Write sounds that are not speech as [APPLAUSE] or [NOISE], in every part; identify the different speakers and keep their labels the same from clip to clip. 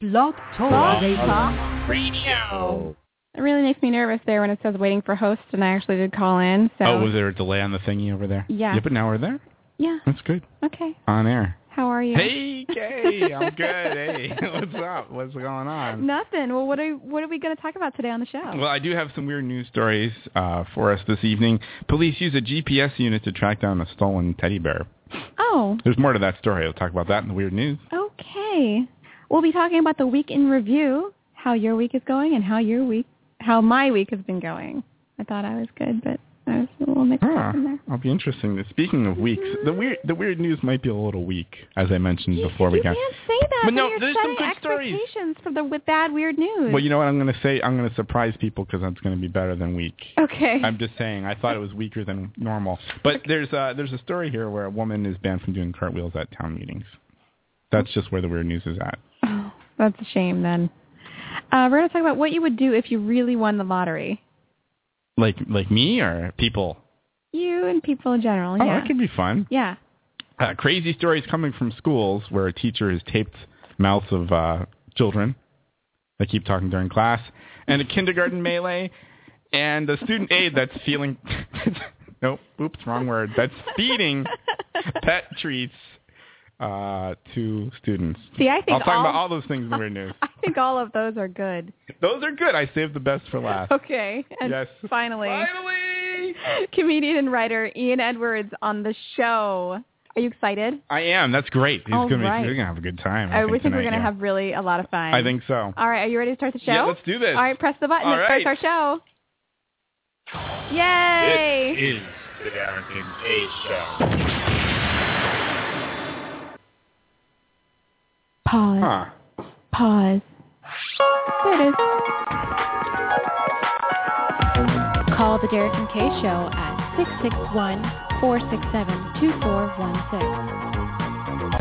Speaker 1: Blog Talk Radio.
Speaker 2: Radio.
Speaker 3: It really makes me nervous there when it says waiting for host, and I actually did call in. So
Speaker 2: Oh, was there a delay on the thingy over there?
Speaker 3: Yeah.
Speaker 2: Yeah, but now we're there.
Speaker 3: yeah,
Speaker 2: That's good.
Speaker 3: okay.
Speaker 2: On air.
Speaker 3: How are you?
Speaker 2: Hey, Kay. I'm good. Hey, [LAUGHS] what's up? What's going on?
Speaker 3: Nothing. Well, what are what are we going to talk about today on the show?
Speaker 2: Well, I do have some weird news stories uh, for us this evening. Police use a GPS unit to track down a stolen teddy bear.
Speaker 3: oh,
Speaker 2: There's more to that story. I'll talk about that in the weird news.
Speaker 3: okay. We'll be talking about the week in review, how your week is going, and how your week, how my week has been going. I thought I was good, but I was a little mixed
Speaker 2: Ah,
Speaker 3: up in there.
Speaker 2: I'll be interesting. Speaking of weeks, the weird the weird news might be a little weak, as I mentioned before we
Speaker 3: Mm-hmm. you
Speaker 2: got.
Speaker 3: can't say that.
Speaker 2: But no,
Speaker 3: when you're
Speaker 2: there's some
Speaker 3: setting
Speaker 2: good stories.
Speaker 3: expectations for the with bad weird news.
Speaker 2: Well, you know what I'm going to say? I'm going to surprise people because that's going to be better than weak.
Speaker 3: okay.
Speaker 2: I'm just saying. I thought it was weaker than normal. But there's uh, there's a story here where a woman is banned from doing cartwheels at town meetings. That's just where the weird news is at.
Speaker 3: Oh, [LAUGHS] that's a shame then. Uh, we're going to talk about what you would do if you really won the lottery.
Speaker 2: Like like me or people.
Speaker 3: You and people in general,
Speaker 2: Oh,
Speaker 3: yeah.
Speaker 2: that could be fun.
Speaker 3: Yeah.
Speaker 2: Uh, crazy stories coming from schools where a teacher has taped mouths of uh, children that keep talking during class, and a kindergarten melee, and a student aide that's feeling. [LAUGHS] nope, oops, wrong word. That's
Speaker 3: [LAUGHS]
Speaker 2: feeding pet treats uh, to students.
Speaker 3: See, I
Speaker 2: I'll
Speaker 3: think
Speaker 2: talk
Speaker 3: all,
Speaker 2: about all those things in the weird news.
Speaker 3: [LAUGHS] I think all of those are good.
Speaker 2: [LAUGHS] Those are good. I saved the best for last.
Speaker 3: Okay. And
Speaker 2: Yes.
Speaker 3: finally,
Speaker 2: Finally!
Speaker 3: comedian and writer Ian Edwards on the show. Are you excited?
Speaker 2: I am. That's great. He's
Speaker 3: All
Speaker 2: gonna
Speaker 3: right.
Speaker 2: be, we're going to have a good time.
Speaker 3: I,
Speaker 2: I,
Speaker 3: we think we're
Speaker 2: tonight,
Speaker 3: going to
Speaker 2: yeah.
Speaker 3: have really a lot of fun.
Speaker 2: I think so.
Speaker 3: All right, are you ready to start the show?
Speaker 2: Yeah, let's do this.
Speaker 3: all right, press the button.
Speaker 2: All
Speaker 3: It starts
Speaker 2: right.
Speaker 3: our show. Yay!
Speaker 2: It is the Darrington K Show.
Speaker 3: Pause.
Speaker 2: Huh.
Speaker 3: Pause. There it is.
Speaker 1: Call the Derek and Kay Show at 661-467-2416.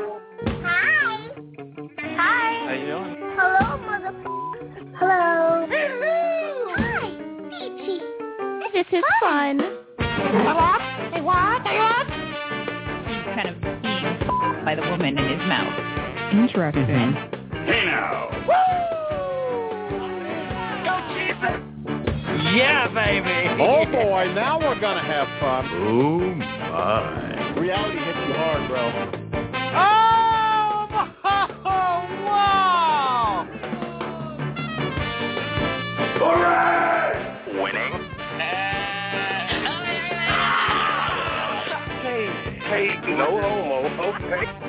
Speaker 4: Hi. Hi. How you doing? Hello, motherfucker. Hello. Hello. Hi, Peachy.
Speaker 3: This is fun.
Speaker 4: Hey, what? Hey, what?
Speaker 5: he's kind of being by the woman in his mouth.
Speaker 6: Oh boy, now we're gonna have fun.
Speaker 2: Oh my.
Speaker 6: Reality hits you hard, bro.
Speaker 2: Oh, [LAUGHS]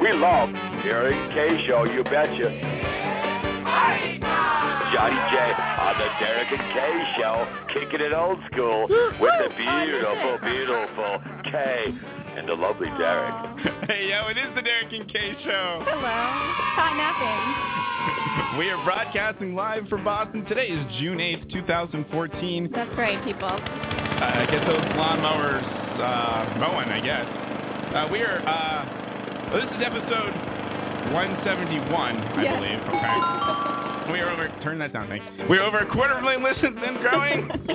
Speaker 7: We love Derek K Show, you betcha. Johnny J on the Derek and K Show, kicking it old school with the beautiful, beautiful K and the lovely Derek.
Speaker 2: [LAUGHS] Hey yo, it is the Derek and K Show.
Speaker 3: Hello. Caught napping.
Speaker 2: We are broadcasting live from Boston. Today is June 8th, 2014.
Speaker 3: That's right, people.
Speaker 2: Uh, get those lawnmowers uh, mowing, I guess. Uh, we are, uh, this is episode 171, I
Speaker 3: Yes.
Speaker 2: believe. Okay. we are over, turn that down, thanks. We're over a quarter of a million listens and growing.
Speaker 3: [LAUGHS]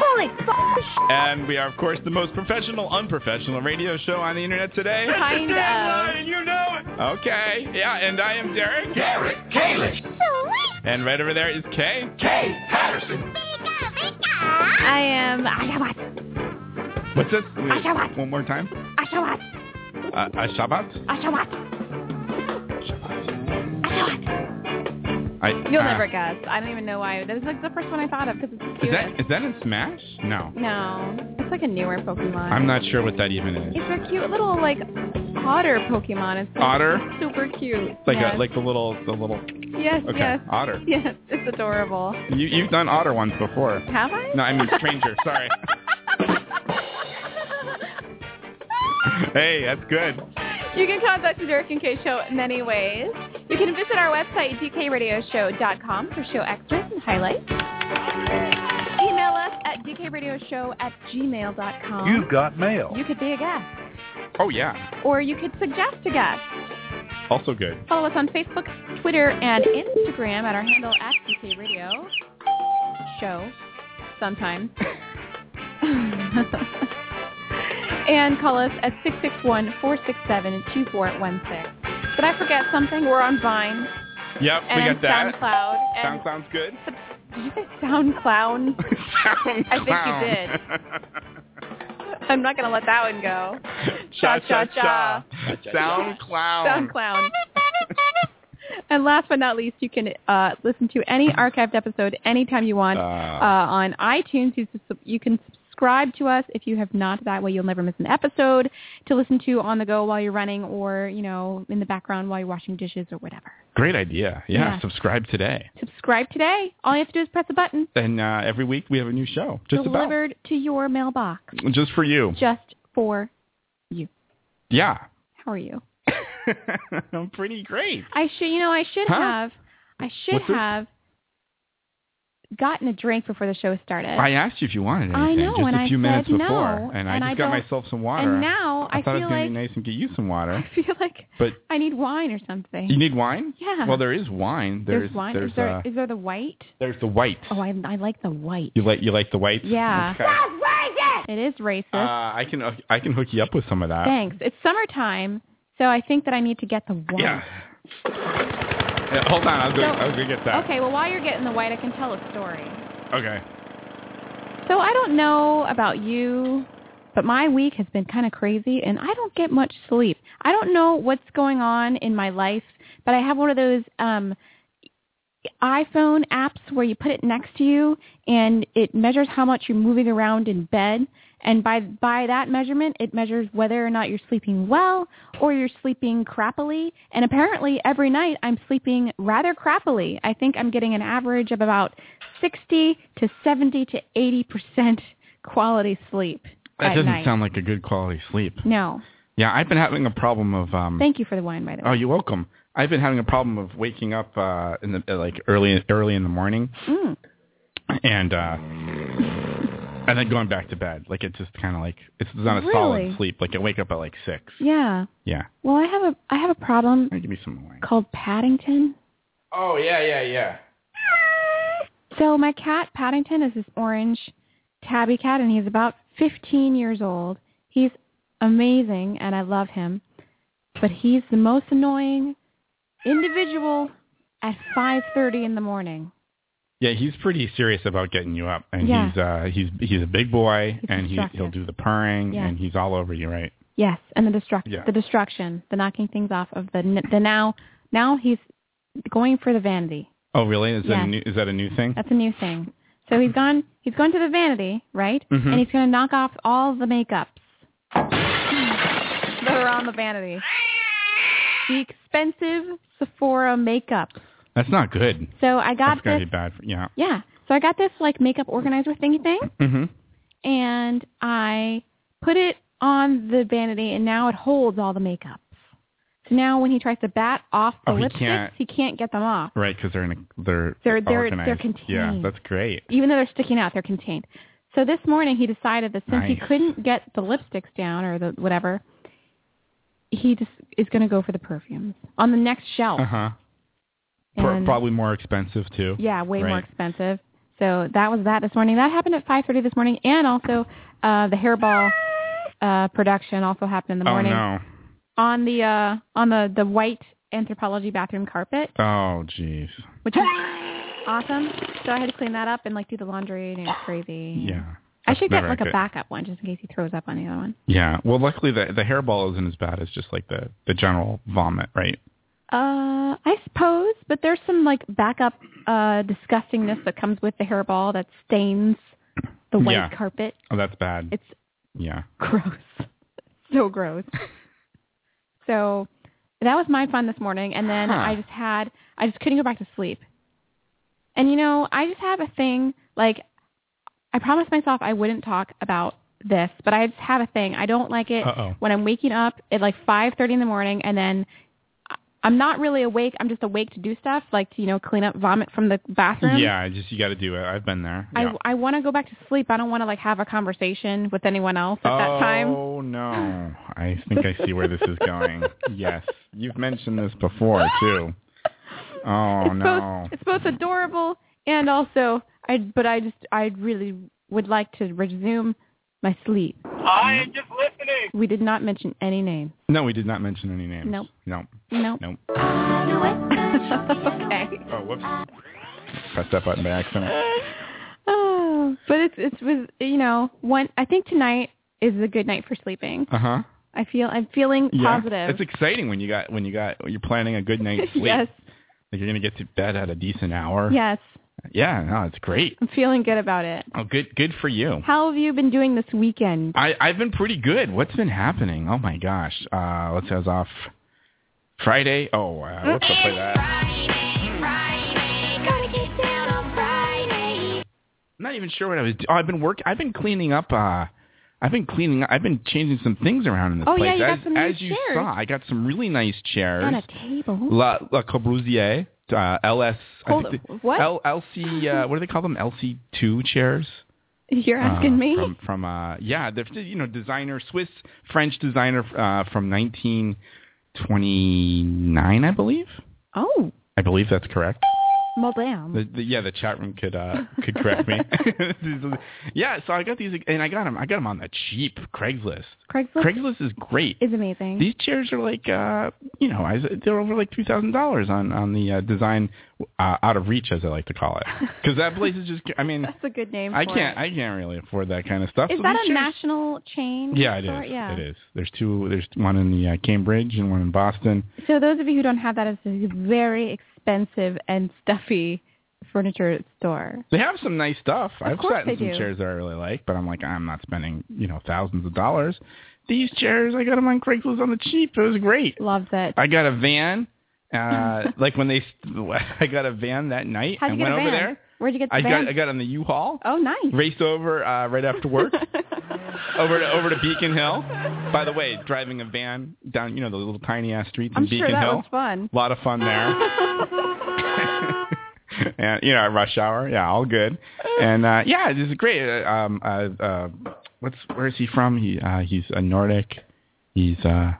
Speaker 3: Holy fuck.
Speaker 2: and we are, of course, the most professional, unprofessional radio show on the internet today.
Speaker 3: Kind of.
Speaker 2: you know it. Okay. Yeah, and I am Derek. Derek Kalish. And right over there is Kay. Kay Patterson.
Speaker 3: I
Speaker 2: [LAUGHS]
Speaker 3: am. I am what?
Speaker 2: What's this?
Speaker 3: Ashabat.
Speaker 2: One more time.
Speaker 3: I shall what?
Speaker 2: Uh, Ashabat.
Speaker 3: I shall what?
Speaker 2: I,
Speaker 3: You'll
Speaker 2: uh,
Speaker 3: never guess. I don't even know why. That was like the first one I thought of because it's the
Speaker 2: Is
Speaker 3: cutest.
Speaker 2: that is that in Smash? No.
Speaker 3: No, it's like a newer Pokemon.
Speaker 2: I'm not sure what that even is.
Speaker 3: It's a cute little like otter Pokemon. It's like,
Speaker 2: Otter?
Speaker 3: Super cute.
Speaker 2: Like
Speaker 3: yes.
Speaker 2: a, like the little the little.
Speaker 3: Yes.
Speaker 2: Okay.
Speaker 3: Yes.
Speaker 2: Otter.
Speaker 3: Yes. It's adorable.
Speaker 2: You you've done otter ones before. [LAUGHS]
Speaker 3: Have I?
Speaker 2: No, I mean stranger. Sorry. Hey, that's good.
Speaker 3: [LAUGHS] You can contact the Derek and Kay Show in many ways. You can visit our website, dkradioshow.com, for show extras and highlights. Email us at dkradioshow at gmail.com.
Speaker 6: You've got mail.
Speaker 3: You could be a guest,
Speaker 2: Oh yeah.
Speaker 3: or you could suggest a guest.
Speaker 2: Also good.
Speaker 3: Follow us on Facebook, Twitter, and Instagram at our handle at dkradio. show sometimes. [LAUGHS] and call us at 661-467-2416. Did I forget something? We're on Vine
Speaker 2: Yep, we
Speaker 3: and
Speaker 2: got that.
Speaker 3: SoundCloud. And
Speaker 2: SoundCloud's good. [LAUGHS]
Speaker 3: Did you say SoundCloud?
Speaker 2: SoundCloud.
Speaker 3: I think I'm not going to let that one go.
Speaker 2: [LAUGHS] cha
Speaker 3: Cha,
Speaker 2: cha cha.
Speaker 3: cha,
Speaker 6: cha.
Speaker 2: SoundCloud.
Speaker 3: SoundCloud. and last but not least, you can uh, listen to any archived episode anytime you want uh,
Speaker 2: Uh,
Speaker 3: on iTunes. You, sus- you can subscribe to us if you have not. That way you'll never miss an episode to listen to on the go while you're running or, you know, in the background while you're washing dishes or whatever.
Speaker 2: great idea. Yeah,
Speaker 3: Yeah.
Speaker 2: subscribe today.
Speaker 3: Subscribe today. All you have to do is press a button
Speaker 2: And uh, every week we have a new show. Just
Speaker 3: delivered to your mailbox
Speaker 2: about. Just for you.
Speaker 3: just for,
Speaker 2: Yeah. [LAUGHS]
Speaker 3: how are you?
Speaker 2: I'm pretty great.
Speaker 3: I should, you know, I should
Speaker 2: Huh?
Speaker 3: have, I should
Speaker 2: What's this?
Speaker 3: have gotten a drink before the show started.
Speaker 2: I asked you if you wanted
Speaker 3: I
Speaker 2: anything
Speaker 3: know,
Speaker 2: just
Speaker 3: and
Speaker 2: a
Speaker 3: I
Speaker 2: few minutes
Speaker 3: said no,
Speaker 2: before, and I
Speaker 3: and
Speaker 2: just
Speaker 3: I
Speaker 2: got
Speaker 3: don't-
Speaker 2: myself some water.
Speaker 3: and now I,
Speaker 2: I thought it
Speaker 3: feel
Speaker 2: was gonna
Speaker 3: like
Speaker 2: be nice and get you some water.
Speaker 3: [LAUGHS] I feel like
Speaker 2: But-
Speaker 3: I need wine or something.
Speaker 2: You need wine?
Speaker 3: yeah.
Speaker 2: Well, there is wine. There's
Speaker 3: there's wine.
Speaker 2: There's
Speaker 3: is there is
Speaker 2: uh,
Speaker 3: there the white?
Speaker 2: there's the white.
Speaker 3: Oh, I I like the white.
Speaker 2: You like you like the white?
Speaker 3: Yeah.
Speaker 2: Okay.
Speaker 3: It is racist.
Speaker 2: Uh, I can I can hook you up with some of that.
Speaker 3: Thanks. It's summertime, so I think that I need to get the white.
Speaker 2: Yeah. Yeah, Hold on, I'll go.
Speaker 3: So-
Speaker 2: I'll go get that.
Speaker 3: Okay. Well, while you're getting the white, I can tell a story.
Speaker 2: Okay.
Speaker 3: So I don't know about you, but my week has been kind of crazy and I don't get much sleep. I don't know what's going on in my life, but I have one of those um iPhone apps where you put it next to you and it measures how much you're moving around in bed and by by that measurement it measures whether or not you're sleeping well or you're sleeping crappily and apparently every night I'm sleeping rather crappily. I think I'm getting an average of about 60 to 70 to 80% [LAUGHS] quality sleep
Speaker 2: That
Speaker 3: at
Speaker 2: doesn't
Speaker 3: night.
Speaker 2: sound like a good quality sleep.
Speaker 3: no.
Speaker 2: Yeah, I've been having a problem of um.
Speaker 3: Thank you for the wine by the
Speaker 2: oh,
Speaker 3: way.
Speaker 2: you're welcome. I've been having a problem of waking up uh in the like early early in the morning
Speaker 3: Mm.
Speaker 2: and uh and then going back to bed. Like it's just kind of like it's not a solid
Speaker 3: Really?
Speaker 2: sleep. Like I wake up at like six.
Speaker 3: Yeah.
Speaker 2: Yeah.
Speaker 3: Well, I have a I have a problem
Speaker 2: Hey, Give me some wine.
Speaker 3: called Paddington.
Speaker 2: Oh yeah yeah yeah.
Speaker 3: So my cat Paddington is this orange tabby cat, and he's about 15 years old. He's amazing, and I love him, but he's the most annoying individual at 5:30 in the morning.
Speaker 2: Yeah, he's pretty serious about getting you up, and
Speaker 3: Yeah.
Speaker 2: he's uh he's he's a big boy,
Speaker 3: He's
Speaker 2: and he he'll
Speaker 3: destructive.
Speaker 2: do the purring,
Speaker 3: Yeah.
Speaker 2: and he's all over you, right?
Speaker 3: Yes, and the destruct
Speaker 2: Yeah.
Speaker 3: the destruction, the knocking things off of the the now now he's going for the vanity.
Speaker 2: Oh, really? Is that
Speaker 3: Yeah.
Speaker 2: a new is that a new thing?
Speaker 3: That's a new thing. So he's gone. He's going to the vanity, right?
Speaker 2: Mhm.
Speaker 3: And he's going to knock off all the makeups that are on the vanity. The expensive Sephora makeup.
Speaker 2: That's not good.
Speaker 3: So I got
Speaker 2: That's gonna
Speaker 3: this.
Speaker 2: be bad. For, yeah.
Speaker 3: Yeah. So I got this like makeup organizer thingy thing,
Speaker 2: hmm
Speaker 3: and I put it on the vanity, and now it holds all the makeups. So now when he tries to bat off the
Speaker 2: Oh, he
Speaker 3: lipsticks,
Speaker 2: can't-
Speaker 3: he can't get them off.
Speaker 2: Right, because they're in a, they're
Speaker 3: They're- they're-
Speaker 2: organized.
Speaker 3: they're contained.
Speaker 2: Yeah, that's great.
Speaker 3: even though they're sticking out, they're contained. So this morning he decided that since
Speaker 2: Nice.
Speaker 3: he couldn't get the lipsticks down or the whatever, he just is going to go for the perfumes on the next shelf.
Speaker 2: Uh huh. Pro-
Speaker 3: And-
Speaker 2: probably more expensive too.
Speaker 3: Yeah, way more
Speaker 2: Right.
Speaker 3: expensive. So that was that this morning. That happened at 5:30 this morning, and also uh, the hairball uh, production also happened in the
Speaker 2: oh
Speaker 3: morning
Speaker 2: no.
Speaker 3: on the uh, on the the white anthropology bathroom carpet,
Speaker 2: Oh jeez.
Speaker 3: which
Speaker 2: [LAUGHS]
Speaker 3: was awesome. So I had to clean that up and like do the laundry, and it was crazy.
Speaker 2: Yeah.
Speaker 3: I
Speaker 2: That's
Speaker 3: should get
Speaker 2: never
Speaker 3: like a
Speaker 2: good.
Speaker 3: backup one just in case he throws up on the other one.
Speaker 2: Yeah. Well, luckily the the hairball isn't as bad as just like the the general vomit, right?
Speaker 3: Uh, I suppose, but there's some like backup uh disgustingness that comes with the hairball that stains the white
Speaker 2: Yeah.
Speaker 3: carpet. [LAUGHS]
Speaker 2: Oh, that's bad.
Speaker 3: It's
Speaker 2: Yeah.
Speaker 3: gross. so gross. so that was my fun this morning and then
Speaker 2: Huh.
Speaker 3: I just had I just couldn't go back to sleep. And you know, I just have a thing like I promised myself I wouldn't talk about this, but I just have a thing. I don't like it
Speaker 2: Uh oh.
Speaker 3: when I'm waking up at like 5:30 in the morning, and then I- I'm not really awake. I'm just awake to do stuff, like to you know clean up vomit from the bathroom.
Speaker 2: Yeah, just you got to do it. I've been there.
Speaker 3: I
Speaker 2: Yeah.
Speaker 3: I want to go back to sleep. I don't want to like have a conversation with anyone else at that time.
Speaker 2: Oh no! I think I see where this is
Speaker 3: [LAUGHS]
Speaker 2: going. yes, you've mentioned this before too. Oh
Speaker 3: it's
Speaker 2: no!
Speaker 3: both it's both adorable and also I but I just I really would like to resume my sleep.
Speaker 8: I am just listening.
Speaker 3: We did not mention any names.
Speaker 2: No, we did not mention any names.
Speaker 3: Nope.
Speaker 2: No.
Speaker 3: No.
Speaker 2: Nope.
Speaker 3: [LAUGHS] okay.
Speaker 2: Oh, whoops. Press that button by accident.
Speaker 3: [LAUGHS] Oh, but it's it's was you know one. I think tonight is a good night for sleeping.
Speaker 2: Uh huh.
Speaker 3: I feel I'm feeling positive.
Speaker 2: It's exciting when you got when you got when you're planning a good
Speaker 3: [LAUGHS]
Speaker 2: night's sleep.
Speaker 3: yes,
Speaker 2: Like you're gonna get to bed at a decent hour.
Speaker 3: yes,
Speaker 2: Yeah. No, it's great.
Speaker 3: I'm feeling good about it.
Speaker 2: Oh, good. Good for you.
Speaker 3: How have you been doing this weekend?
Speaker 2: I I've been pretty good. What's been happening? Oh my gosh. Uh, let's say I was off Friday. Oh, uh, let's go play that. I'm not even sure what I was. Do- oh, I've been work. I've been cleaning up. uh I've been cleaning. I've been changing some things around in this
Speaker 3: Oh,
Speaker 2: place.
Speaker 3: yeah, you got
Speaker 2: as
Speaker 3: some
Speaker 2: as
Speaker 3: nice
Speaker 2: you
Speaker 3: chairs.
Speaker 2: saw, I got some really nice chairs.
Speaker 3: On a table.
Speaker 2: La La Corbusier, uh, LS. I
Speaker 3: Hold
Speaker 2: think
Speaker 3: it.
Speaker 2: they-
Speaker 3: What?
Speaker 2: L, LC. Uh, what do they call them? LC two chairs.
Speaker 3: You're asking
Speaker 2: uh,
Speaker 3: me?
Speaker 2: From, from uh, yeah, the you know designer Swiss French designer uh, from 1929, I believe.
Speaker 3: oh,
Speaker 2: I believe that's correct.
Speaker 3: madame.
Speaker 2: The, the, yeah, the chat room could uh, could correct [LAUGHS] me. yeah, so I got these, and I got them. I got them on the cheap Craigslist.
Speaker 3: Craigslist
Speaker 2: Craigslist is great.
Speaker 3: is amazing.
Speaker 2: These chairs are like, uh, you know, I, they're over like three thousand dollars on on the uh, design uh, out of reach, as I like to call it,
Speaker 3: [LAUGHS]
Speaker 2: because that place is just. I mean,
Speaker 3: That's a good name.
Speaker 2: I
Speaker 3: for
Speaker 2: can't,
Speaker 3: It.
Speaker 2: I can't really afford that kind of stuff.
Speaker 3: Is
Speaker 2: so
Speaker 3: that a
Speaker 2: these chairs-
Speaker 3: national chain?
Speaker 2: Yeah, it
Speaker 3: store?
Speaker 2: is.
Speaker 3: Yeah.
Speaker 2: It is. There's two. There's one in the uh, Cambridge and one in Boston.
Speaker 3: So those of you who don't have that, it's a very expensive and stuffy furniture store.
Speaker 2: They have some nice stuff. I've
Speaker 3: course
Speaker 2: sat in
Speaker 3: they
Speaker 2: some
Speaker 3: do.
Speaker 2: chairs that I really like, but I'm like, I'm not spending, you know, thousands of dollars. These chairs, I got them on Craigslist on the cheap. It was great.
Speaker 3: Loves it.
Speaker 2: I got a van.
Speaker 3: [LAUGHS]
Speaker 2: Uh, like when they, [LAUGHS] I got a van that night
Speaker 3: How'd you
Speaker 2: and
Speaker 3: get
Speaker 2: went
Speaker 3: a van?
Speaker 2: over there.
Speaker 3: Where'd you get the
Speaker 2: I
Speaker 3: van?
Speaker 2: got I got on the U-Haul,
Speaker 3: oh, nice.
Speaker 2: raced over uh, right
Speaker 3: [LAUGHS]
Speaker 2: after work, over to over to Beacon Hill. By the way, driving a van down, you know, those little tiny ass streets
Speaker 3: I'm
Speaker 2: in
Speaker 3: sure
Speaker 2: Beacon
Speaker 3: that
Speaker 2: Hill.
Speaker 3: was fun.
Speaker 2: A lot of fun
Speaker 3: [LAUGHS]
Speaker 2: there. and you know, rush hour, yeah, all good. And uh yeah, this is great. Uh, Um uh, uh what's where is he from? He uh he's a Nordic. He's uh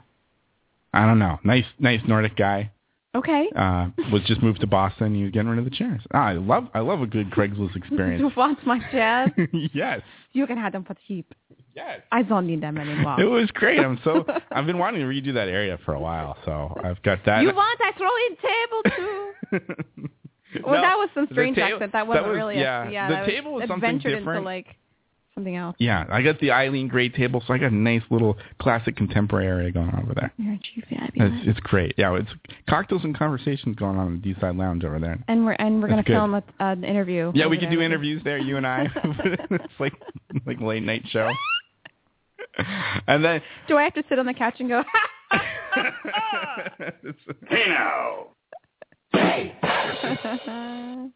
Speaker 2: I don't know. Nice nice Nordic guy.
Speaker 3: okay.
Speaker 2: Uh was just moved to Boston. He was getting rid of the chairs. Ah, I love I love a good
Speaker 3: [LAUGHS]
Speaker 2: Craigslist experience.
Speaker 3: Du warst my jazz.
Speaker 2: [LAUGHS] yes.
Speaker 3: You can have them for cheap.
Speaker 2: Yes.
Speaker 3: I don't need them anymore.
Speaker 2: It was great. I'm
Speaker 3: [LAUGHS]
Speaker 2: so I've been wanting to redo that area for a while, so I've got that.
Speaker 3: you want? I throw in table
Speaker 2: [LAUGHS]
Speaker 3: too. Well,
Speaker 2: No,
Speaker 3: that was some
Speaker 2: the
Speaker 3: strange
Speaker 2: table-
Speaker 3: accent. That wasn't
Speaker 2: was-
Speaker 3: really.
Speaker 2: Yeah,
Speaker 3: a, yeah
Speaker 2: the
Speaker 3: that
Speaker 2: table
Speaker 3: was
Speaker 2: was something
Speaker 3: adventured
Speaker 2: different.
Speaker 3: into like something else.
Speaker 2: yeah, I got the Eileen Gray table, so I got a nice little classic contemporary area going on over there.
Speaker 3: You're too fabulous.
Speaker 2: It's, it's great. Yeah, it's cocktails and conversations going on in the D Side Lounge over there.
Speaker 3: and we're and we're
Speaker 2: That's
Speaker 3: gonna film
Speaker 2: good.
Speaker 3: a, an interview.
Speaker 2: Yeah,
Speaker 3: over
Speaker 2: we could
Speaker 3: there.
Speaker 2: do interviews there, you and I.
Speaker 3: [LAUGHS]
Speaker 2: [LAUGHS] it's like like late night show. And then
Speaker 3: Do I have to sit on the couch and go? [LAUGHS]
Speaker 7: Hey now.
Speaker 3: [LAUGHS]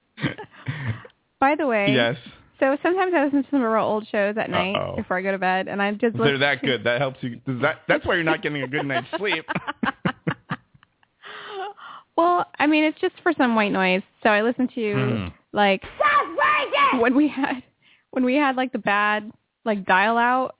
Speaker 3: By the way,
Speaker 2: [LAUGHS] yes,
Speaker 3: So sometimes I listen to some of our old shows at night
Speaker 2: Uh-oh.
Speaker 3: before I go to bed, and I just
Speaker 2: they're
Speaker 3: listen.
Speaker 2: that good. That helps you. Does that, that's why you're not getting a good night's
Speaker 3: [LAUGHS]
Speaker 2: sleep.
Speaker 3: [GASPS] well, I mean, it's just for some white noise. So I listen to
Speaker 2: Hmm.
Speaker 3: like when we had when we had like the bad like dial out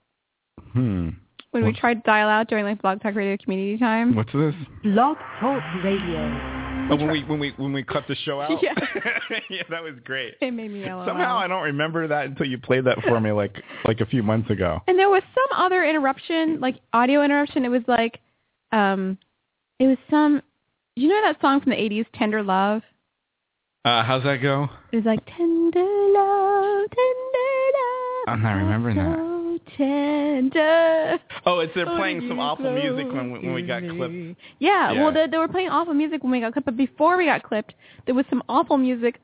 Speaker 2: Hmm.
Speaker 3: when we
Speaker 2: What?
Speaker 3: tried dial out during like Blog Talk Radio Community Time.
Speaker 2: What's this?
Speaker 9: Blog Talk Radio.
Speaker 2: Oh, when we when we when we cut the show out.
Speaker 3: Yeah.
Speaker 2: [LAUGHS] yeah, that was great.
Speaker 3: It made me LOL.
Speaker 2: Somehow I don't remember that until you played that for me like like a few months ago.
Speaker 3: and there was some other interruption, like audio interruption. It was like, um, it was some. You know that song from the '80s, "Tender Love."
Speaker 2: Uh, how's that go?
Speaker 3: It was like tender love, tender love.
Speaker 2: I'm not remembering that.
Speaker 3: so Tender.
Speaker 2: Oh, it's they're playing
Speaker 3: Oh,
Speaker 2: some
Speaker 3: you
Speaker 2: awful
Speaker 3: close
Speaker 2: music when we- when we
Speaker 3: to
Speaker 2: got
Speaker 3: me.
Speaker 2: clipped.
Speaker 3: Yeah,
Speaker 2: Yeah.
Speaker 3: well, they, they were playing awful music when we got clipped, but before we got clipped, there was some awful music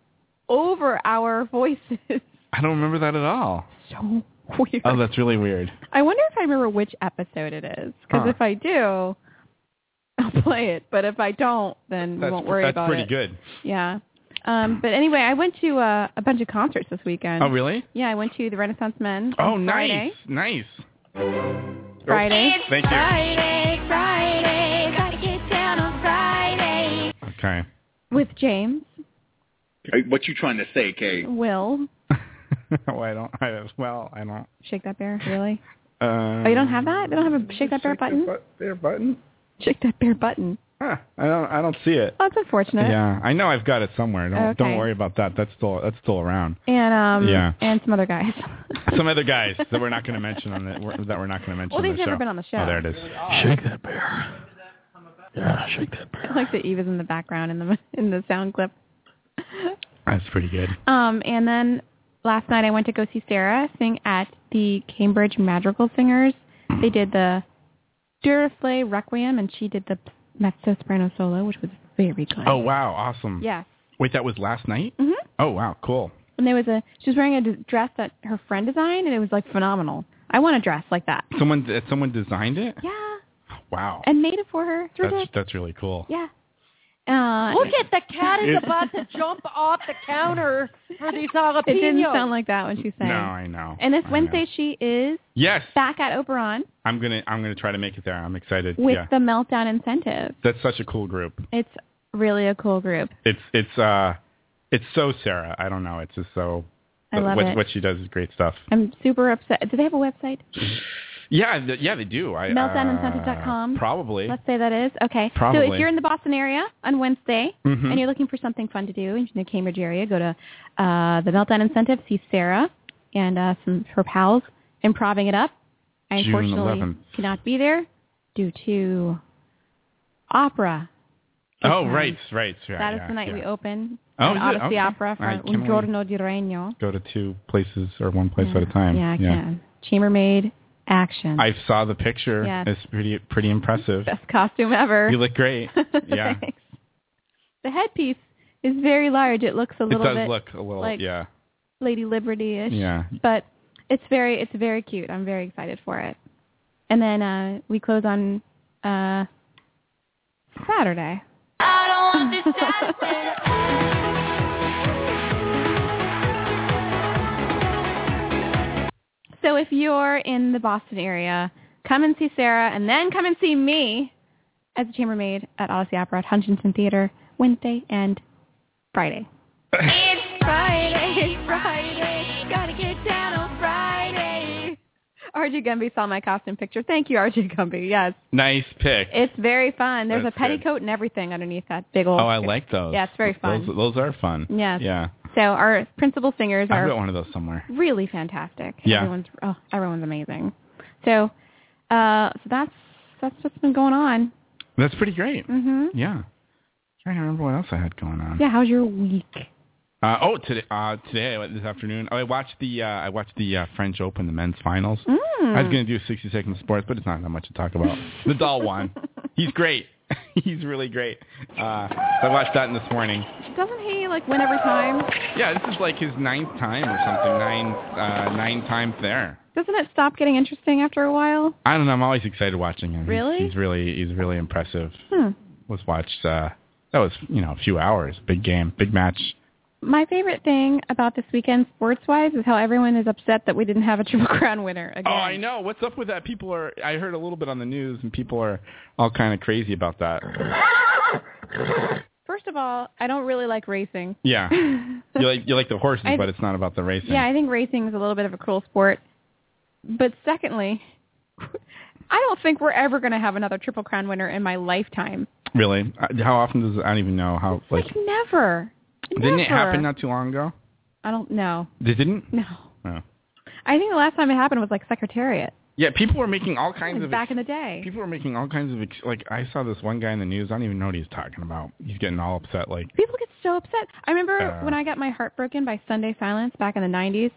Speaker 3: over our voices. [LAUGHS]
Speaker 2: I don't remember that at all.
Speaker 3: so weird.
Speaker 2: Oh, that's really weird.
Speaker 3: I wonder if I remember which episode it is, because
Speaker 2: Huh.
Speaker 3: if I do, I'll [LAUGHS] play it. But if I don't, then we
Speaker 2: That's,
Speaker 3: won't worry
Speaker 2: that's
Speaker 3: about
Speaker 2: pretty
Speaker 3: it.
Speaker 2: good.
Speaker 3: Yeah. Um, but anyway, I went to uh, a bunch of concerts this weekend.
Speaker 2: Oh, really?
Speaker 3: Yeah, I went to the Renaissance Men.
Speaker 2: Oh,
Speaker 3: on Friday.
Speaker 2: nice, nice.
Speaker 3: Friday.
Speaker 2: Oh, thank you.
Speaker 4: Friday, Friday, gotta get down on Friday.
Speaker 2: Okay. [LAUGHS]
Speaker 3: with James,
Speaker 10: What you trying to say, Kay?
Speaker 3: Will,
Speaker 2: oh, I don't. I, well, I don't.
Speaker 3: Shake That Bear,
Speaker 2: [LAUGHS]
Speaker 3: really?
Speaker 2: Um,
Speaker 3: Oh, you don't have that? They don't have a Shake That Bear button?
Speaker 2: Their button.
Speaker 3: Shake That Bear button.
Speaker 2: Huh. I don't. I don't see it.
Speaker 3: Oh, that's unfortunate.
Speaker 2: Yeah, I know I've got it somewhere. Don't don't
Speaker 3: Okay.
Speaker 2: worry about that. That's still that's still around.
Speaker 3: And um
Speaker 2: Yeah.
Speaker 3: and some other guys.
Speaker 2: Some
Speaker 3: [LAUGHS]
Speaker 2: other guys that we're not going to mention on the we're- that we're not going to mention.
Speaker 3: Well,
Speaker 2: on
Speaker 3: they've
Speaker 2: the
Speaker 3: never
Speaker 2: show.
Speaker 3: been on the show.
Speaker 2: Oh, there it is.
Speaker 3: Shake
Speaker 2: that bear. Yeah, shake that
Speaker 3: I [LAUGHS] like that Eva's in the background in the [LAUGHS] in the sound clip.
Speaker 2: That's pretty good.
Speaker 3: Um, and then last night I went to go see Sarah sing at the Cambridge Madrigal Singers. They did the Duraflay Requiem, and she did the mezzo soprano solo, which was very good.
Speaker 2: Oh wow, awesome.
Speaker 3: Yes.
Speaker 2: Wait, that was last night.
Speaker 3: hmm
Speaker 2: Oh wow, cool.
Speaker 3: And there was a she was wearing a d- dress that her friend designed, and it was like phenomenal. I want a dress like that.
Speaker 2: Someone someone designed it.
Speaker 3: Yeah,
Speaker 2: Wow.
Speaker 3: and made it for her. It's
Speaker 2: That's
Speaker 3: ridiculous.
Speaker 2: that's really cool.
Speaker 3: Yeah. Uh,
Speaker 11: Look at the cat is
Speaker 2: It-
Speaker 11: about to jump off the counter for these jalapenos.
Speaker 3: It didn't sound like that when she sang.
Speaker 2: No, I know.
Speaker 3: And this
Speaker 2: I know.
Speaker 3: Wednesday she is
Speaker 2: Yes,
Speaker 3: back at Oberon
Speaker 2: I'm gonna I'm gonna try to make it there. I'm excited.
Speaker 3: with
Speaker 2: yeah,
Speaker 3: the Meltdown Incentive.
Speaker 2: that's such a cool group.
Speaker 3: It's really a cool group.
Speaker 2: It's it's uh, it's so Sarah. I don't know. It's just so.
Speaker 3: I love
Speaker 2: what,
Speaker 3: it.
Speaker 2: What she does is great stuff.
Speaker 3: I'm super upset. Do they have a website?
Speaker 2: Yeah, th- yeah, they do. I,
Speaker 3: Meltdownincentive.com?
Speaker 2: Uh, probably.
Speaker 3: Let's say that is. Okay. So
Speaker 2: Probably.
Speaker 3: if you're in the Boston area on Wednesday
Speaker 2: Mhm.
Speaker 3: and you're looking for something fun to do in the Cambridge area, go to uh, the Meltdown Incentive, see Sarah and uh, some her pals improving it up. I
Speaker 2: June
Speaker 3: unfortunately
Speaker 2: 11th.
Speaker 3: cannot be there due to opera.
Speaker 2: Oh, right, right. Yeah,
Speaker 3: that is
Speaker 2: yeah,
Speaker 3: the night
Speaker 2: yeah.
Speaker 3: we open at
Speaker 2: Oh, is it?
Speaker 3: Odyssey
Speaker 2: Okay.
Speaker 3: Opera for
Speaker 2: All right,
Speaker 3: Un
Speaker 2: can we-
Speaker 3: Giorno di Regno.
Speaker 2: Go to two places or one place at a time.
Speaker 3: Yeah, I can. Chambermaid action.
Speaker 2: I saw the picture.
Speaker 3: Yes.
Speaker 2: It's pretty pretty impressive.
Speaker 3: Best costume ever. [LAUGHS]
Speaker 2: You look great. Yeah.
Speaker 3: Thanks. The headpiece is very large. It looks a
Speaker 2: it
Speaker 3: little
Speaker 2: does
Speaker 3: bit
Speaker 2: look a little
Speaker 3: like
Speaker 2: yeah.
Speaker 3: Lady Liberty-ish.
Speaker 2: Yeah.
Speaker 3: But it's very it's very cute. I'm very excited for it. And then uh we close on uh Saturday. [LAUGHS] So if you're in the Boston area, come and see Sarah and then come and see me as a chambermaid at Odyssey Opera at Huntington Theater Wednesday and Friday.
Speaker 4: It's Friday, [LAUGHS] Friday. Gotta get down on Friday.
Speaker 3: RJ Gumby saw my costume picture. Thank you, RJ Gumby. Yes.
Speaker 2: Nice pick.
Speaker 3: It's very fun. There's
Speaker 2: That's
Speaker 3: a petticoat and everything underneath that big
Speaker 2: oh,
Speaker 3: old
Speaker 2: I like those.
Speaker 3: Yeah, it's very fun.
Speaker 2: Those, those are fun.
Speaker 3: Yes.
Speaker 2: Yeah.
Speaker 3: So our principal singers
Speaker 2: I've got
Speaker 3: are
Speaker 2: one of those somewhere.
Speaker 3: really fantastic.
Speaker 2: Yeah.
Speaker 3: Everyone's oh, everyone's amazing. So uh so that's that's what's been going on.
Speaker 2: That's pretty great.
Speaker 3: Mhm.
Speaker 2: Yeah. Trying to remember what else I had going on.
Speaker 3: Yeah, how's your week?
Speaker 2: Uh, oh, today, uh, today, this afternoon, I watched the uh, I watched the uh, French Open, the men's finals.
Speaker 3: Mm.
Speaker 2: I was going to do 60 seconds of sports, but it's not that much to talk about.
Speaker 3: [LAUGHS]
Speaker 2: Nadal won. He's great. [LAUGHS] He's really great. Uh, so I watched that this morning.
Speaker 3: Doesn't he like win every time?
Speaker 2: Yeah, this is like his ninth time or something. Nine, uh, nine times there.
Speaker 3: Doesn't it stop getting interesting after a while?
Speaker 2: I don't know. I'm always excited watching him. He's-
Speaker 3: Really?
Speaker 2: He's, really he's really impressive.
Speaker 3: Hmm.
Speaker 2: Let's watch. Uh, that was you know a few hours. Big game. Big match.
Speaker 3: My favorite thing about this weekend sports wise is how everyone is upset that we didn't have a [LAUGHS] triple crown winner again.
Speaker 2: Oh, I know. What's up with that? People are. I heard a little bit on the news, and people are all kind of crazy about that.
Speaker 3: First of all, I don't really like racing.
Speaker 2: [LAUGHS] Yeah. you like you like the horses,
Speaker 3: I-
Speaker 2: but it's not about the racing.
Speaker 3: Yeah, I think racing is a little bit of a cruel sport. But secondly, [LAUGHS] I don't think we're ever going to have another Triple Crown winner in my lifetime.
Speaker 2: Really? Uh, How often does I don't even know how like
Speaker 3: Like never.
Speaker 2: didn't it
Speaker 3: never.
Speaker 2: happen not too long ago?
Speaker 3: I don't know.
Speaker 2: They didn't.
Speaker 3: No.
Speaker 2: Oh.
Speaker 3: I think the last time it happened was like Secretariat
Speaker 2: Yeah, people were making all kinds
Speaker 3: was
Speaker 2: of
Speaker 3: back in the day.
Speaker 2: people were making all kinds of ex- like I saw this one guy in the news. I don't even know what he's talking about. He's getting all upset. Like
Speaker 3: People get so upset. I remember
Speaker 2: Uh.
Speaker 3: when I got my heart broken by Sunday Silence back in the 90s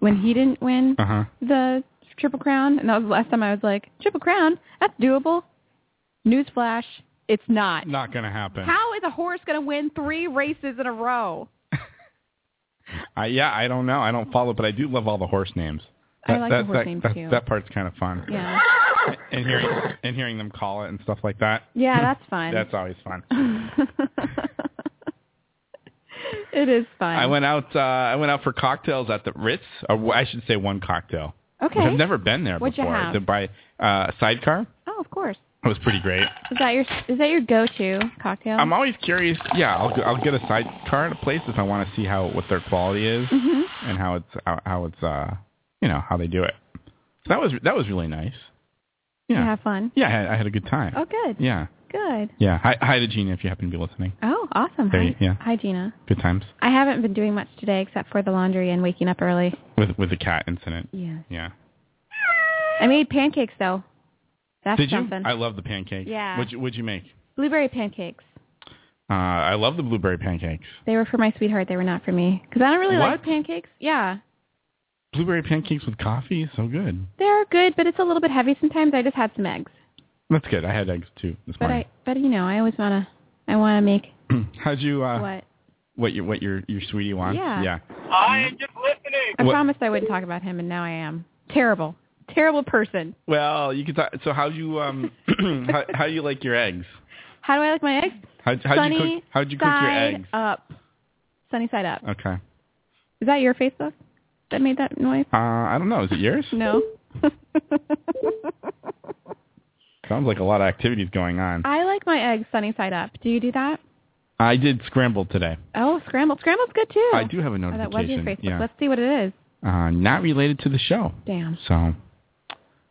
Speaker 3: when he didn't win
Speaker 2: uh huh.
Speaker 3: the Triple Crown. And that was the last time I was like, Triple Crown? That's doable. Newsflash, it's not.
Speaker 2: Not gonna happen.
Speaker 3: How is a horse going to win three races in a row?
Speaker 2: I, yeah, I don't know. I don't follow, but I do love all the horse names.
Speaker 3: I like the
Speaker 2: that,
Speaker 3: horse
Speaker 2: that,
Speaker 3: names,
Speaker 2: that,
Speaker 3: too.
Speaker 2: That part's kind of fun.
Speaker 3: Yeah.
Speaker 2: And hearing and hearing them call it and stuff like that.
Speaker 3: Yeah, that's fun.
Speaker 2: That's always fun.
Speaker 3: [LAUGHS] it is fun.
Speaker 2: I went out. Uh, I went out for cocktails at the Ritz. Or I should say one cocktail.
Speaker 3: Okay.
Speaker 2: I've never been there
Speaker 3: What'd you
Speaker 2: before.
Speaker 3: have?
Speaker 2: To buy uh, a sidecar.
Speaker 3: oh, of course.
Speaker 2: It was pretty great.
Speaker 3: Is that your is that your go-to cocktail?
Speaker 2: I'm always curious. Yeah, I'll go- I'll get a sidecar at a place if I want to see how what their quality is
Speaker 3: Mhm.
Speaker 2: and how it's how, how it's uh you know how they do it. So that was that was really nice.
Speaker 3: You
Speaker 2: Yeah.
Speaker 3: have fun.
Speaker 2: Yeah, I had, I had a good time.
Speaker 3: Oh, good.
Speaker 2: Yeah.
Speaker 3: Good.
Speaker 2: Yeah. Hi, hi to Gina if you happen to be listening.
Speaker 3: Oh, awesome.
Speaker 2: There
Speaker 3: Hi.
Speaker 2: you- yeah.
Speaker 3: Hi, Gina.
Speaker 2: Good times
Speaker 3: I haven't been doing much today except for the laundry and waking up early.
Speaker 2: with with the cat incident.
Speaker 3: Yeah.
Speaker 2: Yeah.
Speaker 3: I made pancakes though. That's
Speaker 2: Did you?
Speaker 3: something.
Speaker 2: I love the pancakes.
Speaker 3: Yeah.
Speaker 2: What'd you, what'd you make?
Speaker 3: Blueberry pancakes.
Speaker 2: Uh, I love the blueberry pancakes.
Speaker 3: They were for my sweetheart. They were not for me because I don't really like
Speaker 2: What?
Speaker 3: pancakes. Yeah,
Speaker 2: Blueberry pancakes with coffee is so good.
Speaker 3: they're good, but it's a little bit heavy sometimes. I just had some eggs,
Speaker 2: That's good. I had eggs too this
Speaker 3: but
Speaker 2: morning.
Speaker 3: I but you know I always wanna I wanna make
Speaker 2: [CLEARS THROAT] How'd you? Uh,
Speaker 3: what
Speaker 2: What your what your your sweetie wants?
Speaker 3: Yeah.
Speaker 2: Yeah.
Speaker 8: I am just listening.
Speaker 3: I
Speaker 2: What-
Speaker 3: promised I wouldn't talk about him, and now I am terrible, terrible person.
Speaker 2: Well, you could. Talk, so how you
Speaker 3: [LAUGHS]
Speaker 2: um [CLEARS THROAT] how how you like your eggs?
Speaker 3: How do I like my eggs?
Speaker 2: How how'd
Speaker 3: Sunny
Speaker 2: you cook how'd you cook your
Speaker 3: side
Speaker 2: eggs?
Speaker 3: up, sunny side up.
Speaker 2: Okay.
Speaker 3: Is that your Facebook that made that noise?
Speaker 2: Uh, I don't know. Is it yours? [LAUGHS]
Speaker 3: No. [LAUGHS]
Speaker 2: Sounds like a lot of activities going on.
Speaker 3: I like my eggs sunny side up. Do you do that?
Speaker 2: I did scrambled today.
Speaker 3: Oh, scrambled. Scrambled, good too.
Speaker 2: I do have a
Speaker 3: Oh,
Speaker 2: notification.
Speaker 3: that was your Facebook.
Speaker 2: Yeah.
Speaker 3: Let's see what it is.
Speaker 2: Uh, not related to the show.
Speaker 3: Damn.
Speaker 2: So.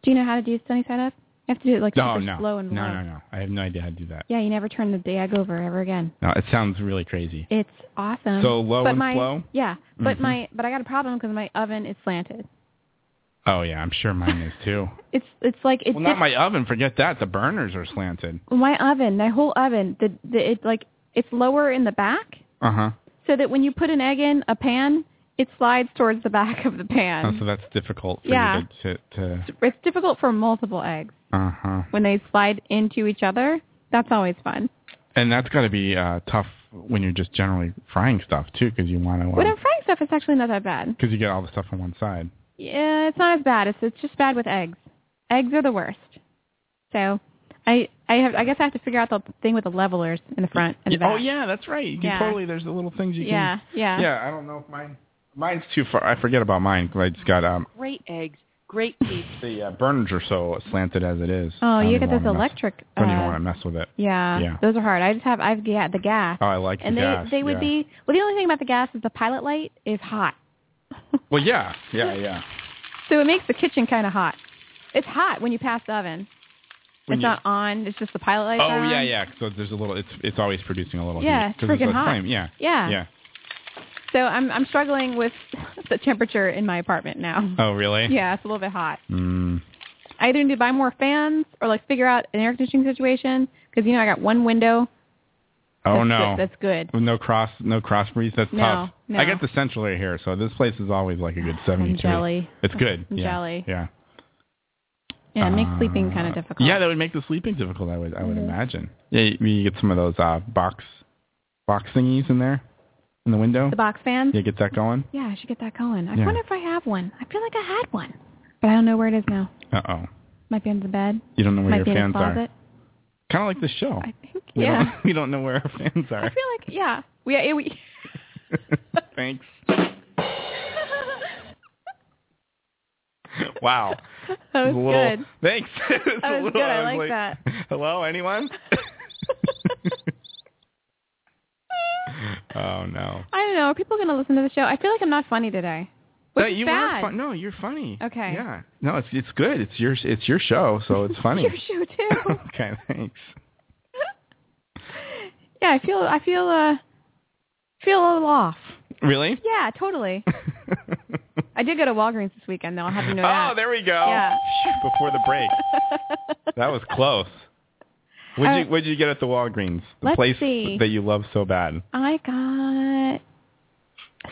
Speaker 3: Do you know how to do sunny side up? You have to do it like
Speaker 2: No,
Speaker 3: super
Speaker 2: no.
Speaker 3: slow and
Speaker 2: no,
Speaker 3: low.
Speaker 2: no, no. I have no idea how to do that.
Speaker 3: Yeah, you never turn the dag over ever again.
Speaker 2: No, it sounds really crazy.
Speaker 3: It's awesome.
Speaker 2: So low
Speaker 3: Um, but
Speaker 2: and
Speaker 3: my,
Speaker 2: slow?
Speaker 3: Yeah, but
Speaker 2: Mhm.
Speaker 3: my but I got a problem because my oven is slanted.
Speaker 2: Oh yeah, I'm sure mine is
Speaker 3: [LAUGHS]
Speaker 2: too.
Speaker 3: It's it's like it's
Speaker 2: well, not my oven. Forget that. The burners are slanted.
Speaker 3: my oven, my whole oven. The the it's like it's lower in the back,
Speaker 2: Uh huh.
Speaker 3: so that when you put an egg in a pan, it slides towards the back of the pan.
Speaker 2: Oh, so that's difficult for
Speaker 3: Yeah.
Speaker 2: you to to. to
Speaker 3: it's difficult for multiple eggs
Speaker 2: uh huh.
Speaker 3: when they slide into each other. That's always fun.
Speaker 2: And that's got to be uh, tough when you're just generally frying stuff too, because you want
Speaker 3: When I'm
Speaker 2: to.
Speaker 3: frying stuff, it's actually not that bad.
Speaker 2: Because you get all the stuff on one side.
Speaker 3: Yeah, it's not as bad. It's it's just bad with eggs. Eggs are the worst. So, I I have I guess I have to figure out the thing with the levelers in the front and the back.
Speaker 2: oh yeah, that's right. You can
Speaker 3: Yeah.
Speaker 2: totally. There's the little things you
Speaker 3: Yeah, yeah.
Speaker 2: can. Yeah, I don't know if mine. Mine's too far. I forget about mine because I just got um
Speaker 11: Great eggs. Great pizza.
Speaker 2: the uh, burners are so slanted as it is.
Speaker 3: Oh,
Speaker 2: I don't
Speaker 3: you
Speaker 2: even
Speaker 3: get this
Speaker 2: wanna mess-
Speaker 3: electric.
Speaker 2: I don't even
Speaker 3: uh,
Speaker 2: want to mess with it.
Speaker 3: yeah,
Speaker 2: Yeah.
Speaker 3: those are hard. I just have I've got the gas.
Speaker 2: Oh, I like
Speaker 3: and
Speaker 2: the
Speaker 3: they
Speaker 2: gas,
Speaker 3: they would
Speaker 2: yeah.
Speaker 3: be well. The only thing about the gas is the pilot light is hot,
Speaker 2: Well, yeah, yeah, yeah.
Speaker 3: so it makes the kitchen kind of hot. It's hot when you pass the oven.
Speaker 2: When
Speaker 3: it's
Speaker 2: you-
Speaker 3: not on. It's just the pilot light.
Speaker 2: oh yeah, yeah. So there's a little. It's it's always producing a little
Speaker 3: Yeah,
Speaker 2: heat
Speaker 3: it's
Speaker 2: 'cause
Speaker 3: freaking
Speaker 2: a
Speaker 3: hot.
Speaker 2: flame. Yeah,
Speaker 3: Yeah.
Speaker 2: yeah.
Speaker 3: So I'm I'm struggling with the temperature in my apartment now.
Speaker 2: Oh really?
Speaker 3: Yeah, it's a little bit hot.
Speaker 2: Mm.
Speaker 3: I either need to buy more fans or like figure out an air conditioning situation because you know I got one window.
Speaker 2: Oh
Speaker 3: that's
Speaker 2: no.
Speaker 3: good- that's good.
Speaker 2: With no cross, no cross breeze. That's
Speaker 3: No,
Speaker 2: tough.
Speaker 3: no.
Speaker 2: I got the central air here, so this place is always like a
Speaker 3: [SIGHS]
Speaker 2: good 72.
Speaker 3: jelly.
Speaker 2: It's good.
Speaker 3: I'm
Speaker 2: yeah.
Speaker 3: jelly.
Speaker 2: Yeah.
Speaker 3: Yeah, it makes
Speaker 2: Uh,
Speaker 3: sleeping kind of difficult.
Speaker 2: Yeah, that would make the sleeping difficult. I would, I would
Speaker 3: Mhm.
Speaker 2: imagine. Yeah, you, you get some of those uh, box, box thingies in there, in the window.
Speaker 3: The box fans.
Speaker 2: Yeah, get that going.
Speaker 3: Yeah, I should get that going. I
Speaker 2: Yeah.
Speaker 3: wonder if I have one. I feel like I had one, but I don't know where it is now.
Speaker 2: Uh oh,
Speaker 3: Might be under the bed.
Speaker 2: you don't know where
Speaker 3: Might
Speaker 2: your
Speaker 3: be in
Speaker 2: fans
Speaker 3: the
Speaker 2: are.
Speaker 3: closet.
Speaker 2: Kind of like the show.
Speaker 3: I think.
Speaker 2: we
Speaker 3: yeah.
Speaker 2: Don't, [LAUGHS] we don't know where our fans
Speaker 3: I [LAUGHS]
Speaker 2: are.
Speaker 3: feel like yeah. We, yeah, we [LAUGHS]
Speaker 2: Thanks. Wow.
Speaker 3: that was
Speaker 2: It was a little-
Speaker 3: good.
Speaker 2: Thanks. [LAUGHS] It was
Speaker 3: That
Speaker 2: a
Speaker 3: was
Speaker 2: little-
Speaker 3: good. I like
Speaker 2: Hello,
Speaker 3: [LAUGHS]
Speaker 2: anyone? [LAUGHS] oh no.
Speaker 3: I don't know. Are people going to listen to the show? I feel like I'm not funny today. Which
Speaker 2: no,
Speaker 3: is
Speaker 2: you
Speaker 3: bad.
Speaker 2: are
Speaker 3: [LAUGHS]
Speaker 2: fun- no, you're funny.
Speaker 3: Okay.
Speaker 2: Yeah. No, it's it's good. It's your it's your show, so
Speaker 3: [LAUGHS]
Speaker 2: it's funny.
Speaker 3: Your show too. [LAUGHS]
Speaker 2: [LAUGHS] okay, thanks.
Speaker 3: yeah, I feel I feel uh feel a little off.
Speaker 2: Really?
Speaker 3: Yeah, totally. I did go to Walgreens this weekend though. I'll have you know
Speaker 2: [LAUGHS] oh,
Speaker 3: that.
Speaker 2: there we go.
Speaker 3: Yeah.
Speaker 2: Before the break.
Speaker 3: [LAUGHS]
Speaker 2: That was close. What'd
Speaker 3: Uh,
Speaker 2: you what'd you get at the Walgreens? The
Speaker 3: let's
Speaker 2: place
Speaker 3: see.
Speaker 2: that you love so bad.
Speaker 3: I got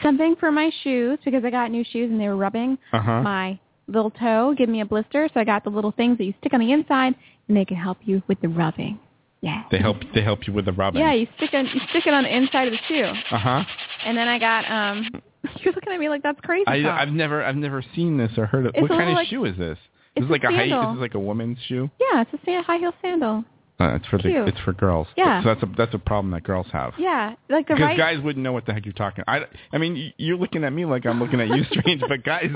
Speaker 3: something for my shoes because I got new shoes and they were rubbing
Speaker 2: Uh-huh.
Speaker 3: my little toe, give me a blister. So I got the little things that you stick on the inside and they can help you with the rubbing. Yeah.
Speaker 2: They help they help you with the rubbing.
Speaker 3: Yeah, you stick it you stick it on the inside of the shoe.
Speaker 2: Uh huh.
Speaker 3: And then I got um [LAUGHS] you're looking at me like that's crazy.
Speaker 2: I,
Speaker 3: Tom.
Speaker 2: I've never I've never seen this or heard of.
Speaker 3: It's
Speaker 2: what
Speaker 3: a
Speaker 2: kind
Speaker 3: little
Speaker 2: of
Speaker 3: like-
Speaker 2: shoe is this?
Speaker 3: it's
Speaker 2: this is like
Speaker 3: a
Speaker 2: a high.
Speaker 3: sandal.
Speaker 2: This is like a woman's shoe.
Speaker 3: yeah, it's a sand- high heel sandal.
Speaker 2: Uh, it's for
Speaker 3: Cute.
Speaker 2: the it's for girls.
Speaker 3: Yeah.
Speaker 2: So that's a that's a problem that girls have.
Speaker 3: Yeah, like the
Speaker 2: Because
Speaker 3: right.
Speaker 2: guys wouldn't know what the heck you're talking. I I mean y- you're looking at me like I'm looking at
Speaker 3: [LAUGHS]
Speaker 2: you strange, but guys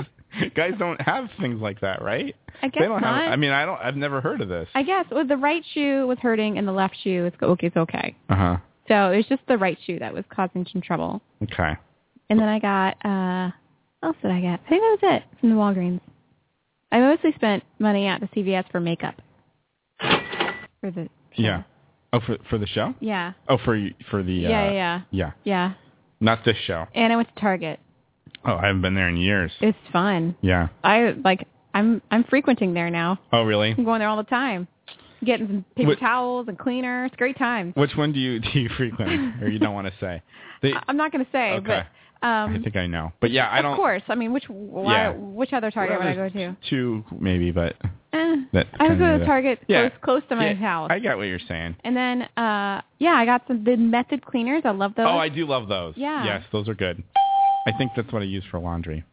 Speaker 2: guys don't have things like that, right?
Speaker 3: I guess
Speaker 2: they don't
Speaker 3: not.
Speaker 2: have. I mean I don't. I've never heard of this.
Speaker 3: I guess well, the right shoe was hurting and the left shoe was okay. It's okay.
Speaker 2: Uh huh.
Speaker 3: So it was just the right shoe that was causing some trouble.
Speaker 2: Okay.
Speaker 3: And then I got uh, what else did I get? I think that was it from the Walgreens. I mostly spent money at the CVS for makeup. For the
Speaker 2: Yeah. Oh, for for the show?
Speaker 3: Yeah.
Speaker 2: Oh, for for the uh,
Speaker 3: Yeah, yeah, yeah.
Speaker 2: yeah.
Speaker 3: Yeah.
Speaker 2: Not this show.
Speaker 3: And I went to Target.
Speaker 2: Oh, I haven't been there in years.
Speaker 3: It's fun.
Speaker 2: Yeah.
Speaker 3: I like I'm I'm frequenting there now.
Speaker 2: Oh, really?
Speaker 3: I'm going there all the time. Getting some paper
Speaker 2: What-
Speaker 3: towels and cleaner. It's a great time.
Speaker 2: Which one do you [LAUGHS] do you frequent, or you don't want to
Speaker 3: [LAUGHS]
Speaker 2: say? They,
Speaker 3: I- I'm not going to say,
Speaker 2: okay.
Speaker 3: but um
Speaker 2: I think I know, but yeah, I don't.
Speaker 3: Of course. I mean, which why,
Speaker 2: Yeah.
Speaker 3: which other Target would I go to?
Speaker 2: Two maybe, but
Speaker 3: Eh,
Speaker 2: that.
Speaker 3: I would go
Speaker 2: kinda-
Speaker 3: to Target
Speaker 2: Yeah.
Speaker 3: close close to my
Speaker 2: Yeah,
Speaker 3: house.
Speaker 2: I got what you're saying.
Speaker 3: and then uh yeah, I got some the method cleaners. I love those.
Speaker 2: Oh, I do love those.
Speaker 3: Yeah.
Speaker 2: Yes, those are good. I think that's what I use for laundry.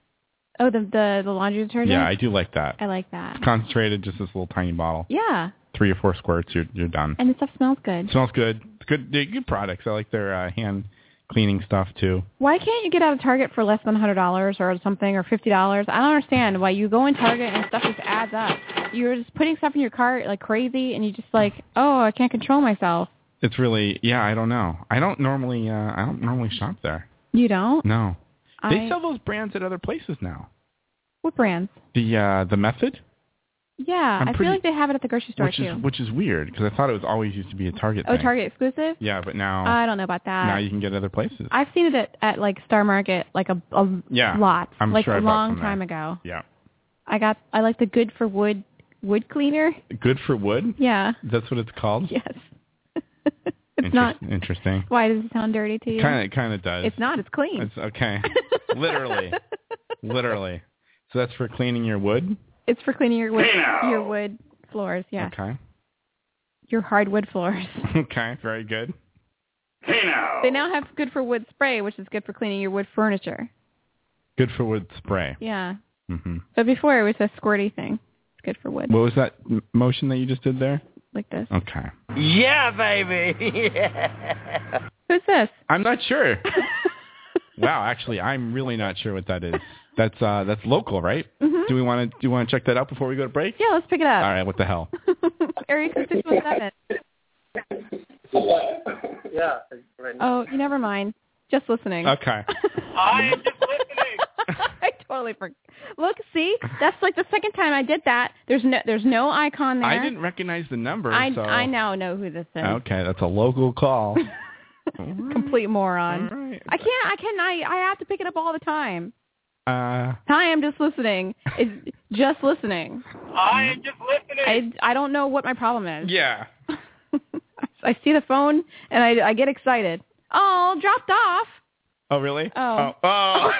Speaker 3: Oh, the the, the laundry detergent.
Speaker 2: Yeah, I do like that.
Speaker 3: I like that.
Speaker 2: It's concentrated, just this little tiny bottle.
Speaker 3: Yeah,
Speaker 2: Three or four squirts, you're you're done.
Speaker 3: and the stuff smells good.
Speaker 2: Smells good. It's good. They're good products. I like their uh, hand cleaning stuff too.
Speaker 3: Why can't you get out of Target for less than hundred dollars or something or fifty dollars? I don't understand why you go in Target and stuff just adds up. You're just putting stuff in your cart like crazy, and you just like, oh, I can't control myself.
Speaker 2: It's really yeah. I don't know. I don't normally uh, I don't normally shop there.
Speaker 3: You don't.
Speaker 2: No. They
Speaker 3: I-
Speaker 2: sell those brands at other places now.
Speaker 3: What brands?
Speaker 2: The uh, the method,
Speaker 3: Yeah,
Speaker 2: I'm
Speaker 3: I
Speaker 2: pretty-
Speaker 3: feel like they have it at the grocery store
Speaker 2: which
Speaker 3: too.
Speaker 2: is which is weird because I thought it was always used to be a Target.
Speaker 3: oh,
Speaker 2: thing.
Speaker 3: Target Uh, exclusive.
Speaker 2: Yeah, but now
Speaker 3: I don't know about that.
Speaker 2: now Oh. you can get it other places.
Speaker 3: I've seen it at, at like Star Market like a, a
Speaker 2: Yeah,
Speaker 3: lot,
Speaker 2: I'm
Speaker 3: like
Speaker 2: sure I
Speaker 3: a
Speaker 2: bought
Speaker 3: long
Speaker 2: some there.
Speaker 3: time ago.
Speaker 2: Yeah.
Speaker 3: I got I like the Good for Wood wood cleaner.
Speaker 2: Good for wood.
Speaker 3: Yeah. [LAUGHS]
Speaker 2: That's what it's called.
Speaker 3: Yes. it's not.
Speaker 2: interesting.
Speaker 3: Why does it sound dirty to you?
Speaker 2: Kind of kind of does.
Speaker 3: It's not. It's clean.
Speaker 2: It's okay.
Speaker 3: [LAUGHS]
Speaker 2: Literally. Literally. So that's for cleaning your wood.
Speaker 3: It's for cleaning your wood
Speaker 2: Hey now.
Speaker 3: your wood floors. Yeah.
Speaker 2: Okay. [LAUGHS]
Speaker 3: Your hardwood floors.
Speaker 2: Okay. Very good.
Speaker 3: They now have Good for Wood spray, which is good for cleaning your wood furniture.
Speaker 2: Good for wood spray.
Speaker 3: Yeah.
Speaker 2: hmm
Speaker 3: But before it was a squirty thing. It's good for wood,
Speaker 2: What was that m- motion that you just did there?
Speaker 3: like this.
Speaker 2: Okay.
Speaker 6: Yeah, baby. Yeah.
Speaker 3: Who's
Speaker 2: [LAUGHS]
Speaker 3: this?
Speaker 2: I'm not sure. wow. Actually, I'm really not sure what that is. That's uh that's local, right?
Speaker 3: Mhm.
Speaker 2: Do we want to do you want to check that out before we go to break?
Speaker 3: Yeah, let's pick it
Speaker 2: All
Speaker 3: up.
Speaker 2: right. What the hell?
Speaker 3: [LAUGHS] Area code six one seven.
Speaker 6: yeah.
Speaker 3: Oh, you never mind. Just listening.
Speaker 2: Okay.
Speaker 3: I am just listening. [LAUGHS] I totally forgot. Look, see, that's like the second time I did that. There's no, there's no icon there.
Speaker 2: I didn't recognize the number.
Speaker 3: I,
Speaker 2: so.
Speaker 3: I now know who this is.
Speaker 2: Okay, that's a local call.
Speaker 3: [LAUGHS] Complete moron.
Speaker 2: All right.
Speaker 3: I can't. I can. I. I have to pick it up all the time.
Speaker 2: Uh,
Speaker 3: Hi, I'm just listening. It's just listening.
Speaker 8: I am just listening.
Speaker 3: I. I don't know what my problem is.
Speaker 2: yeah.
Speaker 3: [LAUGHS] I see the phone and I. I get excited. Oh, dropped off.
Speaker 2: Oh, really?
Speaker 3: Oh. [LAUGHS]
Speaker 2: Oh. oh.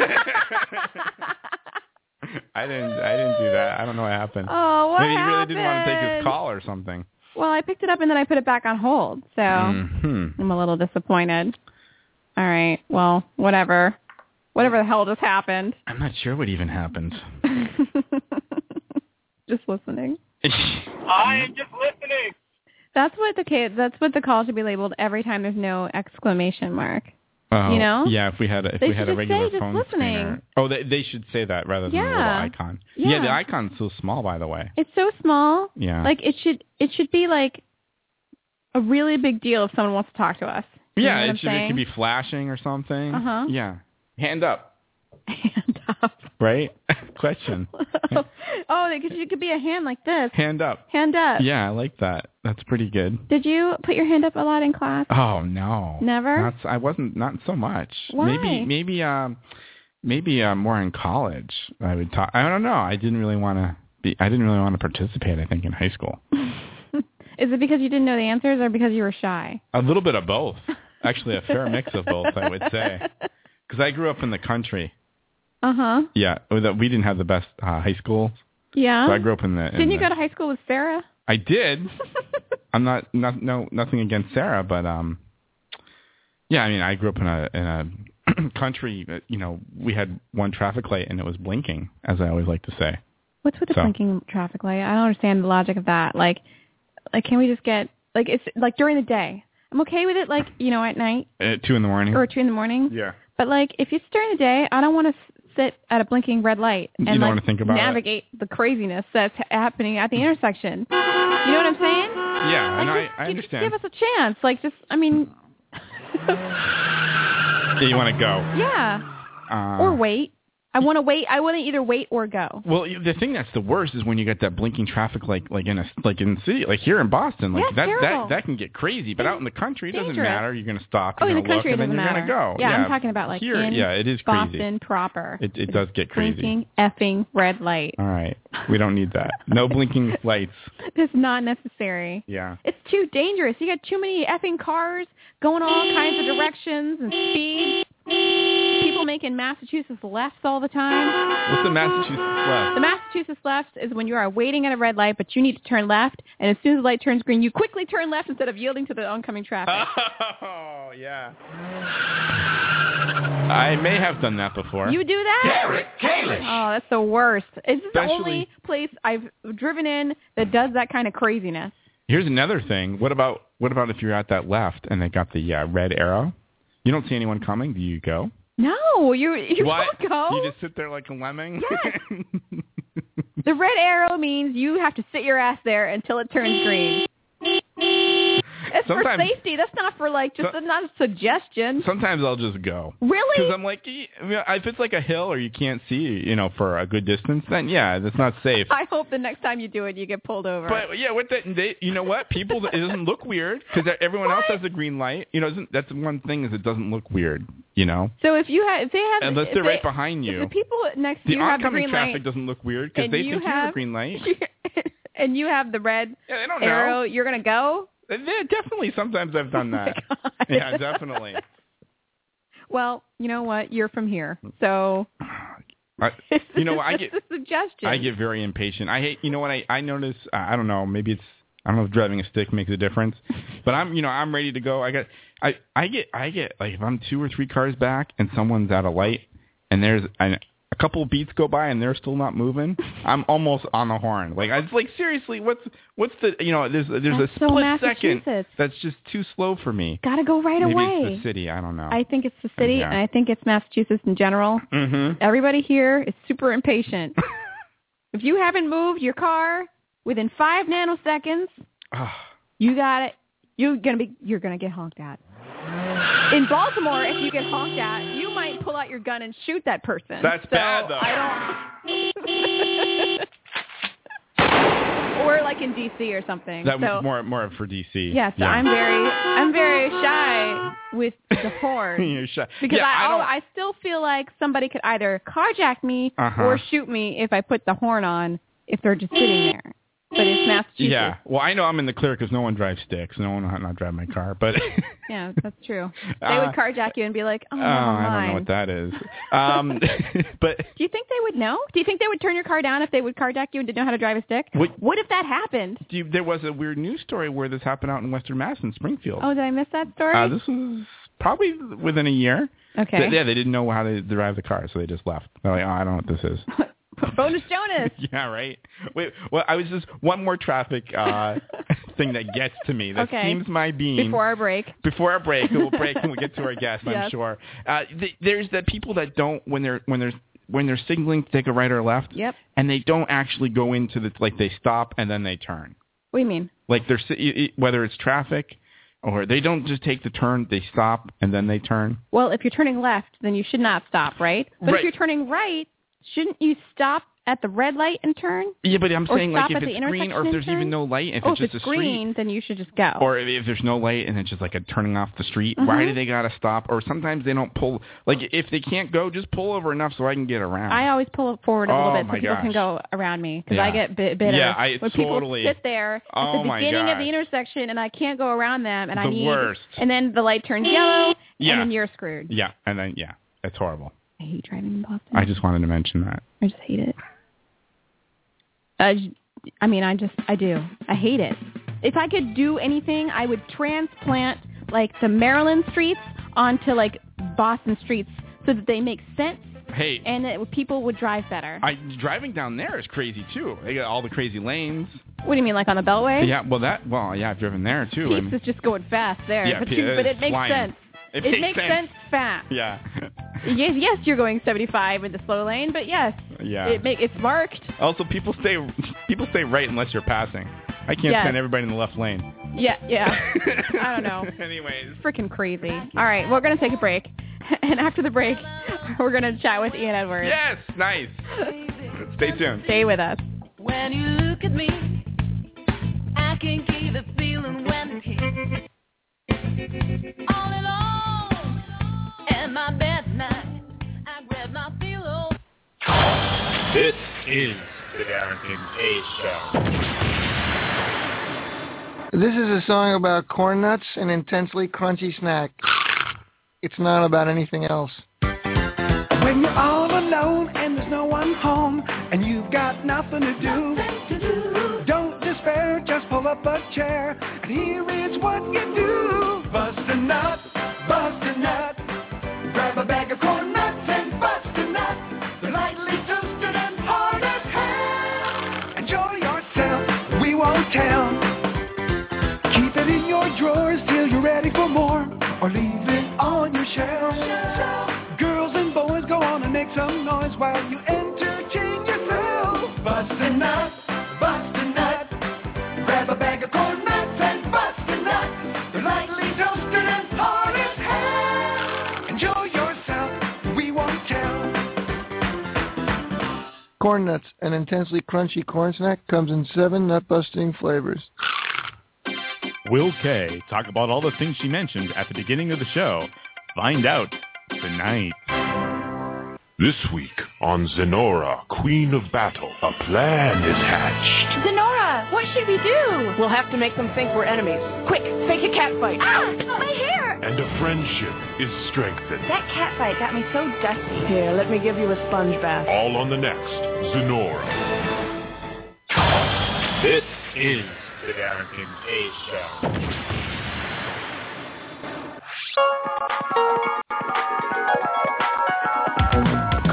Speaker 2: I didn't. I didn't do that. I don't know what happened.
Speaker 3: Oh, what
Speaker 2: Maybe he really
Speaker 3: happened?
Speaker 2: didn't want to take his call or something.
Speaker 3: Well, I picked it up and then I put it back on hold. So.
Speaker 2: hmm
Speaker 3: I'm a little disappointed. All right. Well, whatever. Whatever the hell just happened. [LAUGHS]
Speaker 2: I'm not sure what even happened.
Speaker 3: just listening.
Speaker 8: I am just listening.
Speaker 3: That's what the ca- that's what the call should be labeled every time there's no exclamation mark.
Speaker 2: Oh,
Speaker 3: You know?
Speaker 2: Yeah, if we had a, if
Speaker 3: They
Speaker 2: we had
Speaker 3: should
Speaker 2: a
Speaker 3: just
Speaker 2: regular
Speaker 3: say, just
Speaker 2: phone
Speaker 3: listening.
Speaker 2: screener. Oh, they they should say that rather than the
Speaker 3: Yeah.
Speaker 2: little icon.
Speaker 3: Yeah.
Speaker 2: the icon's so small, by the way.
Speaker 3: It's so small.
Speaker 2: Yeah.
Speaker 3: Like it should it should be like a really big deal if someone wants to talk to us. You know
Speaker 2: yeah,
Speaker 3: what
Speaker 2: it
Speaker 3: I'm
Speaker 2: should it
Speaker 3: saying?
Speaker 2: could be flashing or something.
Speaker 3: Uh-huh.
Speaker 2: Yeah. Hand up.
Speaker 3: [LAUGHS] hand up.
Speaker 2: Right? [LAUGHS] Question.
Speaker 3: oh, it could, it could be a hand like this.
Speaker 2: Hand up.
Speaker 3: Hand up.
Speaker 2: Yeah, I like that. That's pretty good.
Speaker 3: Did you put your hand up a lot in class?
Speaker 2: Oh no.
Speaker 3: Never?
Speaker 2: Not s- I wasn't not so much.
Speaker 3: Why?
Speaker 2: Maybe maybe um maybe uh, more in college I would talk I don't know. I didn't really want to be I didn't really want to participate I think in high school.
Speaker 3: Is it because you didn't know the answers or because you were shy?
Speaker 2: A little bit of both. Actually a fair mix of both I would
Speaker 3: [LAUGHS]
Speaker 2: say. Cuz I grew up in the country.
Speaker 3: Uh huh.
Speaker 2: Yeah, with a- we didn't have the best uh, high school.
Speaker 3: Yeah.
Speaker 2: So I grew up in the in
Speaker 3: Oh. Didn't you
Speaker 2: the-
Speaker 3: go to high school with Sarah? [LAUGHS]
Speaker 2: I did. I'm not not no nothing against Sarah, but um, yeah. I mean, I grew up in a in a [CLEARS THROAT] country. that, You know, we had one traffic light and it was blinking, as I always like to say.
Speaker 3: What's with the
Speaker 2: So.
Speaker 3: blinking traffic light? I don't understand the logic of that. Like, like can we just get like it's like during the day? I'm okay with it, like you know, at night
Speaker 2: At Uh, two in the morning.
Speaker 3: or at two in the morning.
Speaker 2: yeah.
Speaker 3: But like, if it's during the day, I don't want to sit at a blinking red light
Speaker 2: You
Speaker 3: and
Speaker 2: don't
Speaker 3: like
Speaker 2: wanna think about it.
Speaker 3: navigate the craziness that's happening at the intersection. You know what I'm saying?
Speaker 2: Yeah, and I,
Speaker 3: Like, just-
Speaker 2: I
Speaker 3: you just
Speaker 2: understand.
Speaker 3: Give us a chance. Like, just I mean, [LAUGHS]
Speaker 2: Yeah, you want to go?
Speaker 3: yeah,
Speaker 2: Uh,
Speaker 3: or wait. I want to wait. I want to either wait or go.
Speaker 2: Well, the thing that's the worst is when you got that blinking traffic, like like in a like in the city, like here in Boston, like
Speaker 3: Yeah, it's
Speaker 2: that
Speaker 3: terrible.
Speaker 2: that that can get crazy. But out in the country, it doesn't
Speaker 3: dangerous.
Speaker 2: matter. You're gonna stop.
Speaker 3: Oh,
Speaker 2: You're
Speaker 3: in the
Speaker 2: gonna
Speaker 3: country,
Speaker 2: look,
Speaker 3: it
Speaker 2: and
Speaker 3: doesn't
Speaker 2: then
Speaker 3: matter.
Speaker 2: you're gonna go.
Speaker 3: Yeah, I'm talking about like
Speaker 2: here.
Speaker 3: in
Speaker 2: yeah, it is crazy.
Speaker 3: Boston proper.
Speaker 2: It it does get crazy. Uh.
Speaker 3: Blinking effing red light.
Speaker 2: All right, we don't need that.
Speaker 3: [LAUGHS]
Speaker 2: No blinking lights.
Speaker 3: That's not necessary.
Speaker 2: Yeah.
Speaker 3: It's too dangerous. You got too many effing cars going all kinds of directions and speeds. People making Massachusetts lefts all the time.
Speaker 2: What's the Massachusetts
Speaker 3: [LAUGHS]
Speaker 2: left?
Speaker 3: The Massachusetts left is when you are waiting at a red light, but you need to turn left, and as soon as the light turns green, you quickly turn left instead of yielding to the oncoming traffic.
Speaker 2: Oh yeah. I may have done that before.
Speaker 3: You do that?
Speaker 2: Derek Kalish.
Speaker 3: Oh, that's the worst. Is this the
Speaker 2: Especially-
Speaker 3: only place I've driven in that does that kind of craziness?
Speaker 2: Here's another thing. What about what about if you're at that left and they got the uh, red arrow? You don't see anyone coming. Do you go?
Speaker 3: No, you you
Speaker 2: Why-
Speaker 3: don't go.
Speaker 2: You just sit there like a lemming.
Speaker 3: The red arrow means you have to sit your ass there until it turns green. It's
Speaker 2: Sometimes-
Speaker 3: for safety. That's not for like just
Speaker 2: So-
Speaker 3: not a suggestion.
Speaker 2: [LAUGHS] Sometimes I'll just go.
Speaker 3: Really?
Speaker 2: Because I'm like, e- I mean, if it's like a hill or you can't see, you know, for a good distance, then yeah, that's not safe.
Speaker 3: I hope the next time you do it, you get pulled over.
Speaker 2: But yeah, what that they, you know what people it doesn't look weird because everyone else has a green light. You know, it doesn't, that's one thing is it doesn't look weird. You know,
Speaker 3: so if you have, if they have,
Speaker 2: unless
Speaker 3: if
Speaker 2: they're
Speaker 3: they-
Speaker 2: right behind
Speaker 3: if
Speaker 2: you,
Speaker 3: the people next to
Speaker 2: the
Speaker 3: you have the
Speaker 2: oncoming
Speaker 3: green
Speaker 2: traffic
Speaker 3: light,
Speaker 2: doesn't look weird because
Speaker 3: and
Speaker 2: they
Speaker 3: you
Speaker 2: think you have
Speaker 3: have-
Speaker 2: a green light.
Speaker 3: [LAUGHS] and you have the red
Speaker 2: Yeah, they don't know.
Speaker 3: arrow, you're gonna go. Oh
Speaker 2: Yeah, definitely. Sometimes
Speaker 3: [LAUGHS]
Speaker 2: I've done that. yeah, definitely.
Speaker 3: Well, you know what? You're from here, [LAUGHS] so
Speaker 2: I, you know, I get
Speaker 3: it's a suggestion.
Speaker 2: I get very impatient. I hate, you know what I, I notice, uh, I don't know, maybe it's, I don't know if driving a stick makes
Speaker 3: [LAUGHS]
Speaker 2: a difference, but I'm, you know, I'm ready to go. I got, I, I get, I get, like if I'm two or three cars back and someone's out of light and there's an, a couple of beats go by and they're still
Speaker 3: [LAUGHS]
Speaker 2: not moving, I'm almost on the horn. Like I was like, seriously, what's, what's the, you know, there's, there's
Speaker 3: That's
Speaker 2: a
Speaker 3: so
Speaker 2: split second
Speaker 3: Massachusetts.
Speaker 2: that's just too slow for me.
Speaker 3: Gotta go right
Speaker 2: maybe
Speaker 3: away.
Speaker 2: it's the city. I don't know.
Speaker 3: I think it's the city,
Speaker 2: Yeah.
Speaker 3: and I think it's Massachusetts in general.
Speaker 2: mm-hmm.
Speaker 3: Everybody here is super
Speaker 2: [LAUGHS]
Speaker 3: impatient. if you haven't moved your car within five nanoseconds,
Speaker 2: Ah,
Speaker 3: you got it. You're gonna be. You're gonna get honked at. In Baltimore, if you get honked at, you might pull out your gun and shoot that person.
Speaker 2: That's
Speaker 3: So,
Speaker 2: bad, though.
Speaker 3: I don't. or like in D.C. or something.
Speaker 2: that
Speaker 3: so,
Speaker 2: was more, more for DC.
Speaker 3: yeah, so
Speaker 2: [LAUGHS]
Speaker 3: I'm very, I'm very shy with the horn.
Speaker 2: You're shy.
Speaker 3: Because
Speaker 2: [LAUGHS] Yeah,
Speaker 3: I,
Speaker 2: I
Speaker 3: al-
Speaker 2: don't-
Speaker 3: I still feel like somebody could either carjack me
Speaker 2: Uh-huh.
Speaker 3: or shoot me if I put the horn on if they're just sitting there. But it's Massachusetts.
Speaker 2: Yeah. Well, I know I'm in the clear because no one drives sticks. No one knows how to drive my car.
Speaker 3: [LAUGHS]
Speaker 2: But
Speaker 3: Yeah, that's
Speaker 2: [LAUGHS]
Speaker 3: true. They
Speaker 2: Uh,
Speaker 3: would carjack you and be like, oh,
Speaker 2: oh,
Speaker 3: never
Speaker 2: I don't
Speaker 3: mind.
Speaker 2: know what that is.
Speaker 3: [LAUGHS]
Speaker 2: Um, [LAUGHS] but
Speaker 3: Do you think they would know? Do you think they would turn your car down if they would carjack you and didn't know how to drive a stick?
Speaker 2: What-
Speaker 3: if that happened?
Speaker 2: do you, there was a weird news story where this happened out in Western Mass in Springfield.
Speaker 3: Oh, did I miss that story?
Speaker 2: uh, this was probably within a year.
Speaker 3: okay.
Speaker 2: Th- yeah, they didn't know how to drive the car, so they just left. They're like, oh, I don't know what this is.
Speaker 3: [LAUGHS] Bonus
Speaker 2: [LAUGHS]
Speaker 3: Jonas.
Speaker 2: yeah, right. Wait, well, I was just one more traffic
Speaker 3: [LAUGHS]
Speaker 2: uh, thing that gets to me that
Speaker 3: Okay.
Speaker 2: seems my being.
Speaker 3: Before our break.
Speaker 2: before our break, and we'll break and we'll get to our guest,
Speaker 3: [LAUGHS]
Speaker 2: I'm
Speaker 3: Yes.
Speaker 2: sure. Uh, th- there's the people that don't when they're when they're when they're signaling to take a right or a left,
Speaker 3: Yep.
Speaker 2: and they don't actually go into the like they stop and then they turn.
Speaker 3: What do you mean?
Speaker 2: Like they're si- i- i- whether it's traffic or they don't just take the turn, they stop and then they turn.
Speaker 3: Well, if you're turning left, then you should not stop, right? But
Speaker 2: Right.
Speaker 3: if you're turning right, shouldn't you stop at the red light and turn?
Speaker 2: Yeah, but I'm
Speaker 3: Or
Speaker 2: saying like
Speaker 3: stop
Speaker 2: if
Speaker 3: at the
Speaker 2: it's green or
Speaker 3: intersection
Speaker 2: if there's
Speaker 3: and
Speaker 2: even
Speaker 3: turn?
Speaker 2: no light, if
Speaker 3: oh,
Speaker 2: it's
Speaker 3: if
Speaker 2: just
Speaker 3: it's
Speaker 2: a street.
Speaker 3: green, then you should just go.
Speaker 2: Or if, if there's no light and it's just like a turning off the street, why
Speaker 3: Mhm.
Speaker 2: do they gotta stop? Or sometimes they don't pull. Like if they can't go, just pull over enough so I can get around.
Speaker 3: I always pull forward a
Speaker 2: Oh,
Speaker 3: little bit so
Speaker 2: my
Speaker 3: people can
Speaker 2: gosh.
Speaker 3: go around me because I
Speaker 2: Yeah.
Speaker 3: get bit bitter
Speaker 2: Yeah, I
Speaker 3: when
Speaker 2: totally-
Speaker 3: people sit there
Speaker 2: Oh,
Speaker 3: at the
Speaker 2: my
Speaker 3: beginning of the
Speaker 2: gosh.
Speaker 3: intersection and I can't go around them and I
Speaker 2: The
Speaker 3: need
Speaker 2: worst.
Speaker 3: and then the light turns yellow
Speaker 2: Yeah.
Speaker 3: and then you're screwed.
Speaker 2: Yeah, and then yeah, that's horrible.
Speaker 3: I hate driving in Boston.
Speaker 2: I just wanted to mention that.
Speaker 3: I just hate it. I, j- I mean, I just, I do. I hate it. If I could do anything, I would transplant like the Maryland streets onto like Boston streets so that they make sense
Speaker 2: Hey,
Speaker 3: and that people would drive better.
Speaker 2: I driving down there is crazy too. They got all the crazy lanes.
Speaker 3: what do you mean, like on the Beltway?
Speaker 2: Yeah, well that well yeah, I've driven there too. I
Speaker 3: Peeps
Speaker 2: mean,
Speaker 3: is just going fast there,
Speaker 2: Yeah,
Speaker 3: but,
Speaker 2: Pe-
Speaker 3: you, but
Speaker 2: it's
Speaker 3: it makes
Speaker 2: flying.
Speaker 3: sense.
Speaker 2: It
Speaker 3: it
Speaker 2: makes
Speaker 3: makes
Speaker 2: sense.
Speaker 3: sense fast.
Speaker 2: [LAUGHS]
Speaker 3: [LAUGHS]
Speaker 2: yeah,
Speaker 3: Yes, yes, you're going 75 in the slow lane, but yes,
Speaker 2: yeah.
Speaker 3: it make, it's marked.
Speaker 2: also, people stay people stay right unless you're passing. I can't
Speaker 3: Yes.
Speaker 2: stand everybody in the left lane.
Speaker 3: Yeah,
Speaker 2: [LAUGHS]
Speaker 3: yeah. I don't know.
Speaker 2: Anyways,
Speaker 3: [LAUGHS] freaking crazy. All right, we're going to take a break. [LAUGHS] And after the break, We're going to chat with Ian Edwards.
Speaker 2: Yes, nice. Stay tuned.
Speaker 3: Stay with us.
Speaker 4: When you look at me, I can give the feeling when he- all alone at my bed night. I grab my pillow.
Speaker 12: This is the Darren Kincaid
Speaker 13: This is a song about corn nuts, an intensely crunchy snack. It's not about anything else.
Speaker 14: When you're all alone and there's no one home and you've got nothing to do, don't despair, just pull up a chair and here is what you do. Bust a nut, bust a nut, grab a bag of corn nuts and bust a nut. They're lightly toasted and hard as hell. Enjoy yourself, we won't tell. Keep it in your drawers till you're ready for more, or leave it on your shelf. Girls and boys, go on and make some noise while you entertain yourself. Bust a nut, bust a nut, grab a bag of corn nuts and bust a nut. They're lightly toasted and hard as hell. Enjoy yourself, we won't tell.
Speaker 13: Corn nuts, an intensely crunchy corn snack, comes in seven nut-busting flavors.
Speaker 2: Will Kay talk about all the things she mentioned at the beginning of the show. Find out tonight.
Speaker 15: This week on Zenora, Queen of Battle, a plan is hatched.
Speaker 11: Zenora, what should we do? We'll have to make them think we're enemies. Quick, fake a cat fight.
Speaker 4: Ah, my hair!
Speaker 15: And a friendship is strengthened.
Speaker 4: That cat fight got me so dusty.
Speaker 11: Here, let me give you a sponge bath.
Speaker 15: All on the next Zenora.
Speaker 12: This is the Darren Kincaid Show.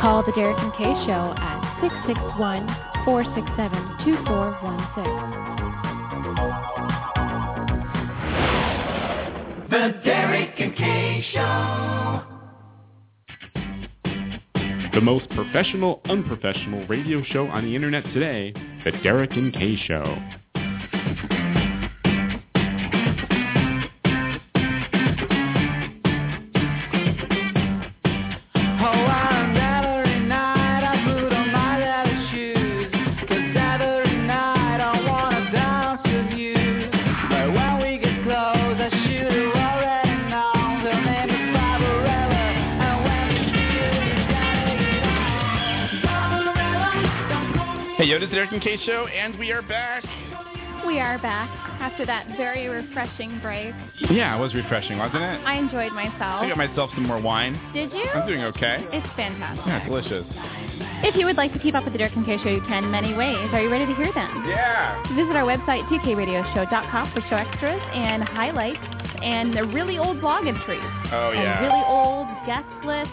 Speaker 1: Call the Derek and Kay Show at 661 467 2416.
Speaker 4: The Derek and Kay Show.
Speaker 2: The most professional, unprofessional radio show on the internet today, The Derek and Kay Show.
Speaker 4: Oh, on Saturday night I put on my daddy's shoes. 'Cause Saturday night I wanna dance with you. But when we get close, I should have already known. Her name is Barbarella, and when
Speaker 2: Hey, yo, this is the Derek and Kay Show, and we are back.
Speaker 3: We are back after that very refreshing break.
Speaker 2: Yeah, it was refreshing, wasn't it?
Speaker 3: I enjoyed myself.
Speaker 2: I got myself some more wine.
Speaker 3: Did you?
Speaker 2: I'm doing okay.
Speaker 3: It's fantastic.
Speaker 2: Yeah, delicious.
Speaker 3: If you would like to keep up with the Dirk and Kay Show, you can many ways. Are you ready to hear them?
Speaker 2: Yeah.
Speaker 3: Visit our website, dkradioshow.com, for show extras and highlights and the really old blog entries.
Speaker 2: Oh,
Speaker 3: and
Speaker 2: yeah.
Speaker 3: really old guest lists,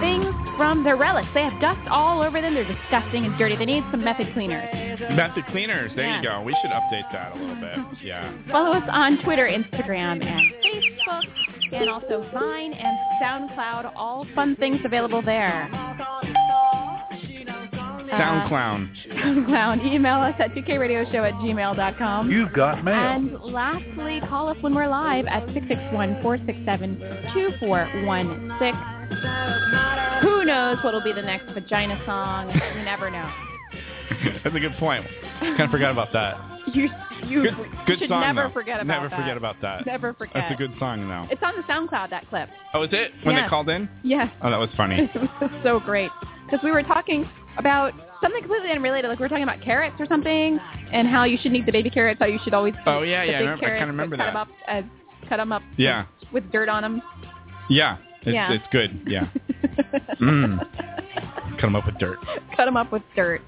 Speaker 3: things from their relics. They have dust all over them. They're disgusting and dirty. They need some method cleaners.
Speaker 2: Method cleaners. There you
Speaker 3: Yeah.
Speaker 2: go. We should update that a little bit. Yeah.
Speaker 3: Follow us on Twitter, Instagram, and Facebook, and also Vine and SoundCloud. All fun things available there. Uh,
Speaker 2: Sound clown. [LAUGHS]
Speaker 3: SoundCloud. Email us at 2kradioshow at gmail.com.
Speaker 2: You got mail.
Speaker 3: And lastly, call us when we're live at 661-467-2416. Who knows what'll be the next vagina
Speaker 2: [LAUGHS]
Speaker 3: song? You never know.
Speaker 2: That's a good point. Kind of forgot about that.
Speaker 3: You, you,
Speaker 2: Good, good
Speaker 3: should
Speaker 2: song.
Speaker 3: never
Speaker 2: though.
Speaker 3: forget about
Speaker 2: Never
Speaker 3: that.
Speaker 2: forget about that.
Speaker 3: Never forget.
Speaker 2: That's a good song now.
Speaker 3: It's on the SoundCloud, that clip.
Speaker 2: Oh, is it? When
Speaker 3: Yeah.
Speaker 2: they called in?
Speaker 3: Yes.
Speaker 2: Oh, that was funny.
Speaker 3: [LAUGHS] It was so great because we were talking about something completely unrelated. Like we were talking about carrots or something, and how you shouldn't eat the baby carrots. How you should always
Speaker 2: Oh,
Speaker 3: eat
Speaker 2: yeah,
Speaker 3: the
Speaker 2: yeah,
Speaker 3: big
Speaker 2: I remember- I
Speaker 3: carrots,
Speaker 2: kinda remember
Speaker 3: but
Speaker 2: that.
Speaker 3: Cut them up, uh, cut 'em up
Speaker 2: Yeah.
Speaker 3: with dirt on them.
Speaker 2: Yeah. It's,
Speaker 3: Yeah.
Speaker 2: it's good.
Speaker 3: [LAUGHS]
Speaker 2: Yeah. mm. Cut 'em up with dirt.
Speaker 3: Cut them up with dirt.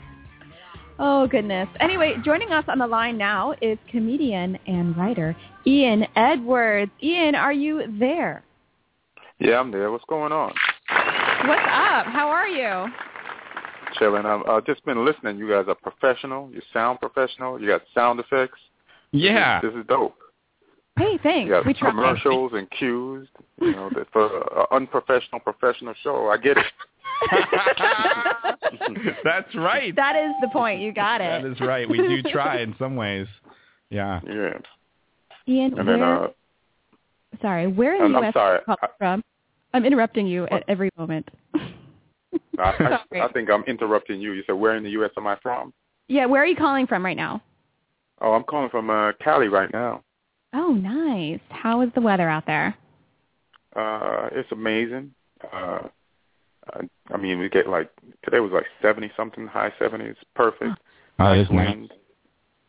Speaker 3: Oh goodness. Anyway, joining us on the line now is comedian and writer Ian Edwards. Ian, are you there?
Speaker 16: Yeah, I'm there. What's going on?
Speaker 3: What's up? How are you?
Speaker 16: Chilling. I've uh, just been listening. You guys are professional. You sound professional. You got sound effects.
Speaker 12: Ah.
Speaker 2: Yeah.
Speaker 16: This is dope.
Speaker 3: Hey, thanks.
Speaker 16: You got
Speaker 3: we tried.
Speaker 16: commercials and cues. You know, that for an unprofessional professional show. I get it.
Speaker 2: That's right.
Speaker 3: [LAUGHS] That is the point. You got it.
Speaker 2: That is right. We do try in some ways. Yeah.
Speaker 16: Yeah.
Speaker 3: [LAUGHS] Ian,
Speaker 2: And
Speaker 3: where,
Speaker 2: then, uh,
Speaker 3: sorry, where in
Speaker 2: I'm-
Speaker 3: the
Speaker 2: I'm
Speaker 3: U.S.
Speaker 2: sorry.
Speaker 3: are
Speaker 2: Oh.
Speaker 3: you calling from? I'm interrupting you at every moment.
Speaker 16: I, I, I think I'm interrupting you. You said, where in the U.S. am I from?
Speaker 3: Yeah, where are you calling from right now?
Speaker 16: Oh, I'm calling from uh, Cali right now.
Speaker 3: Oh, nice. How is the weather out there?
Speaker 16: Uh, it's amazing. Uh, I, I mean, we get like today was like 70 something, high 70s, perfect.
Speaker 2: Oh,
Speaker 16: nice
Speaker 2: that's nice.
Speaker 16: wind.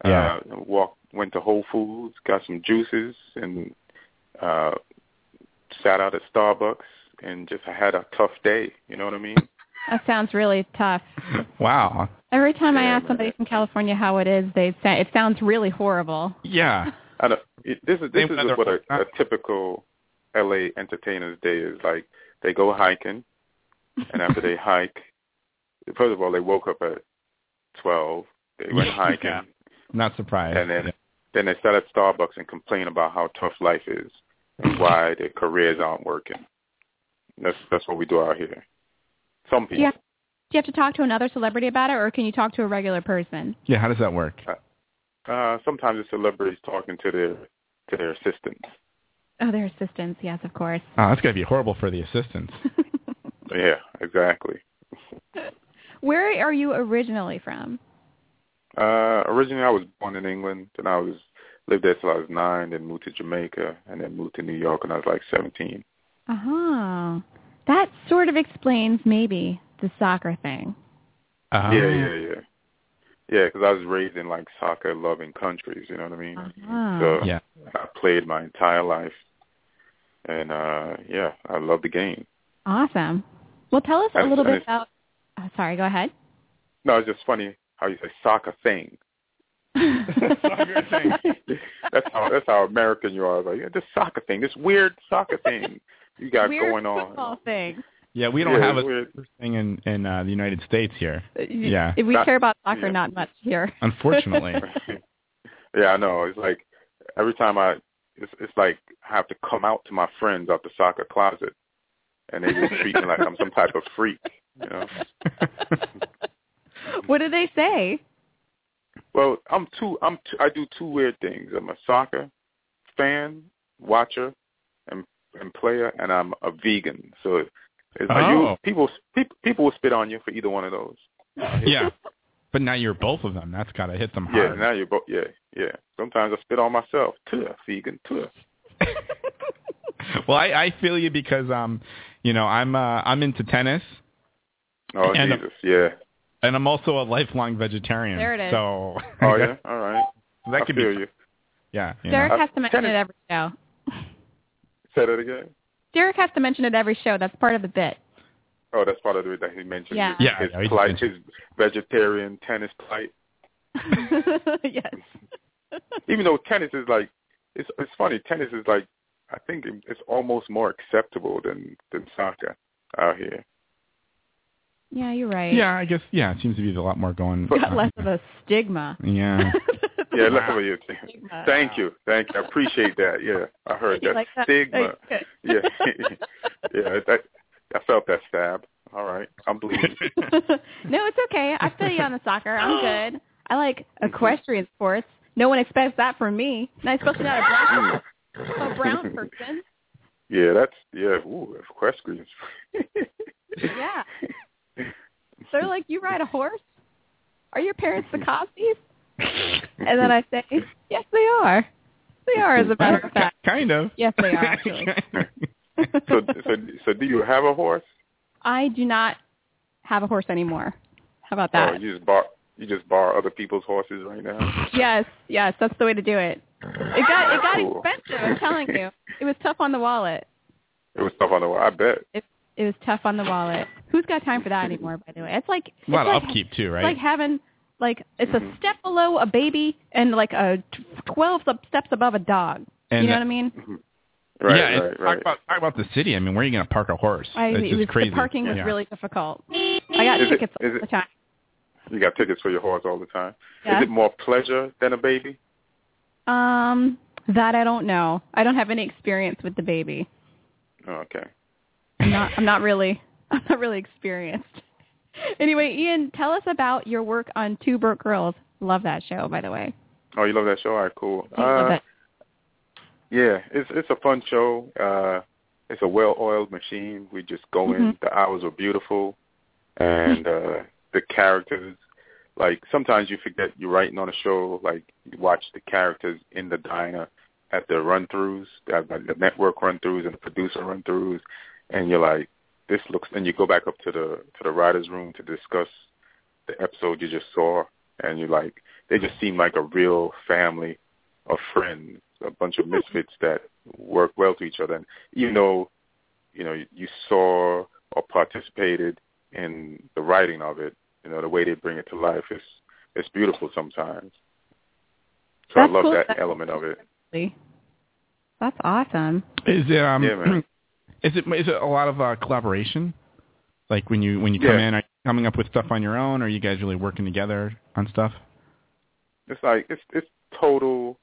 Speaker 2: Yeah.
Speaker 16: Uh, walked, went to Whole Foods, got some juices, and uh, sat out at Starbucks, and just had a tough day. You know what I mean?
Speaker 3: That sounds really tough.
Speaker 2: Wow.
Speaker 3: Every time I ask somebody from California how it is, they say it sounds really horrible.
Speaker 2: Yeah.
Speaker 16: I don't, it, this is this
Speaker 2: Same
Speaker 16: is
Speaker 2: weather
Speaker 16: what a, a typical LA entertainer's day is like. They go hiking, and
Speaker 2: [LAUGHS]
Speaker 16: after they hike, first of all, they woke up at twelve. They went hiking,
Speaker 2: Yeah. Not surprised.
Speaker 16: and then then they sat at Starbucks and complain about how tough life is and why their careers aren't working. That's that's what we do out here. Some people.
Speaker 3: Yeah. Do you have to talk to another celebrity about it, or can you talk to a regular person?
Speaker 2: Yeah, how does that work?
Speaker 16: Uh, sometimes it's celebrities talking to their to their assistants.
Speaker 3: Oh, their assistants, yes, of course.
Speaker 2: Oh, that's gotta be horrible for the assistants.
Speaker 16: Yeah, exactly.
Speaker 3: Where are you originally from?
Speaker 16: Uh, originally, I was born in England, and I was lived there till I was nine. Then moved to Jamaica, and then moved to New York when I was like seventeen.
Speaker 3: Uh huh. That sort of explains maybe the soccer thing.
Speaker 2: Uh-huh.
Speaker 3: Oh.
Speaker 16: Yeah, yeah, yeah, yeah. Because I was raised in like soccer-loving countries. You know what I mean?
Speaker 3: Ah.
Speaker 16: So I played my entire life, and uh yeah, I love the game.
Speaker 3: Awesome. Well, tell us a
Speaker 16: And-
Speaker 3: little
Speaker 16: and
Speaker 3: bit
Speaker 16: it's-
Speaker 3: about. Oh, sorry, go ahead.
Speaker 16: No, it's just funny how you say soccer
Speaker 3: [LAUGHS]
Speaker 16: thing. [LAUGHS] That's how that's how American you are. Like yeah, this soccer thing, this weird soccer thing you got
Speaker 3: Weird
Speaker 16: going
Speaker 3: [LAUGHS]
Speaker 16: on.
Speaker 3: football thing.
Speaker 2: Yeah, we don't
Speaker 16: Yeah,
Speaker 2: have a
Speaker 16: it's
Speaker 2: thing in in uh, the United States here. Yeah.
Speaker 3: If we care about soccer, not much here. [LAUGHS]
Speaker 16: [LAUGHS]
Speaker 2: Unfortunately.
Speaker 16: Yeah, I know. It's like every time I, it's, it's like I have to come out to my friends out the soccer closet, and they just treat me like I'm some type of freak. You know?
Speaker 3: what do they say?
Speaker 16: Well, I'm two. I'm two, I do two weird things. I'm a soccer fan, watcher, and and player, and I'm a vegan. So it's like you
Speaker 2: Oh.
Speaker 16: people people people will spit on you for either one of those.
Speaker 2: yeah. But now you're both of them. That's gotta hit them
Speaker 16: Yeah,
Speaker 2: hard.
Speaker 16: now you're both. Yeah, yeah. Sometimes I spit on myself. Too vegan. Too.
Speaker 2: [LAUGHS] Well, I, I feel you because um, you know, I'm uh, I'm into tennis.
Speaker 16: Oh
Speaker 2: And- uh,
Speaker 16: Jesus, yeah.
Speaker 2: And I'm also a lifelong vegetarian.
Speaker 3: There it is.
Speaker 2: So [LAUGHS]
Speaker 16: Oh yeah, all right.
Speaker 2: that
Speaker 16: I
Speaker 2: could
Speaker 16: feel
Speaker 2: be
Speaker 16: you.
Speaker 2: yeah. you
Speaker 3: Derek
Speaker 2: know.
Speaker 3: has to mention it every show.
Speaker 16: Say that again.
Speaker 3: Derek has to mention it every show. That's part of the bit. [LAUGHS]
Speaker 16: Oh, that's part of the reason that he mentioned
Speaker 3: Yeah.
Speaker 16: his,
Speaker 2: Yeah,
Speaker 16: his
Speaker 2: yeah, he
Speaker 16: plight, his vegetarian tennis
Speaker 2: [LAUGHS]
Speaker 16: plight.
Speaker 3: yes.
Speaker 16: Even though tennis is like, it's it's funny. Tennis is like, I think it's almost more acceptable than than soccer out
Speaker 2: [LAUGHS]
Speaker 16: here.
Speaker 3: Yeah, you're right.
Speaker 2: Yeah, I guess yeah, it seems to be a lot more going
Speaker 3: It's Got less of [LAUGHS] a stigma. [LAUGHS]
Speaker 2: Yeah.
Speaker 16: Yeah, that's what you.
Speaker 3: Stigma.
Speaker 16: Thank you, thank you. I appreciate that. Yeah, I heard
Speaker 3: You
Speaker 16: that
Speaker 3: like that? [LAUGHS]
Speaker 16: stigma.
Speaker 3: Okay.
Speaker 16: Yeah, [LAUGHS] yeah. That, I felt that stab. All right, I'm
Speaker 2: [LAUGHS]
Speaker 16: bleeding.
Speaker 3: [LAUGHS] no, it's okay. I feel you on the soccer. I'm
Speaker 16: [GASPS]
Speaker 3: good. I like equestrian sports. No one expects that from me. Not especially
Speaker 16: [LAUGHS]
Speaker 3: not a brown, a brown person.
Speaker 16: yeah, that's yeah. Ooh, equestrian.
Speaker 3: Yeah. They're like, you ride a horse? Are your parents the Cosbys? And then I say, yes, they are. They are, as a matter of fact.
Speaker 2: [LAUGHS] Kind of.
Speaker 3: Yes, they
Speaker 2: [LAUGHS]
Speaker 3: are,
Speaker 16: [LAUGHS]
Speaker 3: actually.
Speaker 16: so, so, so, do you have a horse?
Speaker 3: I do not have a horse anymore. How about
Speaker 16: Oh,
Speaker 3: that?
Speaker 16: you just bar you just borrow other people's horses right now.
Speaker 3: Yes, yes, that's the way to do it. It got it got
Speaker 16: Cool.
Speaker 3: expensive. I'm telling you, it was tough on the wallet.
Speaker 16: [LAUGHS] It was tough on the I bet.
Speaker 3: It was tough on the wallet. Who's got time for that anymore? By the way, it's like
Speaker 2: A lot
Speaker 3: it's
Speaker 2: of
Speaker 3: like,
Speaker 2: upkeep too,
Speaker 3: it's
Speaker 2: right?
Speaker 3: like having like it's a step below a baby and like a t- twelve sub- steps above a dog.
Speaker 2: And-
Speaker 3: you know what I mean?
Speaker 16: Right,
Speaker 2: yeah,
Speaker 16: right,
Speaker 2: it's,
Speaker 16: right.
Speaker 2: Talk about talk about the city. I mean, where are you going to park a horse?
Speaker 3: I,
Speaker 2: it's
Speaker 3: it
Speaker 2: just
Speaker 3: was,
Speaker 2: crazy.
Speaker 3: The parking was
Speaker 2: Yeah.
Speaker 3: really difficult. I got
Speaker 16: Is it-
Speaker 3: tickets
Speaker 16: is
Speaker 3: all
Speaker 16: it-
Speaker 3: the time.
Speaker 16: You got tickets for your horse all the time.
Speaker 3: Yeah.
Speaker 16: Is it more pleasure than a baby?
Speaker 3: Um, that I don't know. I don't have any experience with the baby.
Speaker 16: Oh, okay.
Speaker 3: I'm not, I'm not really [LAUGHS] I'm not really experienced. Anyway, Ian, tell us about your work on Two Broke Girls. Love that show, by the way.
Speaker 16: Oh, you love that show? All right, cool. Uh,
Speaker 3: I love that.
Speaker 16: Yeah, it's it's a fun show. Uh, it's a well-oiled machine. We just go in.
Speaker 3: Mhm.
Speaker 16: The hours are beautiful. and uh, the characters. Like sometimes you forget you're writing on a show. Like you watch the characters in the diner at the run-throughs, at the the network run-throughs and the producer run-throughs, and you're like, this looks. And you go back up to the to the writers' room to discuss the episode you just saw, and you're like, they just seem like a real family of friends, a bunch of misfits that work well to each other. And even though you know you saw or participated in the writing of it, you know the way they bring it to life is it's beautiful sometimes. So
Speaker 3: That's
Speaker 16: I love
Speaker 3: cool.
Speaker 16: that
Speaker 3: That's
Speaker 16: element of it.
Speaker 3: That's awesome.
Speaker 2: Is it um
Speaker 16: Yeah, man.
Speaker 2: is it is it a lot of uh, collaboration? Like when you when you come
Speaker 16: Yeah.
Speaker 2: in, are you coming up with stuff on your own, or are you guys really working together on stuff?
Speaker 16: It's like it's it's total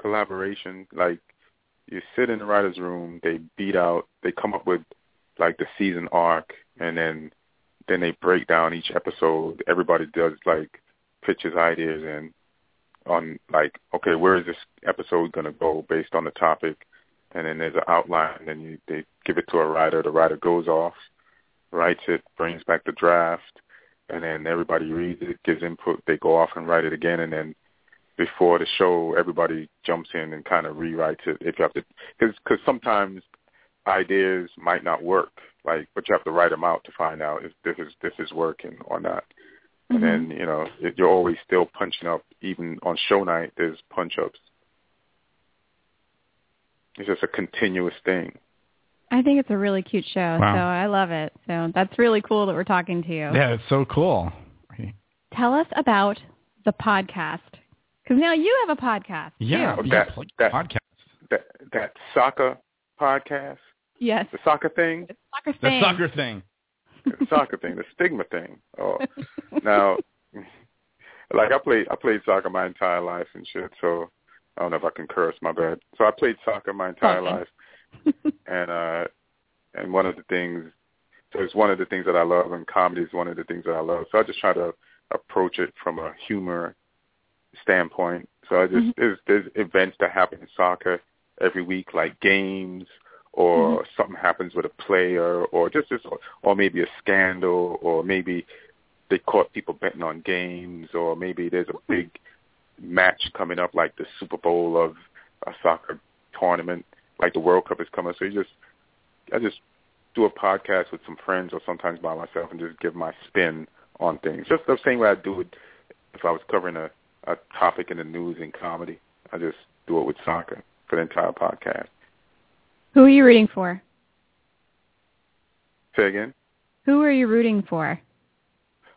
Speaker 16: collaboration. Like you sit in the writers' room, they beat out, they come up with like the season arc, and then then they break down each episode. Everybody does like pitches ideas and on like okay, where is this episode gonna go based on the topic, and then there's an outline, and then you they give it to a writer. The writer goes off, writes it, brings back the draft, and then everybody reads it, gives input. They go off and write it again, and then before the show, everybody jumps in and kind of rewrites it. If you have to, because sometimes ideas might not work, like, but you have to write them out to find out if this is this is working or not. And then you know if you're always still punching up. Even on show night, there's punch ups. It's just a continuous thing.
Speaker 3: I think it's a really cute show,
Speaker 16: Wow.
Speaker 3: so I love it. So that's really cool that we're talking to you.
Speaker 2: Yeah, it's so cool.
Speaker 3: Tell us about the podcast because now you have a podcast. too.
Speaker 16: that, that podcast. That that soccer podcast,
Speaker 3: Yes.
Speaker 16: the soccer thing,
Speaker 3: Soccer
Speaker 2: The
Speaker 3: thing.
Speaker 2: soccer thing.
Speaker 16: the soccer thing, the stigma thing. Oh, now, like I played, I played soccer my entire life and shit. So I don't know if I can curse. My bad. So I played soccer my entire
Speaker 17: Okay.
Speaker 16: life, and uh, and one of the things, so it's one of the things that I love, and comedy is one of the things that I love. So I just try to approach it from a humor standpoint. So I just there's, there's events that happen in soccer every week, like games or something happens with a player or just this or maybe a scandal or maybe they caught people betting on games or maybe there's a big match coming up like the Super Bowl of a soccer tournament like the World Cup is coming so you just I just do a podcast with some friends or sometimes by myself and just give my spin on things just the same way I do it if I was covering a, a topic in the news and comedy I just do it with soccer for the entire podcast
Speaker 3: Who are you rooting for?
Speaker 16: say again
Speaker 3: Who are you rooting for? [LAUGHS]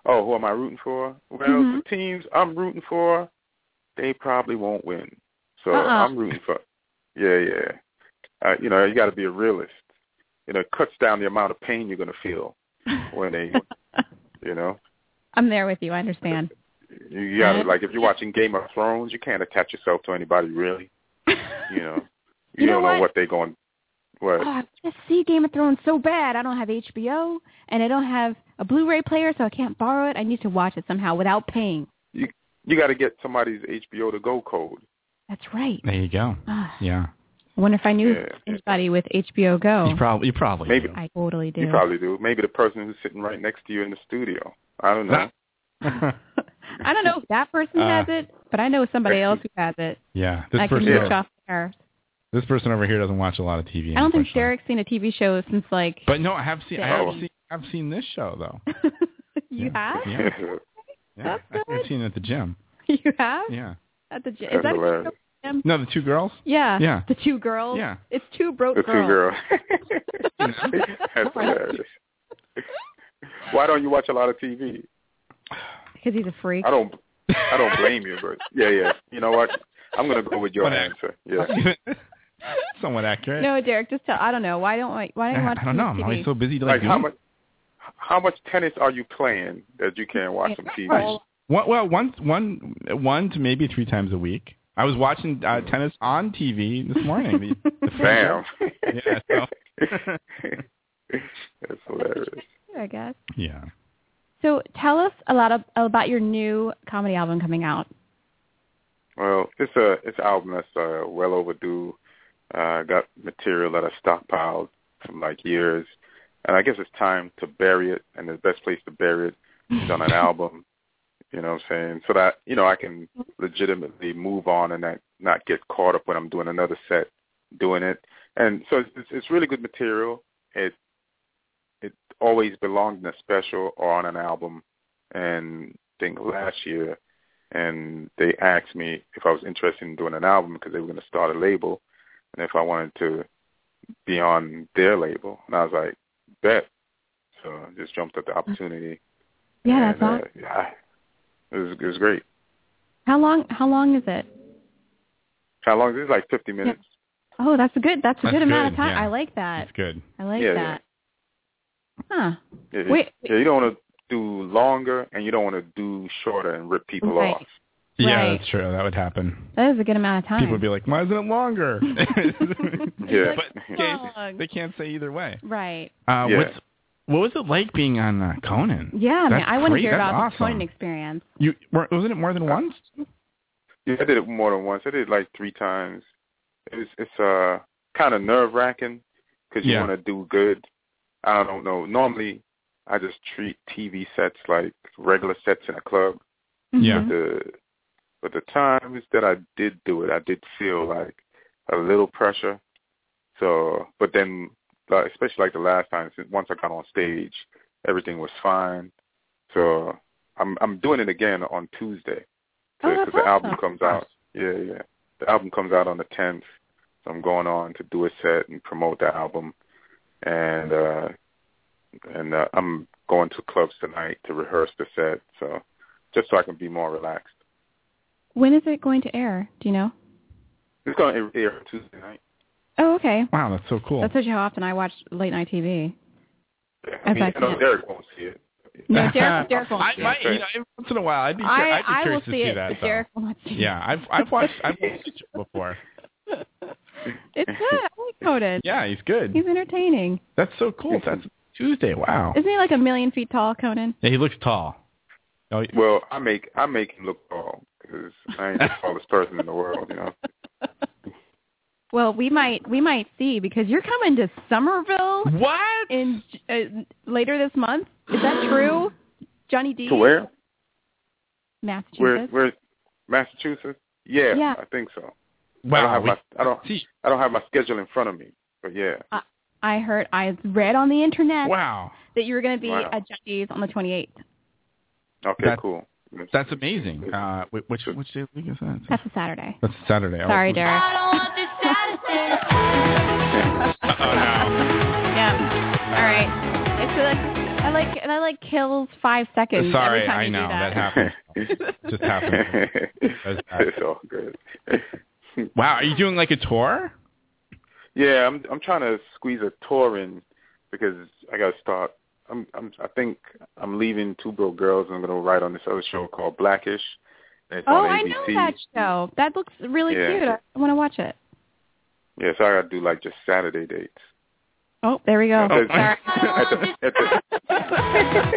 Speaker 16: Oh, who am I rooting for? Well, the
Speaker 3: Mm-hmm.
Speaker 16: teams I'm rooting for, they probably won't win. So
Speaker 3: Uh-uh.
Speaker 16: I'm rooting for. Yeah, yeah. Uh, you know, you got to be a realist. You know, it cuts down the amount of pain you're going to feel when they, you know,
Speaker 3: I'm there with you. I understand.
Speaker 16: you got to
Speaker 3: Right.
Speaker 16: like if you're watching Game of Thrones, you can't attach yourself to anybody really. You know,
Speaker 3: You
Speaker 16: you,
Speaker 3: know
Speaker 16: don't
Speaker 3: what?
Speaker 16: know what they're going. What?
Speaker 3: [LAUGHS] Oh, I want to see Game of Thrones so bad. I don't have HBO and I don't have a Blu-ray player, so I can't borrow it. I need to watch it somehow without paying.
Speaker 16: You you got to get somebody's HBO to go code.
Speaker 3: That's right.
Speaker 2: There you go.
Speaker 3: Ah,
Speaker 2: Yeah.
Speaker 3: I wonder if I knew
Speaker 16: Yeah.
Speaker 3: anybody with HBO Go.
Speaker 2: You probably you probably
Speaker 16: Maybe
Speaker 2: [LAUGHS]
Speaker 3: I totally do.
Speaker 16: You probably do. Maybe the person who's sitting right next to you in the studio. I don't know.
Speaker 3: I don't know if that person
Speaker 2: Uh,
Speaker 3: has it, but I know somebody else who has it.
Speaker 2: Yeah. This
Speaker 3: I can
Speaker 2: person
Speaker 3: reach
Speaker 2: over,
Speaker 3: off there.
Speaker 2: this person over here doesn't watch a lot of TV.
Speaker 3: I don't think Derek's seen a TV show since like
Speaker 2: But no, I have seen I have
Speaker 3: Oh.
Speaker 2: seen I've seen this show though.
Speaker 3: [LAUGHS] you have.
Speaker 2: Yeah.
Speaker 16: [LAUGHS]
Speaker 2: yeah. I've seen it at the gym.
Speaker 3: You have
Speaker 2: Yeah.
Speaker 3: at the gym. Is that a good show? Jim?
Speaker 2: No, the two girls?
Speaker 3: Yeah.
Speaker 2: Yeah.
Speaker 3: The two Uh, girls.
Speaker 2: Yeah.
Speaker 3: It's two broke
Speaker 16: The two
Speaker 3: girls.
Speaker 16: girls. [LAUGHS] That's hilarious. Why don't you watch a lot of TV?
Speaker 3: Because he's a freak.
Speaker 16: I don't. I don't blame you, but yeah, yeah. You know what? I'm gonna go with your answer. Yeah.
Speaker 2: [LAUGHS] Somewhat accurate.
Speaker 3: No, Derek, just tell. I don't know. Why don't I? Why don't you watch
Speaker 16: I don't know. I'm
Speaker 3: TV?
Speaker 16: always
Speaker 2: so busy
Speaker 16: Like
Speaker 2: like,
Speaker 16: how
Speaker 2: doing-
Speaker 16: much? How much tennis are you playing that you can't watch some TV?
Speaker 2: One, well, once, one, one to maybe three times a week. I was watching uh, tennis on TV this morning.
Speaker 3: [LAUGHS]
Speaker 2: The, the
Speaker 16: Damn.
Speaker 2: Yeah, so,
Speaker 16: [LAUGHS] That's hilarious.
Speaker 3: Too, I guess.
Speaker 2: yeah.
Speaker 3: So tell us a lot of, about your new comedy album coming out.
Speaker 16: Well, it's a it's an album that's uh, well overdue. Uh, I got material that I stockpiled from like years, and I guess it's time to bury it, and the best place to bury it is on an album. You know what I'm saying? So that you know I can legitimately move on and not not get caught up when I'm doing another set, doing it. And so it's it's really good material. It it always belonged in a special or on an album. And I think last year, and they asked me if I was interested in doing an album because they were going to start a label, and if I wanted to be on their label. And I was like, bet. So I just jumped at the opportunity.
Speaker 3: Mm. Yeah, that's
Speaker 16: and,
Speaker 3: awesome.
Speaker 16: Uh, yeah, it was, it was great.
Speaker 3: How long? How long is it?
Speaker 16: How long? This is like 50 minutes.
Speaker 3: Oh, that's a good. That's a
Speaker 16: That's
Speaker 3: good, amount of
Speaker 16: good,
Speaker 3: time.
Speaker 16: yeah.
Speaker 3: I like that.
Speaker 2: good.
Speaker 3: I like
Speaker 16: Yeah,
Speaker 3: that. Huh.
Speaker 16: Yeah, you-
Speaker 3: Wait.
Speaker 16: yeah, you don't want to do longer, and you don't want to do shorter and rip people
Speaker 3: Right.
Speaker 16: off.
Speaker 2: Yeah,
Speaker 3: Right.
Speaker 2: that's true. That would happen.
Speaker 3: That is a good amount of time.
Speaker 2: People would be like, why isn't
Speaker 3: [LAUGHS]
Speaker 2: it longer? [LAUGHS]
Speaker 16: Yeah.
Speaker 2: But they, they can't say either way.
Speaker 3: Right.
Speaker 2: Uh,
Speaker 3: Yeah.
Speaker 2: what's, what was it like being on uh, Conan?
Speaker 3: Yeah, man.
Speaker 2: That's
Speaker 3: I want to
Speaker 2: great.
Speaker 3: hear
Speaker 2: That's
Speaker 3: about the
Speaker 2: awesome.
Speaker 3: Conan experience.
Speaker 2: You were- wasn't it more than
Speaker 16: Uh,
Speaker 2: once?
Speaker 16: Yeah, I did it more than once. I did it like three times. It's it's uh kind of nerve wracking because you
Speaker 2: Yeah.
Speaker 16: want to do good. I don't know. Normally, I just treat TV sets like regular sets in a club.
Speaker 2: Yeah.
Speaker 3: Mm-hmm.
Speaker 16: But the but the times that I did do it, I did feel like a little pressure. So, but then, like, especially like the last time, since once I got on stage, everything was fine. So I'm I'm doing it again on Tuesday
Speaker 3: Oh,
Speaker 16: because
Speaker 3: that's
Speaker 16: the album
Speaker 3: awesome.
Speaker 16: comes out. Yeah, yeah. The album comes out on the 10th, so I'm going on to do a set and promote the album, and uh and uh, I'm going to clubs tonight to rehearse the set, so just so I can be more relaxed.
Speaker 3: When is it going to air? Do you know?
Speaker 16: It's going to air Tuesday night.
Speaker 3: Oh, okay.
Speaker 2: Wow, that's so cool.
Speaker 3: That tells you how often I watch late night
Speaker 2: [LAUGHS]
Speaker 3: TV.
Speaker 16: I
Speaker 3: As
Speaker 16: mean,
Speaker 3: I
Speaker 16: I know
Speaker 3: can.
Speaker 16: Derek won't see it.
Speaker 3: [LAUGHS] No, Derek, Derek won't
Speaker 2: Uh, I
Speaker 3: see
Speaker 2: might,
Speaker 3: it.
Speaker 2: you know, every once in a while, I'd be, cur-
Speaker 3: I,
Speaker 2: I'd be
Speaker 3: I will
Speaker 2: curious
Speaker 3: see
Speaker 2: to see
Speaker 3: it,
Speaker 2: that.
Speaker 3: but
Speaker 2: though.
Speaker 3: Derek will not see
Speaker 2: Yeah, I've
Speaker 3: [LAUGHS]
Speaker 2: I've watched I've watched it before.
Speaker 3: it. It's good. I like Conan.
Speaker 2: Yeah, he's good.
Speaker 3: He's entertaining.
Speaker 2: That's so cool. That's Tuesday. Wow.
Speaker 3: Isn't he like a million feet tall, Conan?
Speaker 2: Yeah, he looks tall. Oh,
Speaker 16: Well, I make I make him look tall because I ain't the tallest person in the world, you
Speaker 3: [LAUGHS]
Speaker 16: know.
Speaker 3: Well, we might we might see because you're coming to Somerville.
Speaker 2: What?
Speaker 3: In uh, later this month? Is that true? Johnny D.
Speaker 16: To where?
Speaker 3: Massachusetts.
Speaker 16: Where? Where? Massachusetts? Yeah,
Speaker 3: Yeah.
Speaker 16: I think so. I
Speaker 2: Wow,
Speaker 16: don't have
Speaker 2: we-
Speaker 16: my I don't I don't have my schedule in front of me, but yeah.
Speaker 3: I heard I read on the internet
Speaker 2: Wow.
Speaker 3: that you were going to be
Speaker 16: Wow.
Speaker 3: at Johnny D's on the 28th.
Speaker 16: Okay,
Speaker 2: That-
Speaker 16: cool.
Speaker 2: That's
Speaker 16: [LAUGHS]
Speaker 2: amazing. Uh, wh- which which day of the week is that?
Speaker 3: That's a Saturday.
Speaker 2: That's Saturday. Oh,
Speaker 3: Sorry,
Speaker 2: oops.
Speaker 3: Derek.
Speaker 2: Oh, no.
Speaker 3: Yeah. All right. It's like I like and I like kills five seconds every
Speaker 2: Sorry,
Speaker 3: time
Speaker 2: I
Speaker 3: you
Speaker 2: know
Speaker 3: do that.
Speaker 2: happens.
Speaker 3: [LAUGHS]
Speaker 2: Just happened.
Speaker 16: it's all good.
Speaker 2: Wow, are you doing like a tour?
Speaker 16: Yeah, I'm I'm trying to squeeze a tour in because I got to start. I'm I'm I think I'm leaving Two Broke Girls and I'm gonna write on this other show called Blackish. And it's
Speaker 3: Oh,
Speaker 16: on
Speaker 3: I
Speaker 16: ABC.
Speaker 3: know that show. That looks really
Speaker 16: Yeah.
Speaker 3: cute. I, want to watch it.
Speaker 16: Yeah, so I gotta do like just Saturday dates.
Speaker 3: Oh, there we go.
Speaker 16: At the-
Speaker 3: Sorry.
Speaker 16: [LAUGHS]
Speaker 3: Oh,
Speaker 16: at the- at the-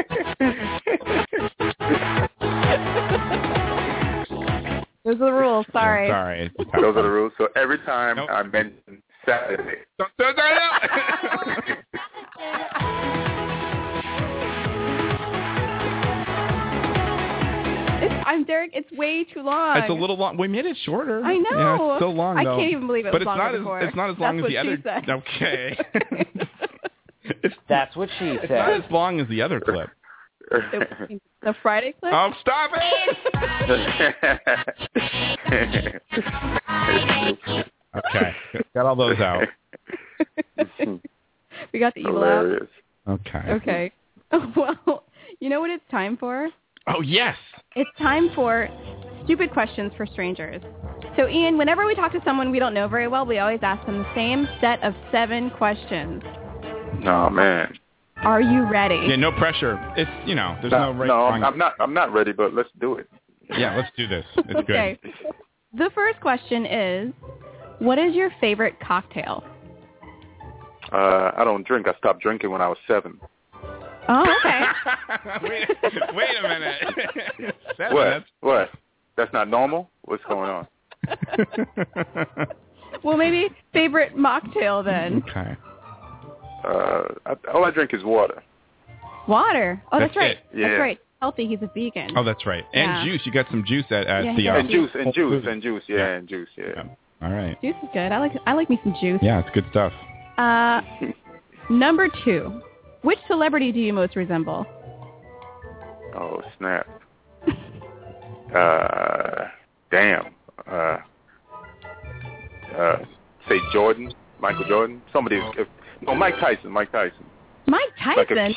Speaker 3: Those are the rules. Sorry.
Speaker 2: Sorry.
Speaker 16: Those are the rules. So every time I mention Saturday,
Speaker 3: It's, I'm Derek. It's way too long.
Speaker 2: It's a little long. We made it shorter.
Speaker 3: I know.
Speaker 2: Yeah, it's so long
Speaker 3: I
Speaker 2: though.
Speaker 3: can't even believe it was
Speaker 2: But it's
Speaker 3: longer
Speaker 2: not
Speaker 3: before.
Speaker 2: as it's not as long
Speaker 3: That's
Speaker 2: as the
Speaker 3: what she
Speaker 2: other.
Speaker 3: said.
Speaker 2: [LAUGHS] Okay.
Speaker 3: [LAUGHS]
Speaker 18: That's what she
Speaker 2: it's
Speaker 18: said.
Speaker 2: not as long as the other clip.
Speaker 3: It- the Friday clip.
Speaker 2: Oh, stop Oh.
Speaker 3: [LAUGHS]
Speaker 16: it!
Speaker 2: okay, got all those out.
Speaker 3: [LAUGHS] we got the evil out.
Speaker 16: [LAUGHS] Hilarious.
Speaker 2: Okay.
Speaker 3: Okay. [LAUGHS] Well, you know what it's time for?
Speaker 2: Oh yes.
Speaker 3: It's time for stupid questions for strangers. So, Ian, whenever we talk to someone we don't know very well, we always ask them the same set of seven questions.
Speaker 16: no man.
Speaker 3: Are you ready?
Speaker 2: Yeah, no pressure. It's you know, there's no,
Speaker 16: no,
Speaker 2: right.
Speaker 16: no,
Speaker 2: wrong-
Speaker 16: I'm I'm not I'm not ready, but let's do it.
Speaker 2: Yeah, let's do this. It's
Speaker 3: okay. The first question is, what is your favorite cocktail?
Speaker 16: Uh, I don't drink. I stopped drinking when I was seven.
Speaker 3: Oh, okay.
Speaker 2: [LAUGHS] wait, wait a minute. [LAUGHS] Seven,
Speaker 16: what?
Speaker 2: that's-
Speaker 16: What? That's not normal. What's going on?
Speaker 3: well, maybe favorite mocktail then.
Speaker 2: [LAUGHS] Okay.
Speaker 16: Uh, I, all I drink is water.
Speaker 3: Water. Oh, that's,
Speaker 2: That's
Speaker 3: right.
Speaker 2: it. Yeah.
Speaker 3: That's right. Healthy. He's a vegan.
Speaker 2: Oh, that's right.
Speaker 3: Yeah.
Speaker 2: And juice. You got some juice at, at
Speaker 3: Yeah,
Speaker 2: the
Speaker 3: yeah.
Speaker 2: uh,
Speaker 3: And juice,
Speaker 16: and
Speaker 2: Whole
Speaker 16: juice,
Speaker 2: Foods.
Speaker 16: and juice, yeah, and juice, yeah.
Speaker 2: All right.
Speaker 3: Juice is good. I like I like me some juice.
Speaker 2: Yeah, it's good stuff.
Speaker 3: Uh, number two. Which celebrity do you most resemble?
Speaker 16: Oh snap! uh, damn. Uh, uh, say Jordan, Michael Jordan. Somebody. If, no, Mike Tyson. Mike Tyson.
Speaker 3: Mike
Speaker 16: Like a-
Speaker 3: Tyson.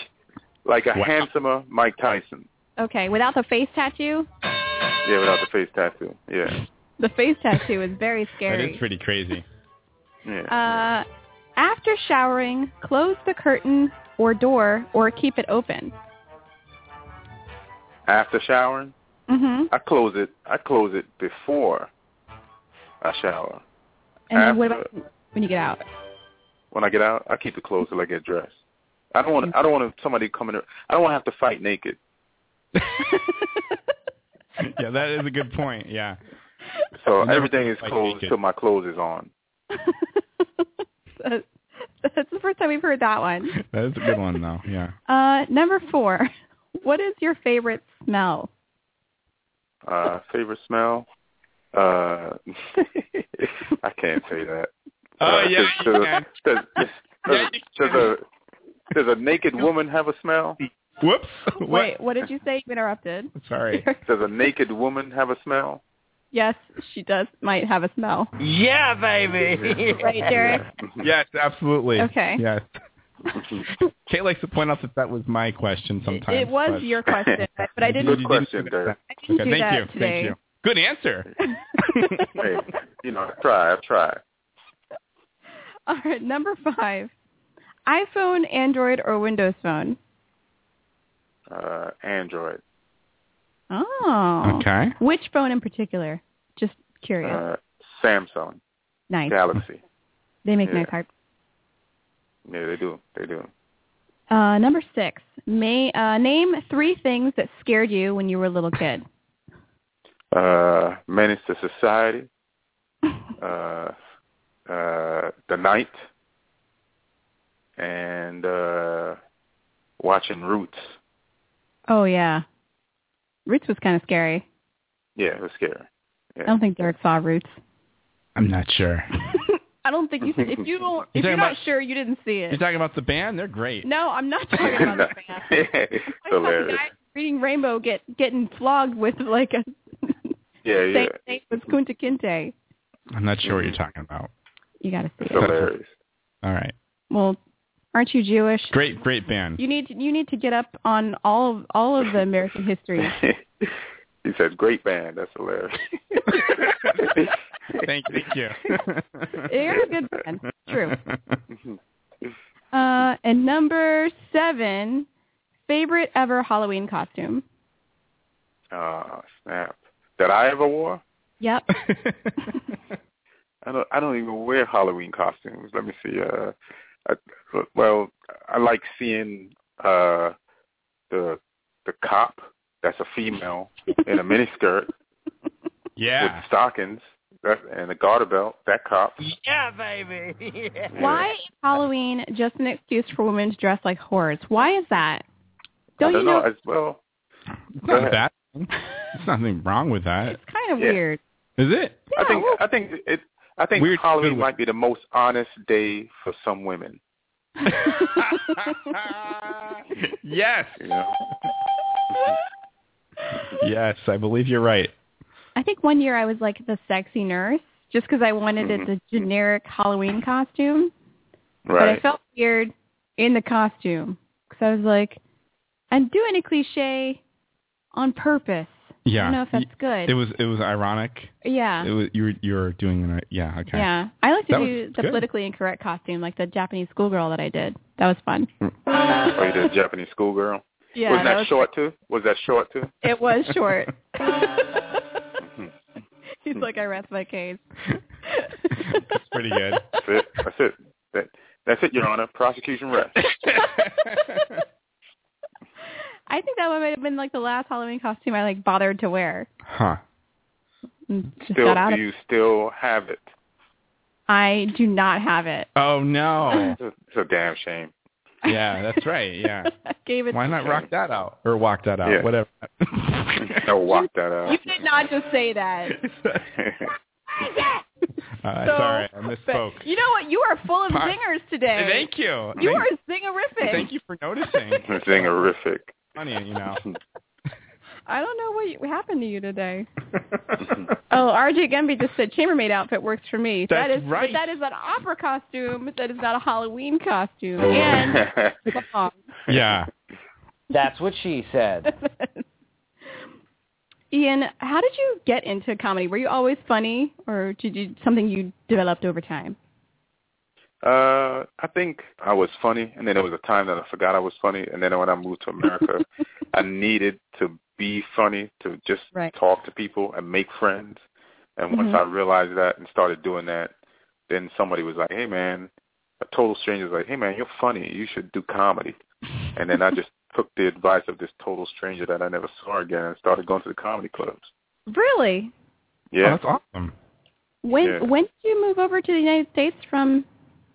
Speaker 16: Like a handsomer Mike Tyson.
Speaker 3: Okay, without the face tattoo.
Speaker 16: Yeah, without the face tattoo. Yeah.
Speaker 3: The face tattoo is [LAUGHS] very scary.
Speaker 2: pretty crazy.
Speaker 16: Yeah.
Speaker 3: Uh, after showering, close the curtain or door or keep it open.
Speaker 16: After showering,
Speaker 3: Mm-hmm.
Speaker 16: I close it. I close it before I shower.
Speaker 3: And then what
Speaker 16: After-
Speaker 3: about when you get
Speaker 16: [LAUGHS]
Speaker 3: out? [LAUGHS]
Speaker 16: when I get out, I keep it closed till I get dressed. I don't want. I don't want somebody coming. to- I don't want to have to fight naked.
Speaker 2: yeah, that is a good point. Yeah.
Speaker 16: So
Speaker 2: Never
Speaker 16: everything is
Speaker 2: fight
Speaker 16: closed
Speaker 2: naked.
Speaker 16: till my clothes is on.
Speaker 3: That's that's the first time we've heard that one.
Speaker 2: That is a good one, though. Yeah.
Speaker 3: Uh, number four. [LAUGHS] What is your favorite smell?
Speaker 16: Uh, favorite smell? Uh, [LAUGHS] I can't say that.
Speaker 2: Oh,
Speaker 16: uh,
Speaker 2: yeah,
Speaker 16: does-
Speaker 2: you
Speaker 16: does-
Speaker 2: can.
Speaker 16: does- does-
Speaker 2: [LAUGHS] Yeah, you
Speaker 16: does a does a naked woman have a
Speaker 2: [LAUGHS]
Speaker 16: smell?
Speaker 2: Whoops.
Speaker 3: Wait, what did you say? You interrupted.
Speaker 2: Sorry.
Speaker 16: Does a naked woman have a smell?
Speaker 3: Yes, she does. Might have a smell.
Speaker 19: Yeah, baby.
Speaker 3: Right, Derek?
Speaker 2: Yes, absolutely.
Speaker 3: Okay.
Speaker 2: Yes. Kate likes to point out that that was my question sometimes.
Speaker 3: it was
Speaker 2: but-
Speaker 3: your question, but I didn't-
Speaker 16: Good question, Derek.
Speaker 2: Okay,
Speaker 3: didn't do
Speaker 2: thank
Speaker 3: that
Speaker 2: you.
Speaker 3: today.
Speaker 2: Thank you. Good answer. [LAUGHS]
Speaker 16: hey, you know, I try. I try.
Speaker 3: [LAUGHS] All right, number five. iPhone, Android, or Windows Phone?
Speaker 16: Uh, Android.
Speaker 3: Oh.
Speaker 2: Okay.
Speaker 3: Which phone in particular? Just curious.
Speaker 16: Uh, Samsung.
Speaker 3: nice.
Speaker 16: Galaxy.
Speaker 3: They make
Speaker 16: yeah.
Speaker 3: nice hard.
Speaker 16: Yeah, they do. They do.
Speaker 3: Uh, number six. May uh, name three things that scared you when you were a little kid.
Speaker 16: Uh, menace to society. Uh, uh, the night. And uh, watching Roots.
Speaker 3: Oh yeah. Roots was kind of scary.
Speaker 16: Yeah, it was scary.
Speaker 3: I don't think Derek saw Roots.
Speaker 2: I'm not sure.
Speaker 3: [LAUGHS] I don't think you. If you don't, if
Speaker 2: You're
Speaker 3: you're
Speaker 2: talking
Speaker 3: not
Speaker 2: about-
Speaker 3: sure, you didn't see
Speaker 2: You're
Speaker 3: it.
Speaker 2: talking about the band? They're great.
Speaker 3: No, I'm [LAUGHS] not talking
Speaker 16: [LAUGHS]
Speaker 3: about the band.
Speaker 16: it's
Speaker 3: I saw the
Speaker 16: hilarious.
Speaker 3: guy reading Rainbow get getting flogged with like a [LAUGHS]
Speaker 16: Yeah, yeah.
Speaker 3: same name as Kunta Kinte.
Speaker 2: I'm not sure what you're talking about.
Speaker 3: You gotta see
Speaker 16: It's
Speaker 3: it.
Speaker 2: [LAUGHS]
Speaker 16: hilarious.
Speaker 2: All right.
Speaker 3: Well, aren't you Jewish?
Speaker 2: Great, great band.
Speaker 3: You need to, you need to get up on all of all of the American history.
Speaker 16: [LAUGHS] he said, great band. That's hilarious.
Speaker 2: [LAUGHS]
Speaker 16: [LAUGHS]
Speaker 2: Thank, thank you.
Speaker 3: They're a good band. [LAUGHS] True. Uh, and number seven, favorite ever Halloween costume.
Speaker 16: Oh, snap. That I ever wore?
Speaker 3: Yep.
Speaker 16: I don't. I don't even wear Halloween costumes. Let me see. Uh, I, well, I like seeing uh the the cop that's a female in a miniskirt with
Speaker 2: [LAUGHS] Yeah.
Speaker 16: stockings that, and a garter belt. That cop.
Speaker 19: Yeah, baby.
Speaker 3: Why is Halloween just an excuse for women to dress like whores? Why is that?
Speaker 16: I
Speaker 3: Don't
Speaker 16: don't
Speaker 3: you
Speaker 16: know,
Speaker 3: know?
Speaker 16: as well.
Speaker 2: It's
Speaker 16: Go
Speaker 2: not
Speaker 16: ahead.
Speaker 2: bad. There's nothing wrong with that.
Speaker 3: It's kind of
Speaker 16: Yeah.
Speaker 3: weird.
Speaker 2: Is it?
Speaker 16: I think. I think it. I think
Speaker 2: Weird
Speaker 16: Halloween
Speaker 2: good
Speaker 16: might be the most honest day for some women. [LAUGHS]
Speaker 2: yes.
Speaker 16: You know.
Speaker 2: Yes, I believe you're right.
Speaker 3: [LAUGHS] I think one year I was like the sexy nurse just because I wanted
Speaker 16: Mm-hmm.
Speaker 3: it a generic Halloween costume. But I
Speaker 16: Right.
Speaker 3: felt weird in the costume because I was like, I'm doing a cliche on purpose.
Speaker 2: Yeah.
Speaker 3: I don't know if that's good.
Speaker 2: It was it was ironic.
Speaker 3: yeah.
Speaker 2: It was you were you were doing an yeah, okay.
Speaker 3: Yeah. I like to
Speaker 2: That
Speaker 3: do
Speaker 2: was
Speaker 3: the
Speaker 2: good.
Speaker 3: politically incorrect costume, like the Japanese schoolgirl that I did. That was fun.
Speaker 2: Mm.
Speaker 16: Or you did a Japanese schoolgirl.
Speaker 3: Yeah,
Speaker 16: Wasn't
Speaker 3: that
Speaker 16: that,
Speaker 3: was-
Speaker 16: short too? Was that short too?
Speaker 3: It was short.
Speaker 16: [LAUGHS]
Speaker 3: [LAUGHS] He's like, I rest my case.
Speaker 2: [LAUGHS] That's pretty good.
Speaker 16: That's it. That's it. That, that's it, Your Honor. Prosecution rest.
Speaker 3: [LAUGHS] I think that one might have been like the last Halloween costume I like bothered to wear.
Speaker 2: [LAUGHS] Huh.
Speaker 3: And Just
Speaker 16: Still,
Speaker 3: got out
Speaker 16: do
Speaker 3: of
Speaker 16: you still have it?
Speaker 3: I do not have it.
Speaker 2: Oh no.
Speaker 16: it's, a, it's a damn shame.
Speaker 2: Yeah, that's right. Yeah.
Speaker 3: [LAUGHS] Gave it
Speaker 2: Why
Speaker 3: to
Speaker 2: not
Speaker 3: you.
Speaker 2: rock that out or walk that out?
Speaker 16: Yeah.
Speaker 2: Whatever. [LAUGHS]
Speaker 16: Don't walk that out.
Speaker 3: You did not just say
Speaker 16: [LAUGHS]
Speaker 3: that.
Speaker 2: Uh,
Speaker 3: So-
Speaker 2: [LAUGHS] sorry, I misspoke.
Speaker 3: You know what? You are full of
Speaker 2: Hi.
Speaker 3: zingers today.
Speaker 2: Thank you.
Speaker 3: You
Speaker 2: thank,
Speaker 3: are zingerific.
Speaker 2: Thank you for noticing.
Speaker 16: Zingerific.
Speaker 2: Funny, you know.
Speaker 3: I don't know what you- happened to you
Speaker 2: [LAUGHS]
Speaker 3: today. Oh, RJ Gumby just said chambermaid outfit works for me. That
Speaker 2: That's
Speaker 3: is-
Speaker 2: right.
Speaker 3: But that is an opera costume. That is not a Halloween costume.
Speaker 2: [LAUGHS]
Speaker 3: And
Speaker 16: [LAUGHS]
Speaker 3: long.
Speaker 2: yeah.
Speaker 20: That's what she said.
Speaker 3: Ian, how did you get into comedy? Were you always funny, or did you something you developed over time?
Speaker 16: Uh, I think I was funny, and then there was a time that I forgot I was funny, and then when I moved to America, I needed to be funny to just
Speaker 3: Right.
Speaker 16: talk to people and make friends. And once
Speaker 3: Mhm.
Speaker 16: I realized that and started doing that, then somebody was like, "Hey, man," a total stranger was like, "Hey, man, you're funny. You should do comedy." And then I just took the advice of this total stranger that I never saw again and started going to the comedy clubs.
Speaker 3: Really?
Speaker 16: Yeah,
Speaker 2: Oh, that's awesome.
Speaker 3: When
Speaker 16: Yeah.
Speaker 3: when did you move over to the United States from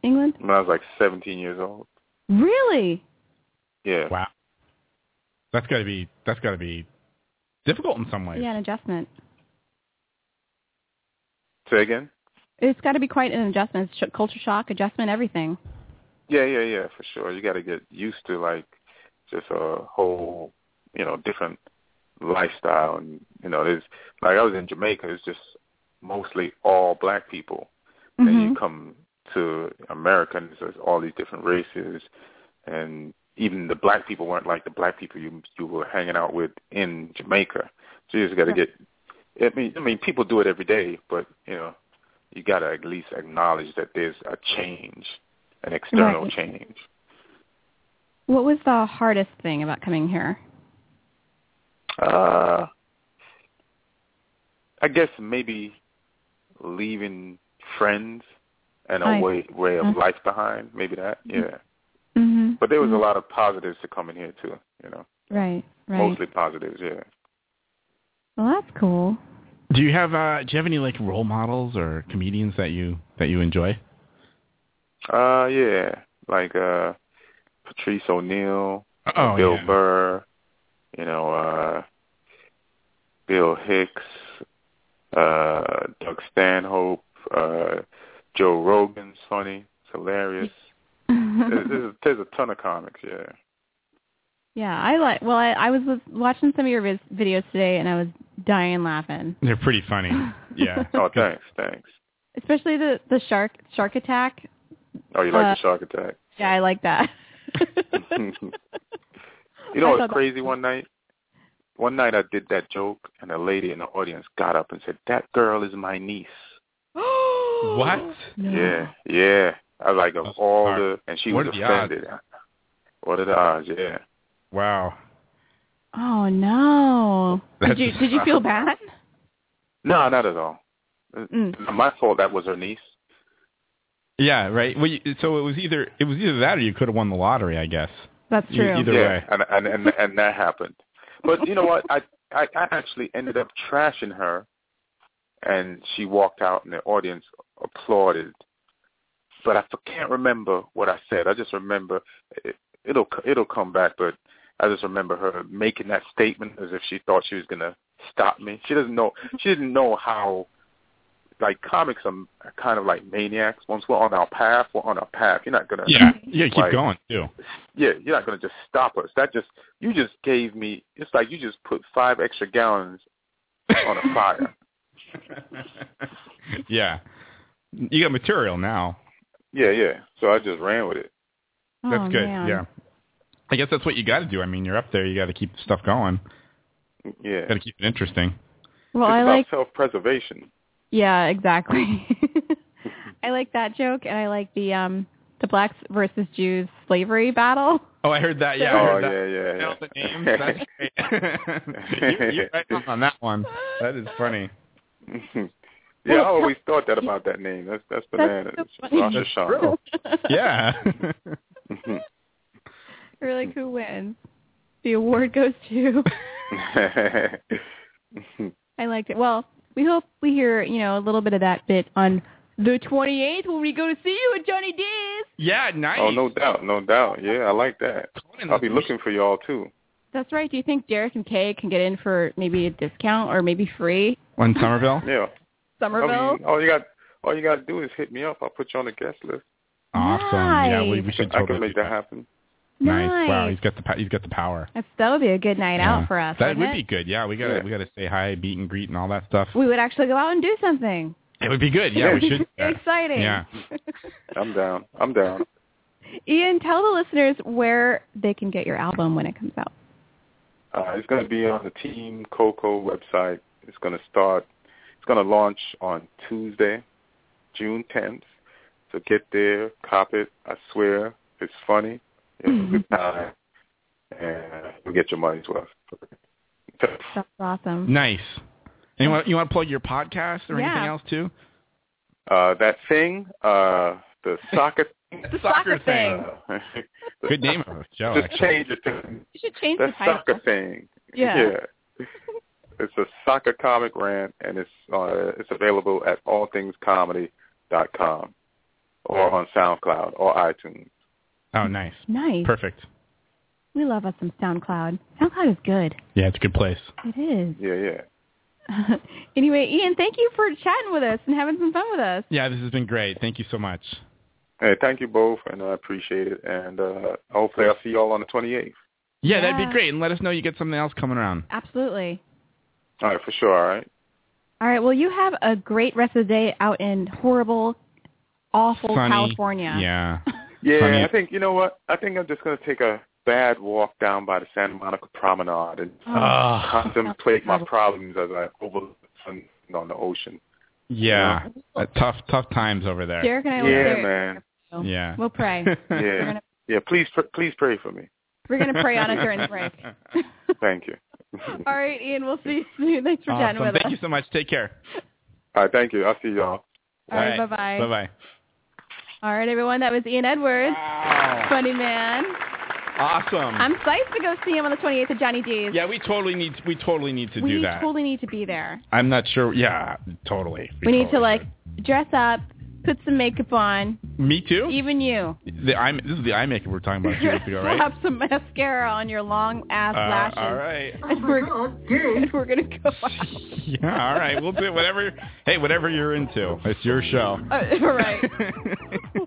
Speaker 3: England?
Speaker 16: When I was like 17 years old.
Speaker 3: Really?
Speaker 16: Yeah.
Speaker 2: Wow. That's gotta be that's gotta be difficult in some ways.
Speaker 3: Yeah, an adjustment.
Speaker 16: Say again.
Speaker 3: It's got to be quite an adjustment. It's sh- culture shock, adjustment, everything.
Speaker 16: Yeah, yeah, yeah, for sure. You got to get used to like just a whole, you know, different lifestyle, and you know, there's like I was in Jamaica. It's just mostly all black people. Then you come to America, and there's all these different races, and even the black people weren't like the black people you you were hanging out with in Jamaica. So you just got to get. I mean, I mean, people do it every day, but you know, you got to at least acknowledge that there's a change, an external
Speaker 3: Right.
Speaker 16: change.
Speaker 3: What was the hardest thing about coming here?
Speaker 16: Uh, I guess maybe leaving friends and a
Speaker 3: I-
Speaker 16: way way of
Speaker 3: Mhm.
Speaker 16: life behind. Maybe that, yeah.
Speaker 3: Mm-hmm.
Speaker 16: But there was a lot of positives to coming here too. You know,
Speaker 3: Right, right.
Speaker 16: mostly positives. Yeah.
Speaker 3: Well, that's cool.
Speaker 2: Do you have uh do you have any like role models or comedians that you that you enjoy?
Speaker 16: Uh, yeah. Like uh, Patrice O'Neill,
Speaker 2: Oh,
Speaker 16: Bill
Speaker 2: yeah.
Speaker 16: Burr, you know, uh, Bill Hicks, uh, Doug Stanhope, uh, Joe Rogan's funny,
Speaker 3: [LAUGHS]
Speaker 16: it's hilarious. there's, there's, there's a ton of comics, yeah.
Speaker 3: Yeah, I like. Well, I, I was lis- watching some of your vis- videos today, and I was dying laughing,
Speaker 2: They're pretty funny.
Speaker 3: [LAUGHS]
Speaker 2: Yeah.
Speaker 16: Oh, thanks, thanks.
Speaker 3: especially the the shark shark attack.
Speaker 16: Oh, you like
Speaker 3: Uh,
Speaker 16: the
Speaker 3: [LAUGHS]
Speaker 16: Shark Attack?
Speaker 3: Yeah, I like that.
Speaker 16: you know
Speaker 3: I
Speaker 16: what's
Speaker 3: thought that-
Speaker 16: crazy? One night, one night I did that joke, and a lady in the audience got up and said, "That girl is my niece."
Speaker 2: what?
Speaker 16: Yeah, yeah. I was like of all the, and she
Speaker 2: What
Speaker 16: was
Speaker 2: are the odds?
Speaker 16: offended. What are the odds? Yeah.
Speaker 2: Wow.
Speaker 3: [LAUGHS] Oh no!
Speaker 16: That's-
Speaker 3: Did you did you feel bad?
Speaker 16: No, not at all.
Speaker 3: Mm.
Speaker 16: Not My fault. That was her niece.
Speaker 2: Yeah, right. Well, you, so it was either it was either that or you could have won the lottery, I guess.
Speaker 3: That's
Speaker 2: You-
Speaker 3: true.
Speaker 2: Either
Speaker 16: yeah,
Speaker 2: way.
Speaker 16: And, and and and that happened. But you know what? I, I I actually ended up trashing her, and she walked out, and the audience applauded. But I f- can't remember what I said. I just remember it, it'll c- it'll come back. But I just remember her making that statement as if she thought she was gonna stop me. She doesn't know. She didn't know how. Like comics are kind of like maniacs. Once we're on our path, we're on our path. You're not gonna
Speaker 2: Yeah. Yeah, keep
Speaker 16: like,
Speaker 2: going too.
Speaker 16: yeah, you're not gonna just stop us. That just you just gave me. It's like you just put five extra gallons on
Speaker 2: [LAUGHS]
Speaker 16: a fire.
Speaker 2: Yeah. You got material now.
Speaker 16: Yeah, yeah. So I just ran with it.
Speaker 2: That's
Speaker 3: Oh,
Speaker 2: good.
Speaker 3: man.
Speaker 2: Yeah. I guess that's what you got to do. I mean, you're up there. You got to keep stuff going.
Speaker 16: Yeah.
Speaker 2: Got to keep it interesting.
Speaker 3: Well,
Speaker 16: it's
Speaker 3: I
Speaker 16: about
Speaker 3: like.
Speaker 16: self-preservation.
Speaker 3: Yeah, exactly. [LAUGHS] I like that joke, and I like the um the blacks versus Jews slavery battle. [LAUGHS]
Speaker 2: Oh, I heard that. [LAUGHS] Yeah. I
Speaker 16: oh
Speaker 2: heard that.
Speaker 16: yeah, yeah, yeah.
Speaker 2: That's
Speaker 16: [LAUGHS]
Speaker 2: great. [LAUGHS] you're, you're right on, on that one. That is funny.
Speaker 16: yeah, I always thought that about that name. That's that's bananas. Rosh
Speaker 2: That's
Speaker 16: Hashanah.
Speaker 2: Yeah.
Speaker 3: You're like, who wins? The award goes to. I liked it. Well, we hope we hear you know a little bit of that bit on The 28th when we go to see you at Johnny D's.
Speaker 2: [LAUGHS] Yeah, nice.
Speaker 16: [LAUGHS] Oh, no doubt, no doubt. Yeah, I like that. I'll be looking for y'all too.
Speaker 3: That's right. Do you think Derek and Kay can get in for maybe a discount or maybe free?
Speaker 2: On Somerville?
Speaker 16: Yeah.
Speaker 3: Somerville?
Speaker 16: I
Speaker 2: Oh,
Speaker 16: mean, all you got, all you got to do is hit me up. I'll put you on the guest list.
Speaker 2: Awesome. Yeah, we, we should
Speaker 16: I can
Speaker 2: totally.
Speaker 16: make that happen.
Speaker 2: Nice.
Speaker 3: Nice.
Speaker 2: Wow, he's got the po- he's got the power.
Speaker 3: That's, that would be a good night
Speaker 2: Yeah.
Speaker 3: out for us.
Speaker 2: That
Speaker 3: wouldn't
Speaker 2: would
Speaker 3: it?
Speaker 2: be good. Yeah, we gotta we gotta say hi, beat and greet, and all that stuff.
Speaker 3: We would actually go out and do something.
Speaker 2: It would be good. Yeah, we should. do
Speaker 3: [LAUGHS]
Speaker 2: that.
Speaker 3: Exciting.
Speaker 2: Yeah.
Speaker 16: I'm down. I'm down.
Speaker 3: Ian, tell the listeners where they can get your album when it comes out.
Speaker 16: Uh, it's going to be on the Team Coco website. It's going to start. It's going to launch on Tuesday, June 10th. So get there, cop it. I swear, it's funny. It's a good
Speaker 3: Mm-hmm.
Speaker 16: time, and you'll get your money's worth.
Speaker 3: That's awesome.
Speaker 2: Nice. And you want you want to plug your podcast or
Speaker 3: Yeah.
Speaker 2: anything else too?
Speaker 16: Uh, that thing, uh, the soccer.
Speaker 3: [LAUGHS] The soccer thing.
Speaker 16: [LAUGHS]
Speaker 2: Good name of the show. Oh,
Speaker 16: Just
Speaker 2: actually.
Speaker 16: change it to
Speaker 3: You should change
Speaker 16: the
Speaker 3: the title.
Speaker 16: soccer thing.
Speaker 3: Yeah.
Speaker 16: Yeah. It's a soccer comic rant, and it's uh, it's available at allthingscomedy.com or on SoundCloud or iTunes.
Speaker 2: Oh, nice.
Speaker 3: Nice.
Speaker 2: Perfect.
Speaker 3: We love us some SoundCloud. SoundCloud is good.
Speaker 2: Yeah, it's a good place.
Speaker 3: It is. [LAUGHS]
Speaker 16: Yeah, yeah.
Speaker 3: anyway, Ian, thank you for chatting with us and having some fun with us.
Speaker 2: Yeah, this has been great. Thank you so much.
Speaker 16: Hey, thank you both, and I appreciate it. And uh, hopefully, I'll see y'all on the 28th.
Speaker 2: Yeah, that'd
Speaker 3: Yeah.
Speaker 2: be great. And let us know you get something else coming around.
Speaker 3: Absolutely.
Speaker 16: All right, for sure. All right.
Speaker 3: All right. Well, you have a great rest of the day out in horrible, awful
Speaker 2: Sunny.
Speaker 3: California. [LAUGHS]
Speaker 2: Yeah.
Speaker 16: Yeah,
Speaker 2: Honey.
Speaker 16: I think you know what. I think I'm just gonna take a bad walk down by the Santa Monica Promenade and
Speaker 3: Oh,
Speaker 2: Ah.
Speaker 16: contemplate my problems as I overlook the sun on the ocean.
Speaker 2: Yeah. Uh, tough tough times over there.
Speaker 3: Derek and I
Speaker 16: yeah,
Speaker 3: live there.
Speaker 16: man.
Speaker 2: Yeah. [LAUGHS]
Speaker 3: We'll pray. We're
Speaker 16: Yeah,
Speaker 3: gonna
Speaker 16: yeah. Please, pr- please pray for me.
Speaker 3: we're gonna pray on it during the
Speaker 2: [LAUGHS]
Speaker 3: break. [LAUGHS]
Speaker 16: Thank you.
Speaker 3: All right, Ian. We'll see you soon. Thanks for chatting
Speaker 2: Awesome.
Speaker 3: with
Speaker 2: Thank
Speaker 3: us.
Speaker 2: you so much. Take care.
Speaker 16: All right, thank you. I'll see y'all.
Speaker 3: All right, bye-bye.
Speaker 2: Bye bye.
Speaker 3: All right, everyone. That was Ian Edwards. Funny man.
Speaker 2: Mm. Awesome.
Speaker 3: I'm psyched to go see him on the 28th at Johnny D's.
Speaker 2: yeah, we totally need we totally need to
Speaker 3: we
Speaker 2: do that.
Speaker 3: totally need to be there.
Speaker 2: I'm not sure. Yeah, totally.
Speaker 3: We need to like dress up, put some makeup on,
Speaker 2: Me too.
Speaker 3: even you.
Speaker 2: The eye, this is the eye makeup we were talking about a few weeks ago,
Speaker 3: [LAUGHS]
Speaker 2: right?
Speaker 3: Slap some mascara on your long ass
Speaker 2: Uh,
Speaker 3: lashes.
Speaker 2: all right. [LAUGHS]
Speaker 3: And we're, and [LAUGHS] we're gonna go out.
Speaker 2: Yeah, all right. We'll do whatever. Hey, whatever you're into, it's your show.
Speaker 3: Uh, all
Speaker 2: [LAUGHS]
Speaker 3: right.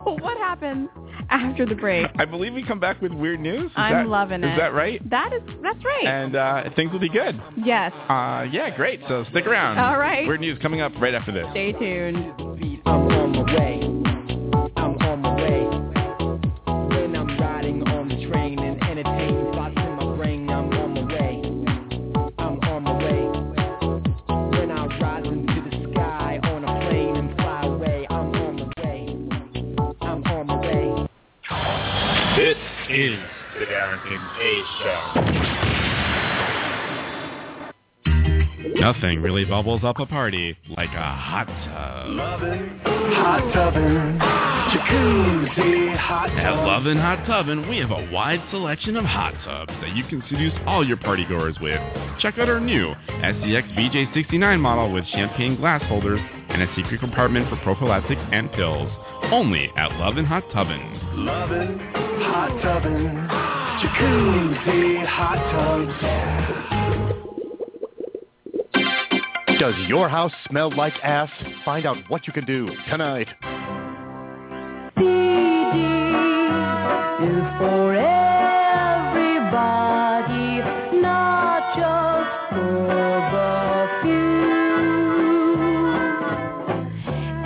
Speaker 3: well, what happens after the break?
Speaker 2: I believe we come back with weird news. Is
Speaker 3: I'm
Speaker 2: that-
Speaker 3: loving it.
Speaker 2: Is that right?
Speaker 3: That is that's right.
Speaker 2: And uh, things will be good.
Speaker 3: yes.
Speaker 2: Uh, yeah, great. So stick around.
Speaker 3: All right.
Speaker 2: Weird news coming up right after this.
Speaker 3: Stay tuned.
Speaker 11: I'm on my way. I'm on my way. When I'm riding on the train and entertaining thoughts in my brain, I'm on my way. I'm on my way. When I rise into the sky on a plane and fly away, I'm on my way. I'm on my way.
Speaker 21: This is the Darren Kings A Show.
Speaker 2: Nothing really bubbles up a party like a hot tub.
Speaker 14: Hot tubbing, jacuzzi, hot
Speaker 2: At Love and Hot Tubbin, we have a wide selection of hot tubs that you can seduce all your partygoers with. Check out our new E SEX VJ69 model with champagne glass holders and a secret compartment for prophylactics and pills. Only at Love and Hot Tubbin.
Speaker 14: loving, hot tubbing, jacuzzi, hot tubs.
Speaker 22: Does your house smell like ass? Find out what you can do tonight.
Speaker 11: is for everybody, not just for the few.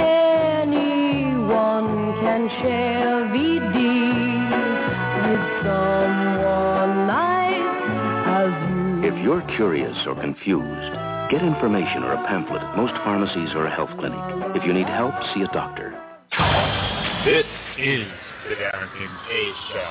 Speaker 11: Anyone can share VD with someone nice as you.
Speaker 23: If you're curious or confused, get information or a pamphlet at most pharmacies or a health clinic. If you need help, see a doctor.
Speaker 21: This is the Darren Kings A Show.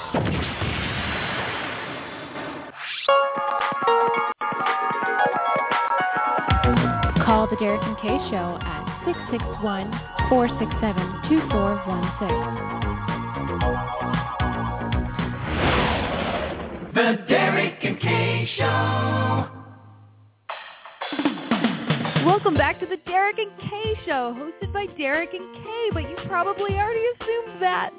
Speaker 24: Call the Derek and Kay Show at 661 467 2416.
Speaker 11: The Derek and Kay Show.
Speaker 3: Well,
Speaker 25: Welcome back to the Derek and Kay Show, hosted by Derek and Kay, but you probably already assumed that.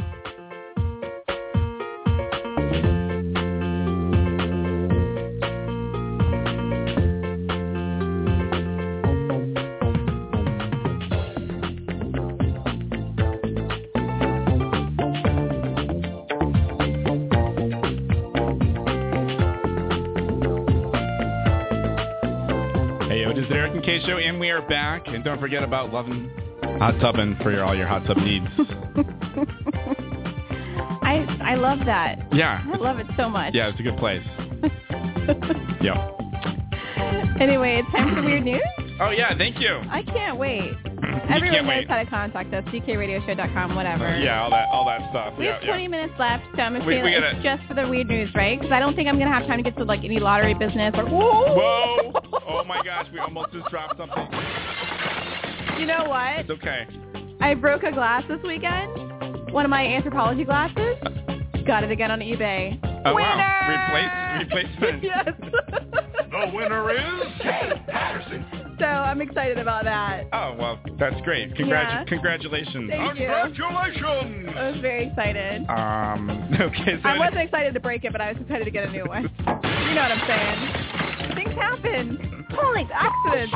Speaker 2: Hey, yo, it is the Eric and Kay Show, and we are back. And don't forget about loving hot tubbing for your, all your hot tub [LAUGHS] needs.
Speaker 3: [LAUGHS] I I love that.
Speaker 2: Yeah.
Speaker 3: I love it so much.
Speaker 2: Yeah, it's a good place. yeah.
Speaker 3: [LAUGHS] Anyway, it's time for weird news.
Speaker 2: Oh, yeah, thank you. [LAUGHS]
Speaker 3: I can't wait.
Speaker 2: you
Speaker 3: Everyone knows
Speaker 2: can't wait.
Speaker 3: how to contact us. DKRadioshow.com, whatever.
Speaker 2: Yeah, all that, all that stuff.
Speaker 3: We
Speaker 2: yeah,
Speaker 3: have
Speaker 2: yeah.
Speaker 3: 20 minutes left, so I'm
Speaker 2: We-
Speaker 3: assuming
Speaker 2: we gotta-
Speaker 3: it's just for the weird news, right? Because I don't think I'm gonna have time to get to like any lottery business or whoa.
Speaker 2: Whoa! Oh my gosh, we almost just dropped something.
Speaker 3: You know what?
Speaker 2: It's okay.
Speaker 3: I broke a glass this weekend. One of my anthropology glasses. Got it again on eBay.
Speaker 2: Oh wow! Replace,
Speaker 3: [LAUGHS]
Speaker 2: replacement.
Speaker 3: Yes.
Speaker 2: The winner is Kay Patterson.
Speaker 3: So I'm excited about that.
Speaker 2: Oh well, that's great. Congratu-
Speaker 3: Yeah.
Speaker 2: Congratulations.
Speaker 3: Thank you.
Speaker 2: Congratulations.
Speaker 3: I was very excited.
Speaker 2: Um. [LAUGHS] Okay. So
Speaker 3: I wasn't excited to break it, but I was excited to get a new one. you know what I'm saying? Things happen. Pulling accidents.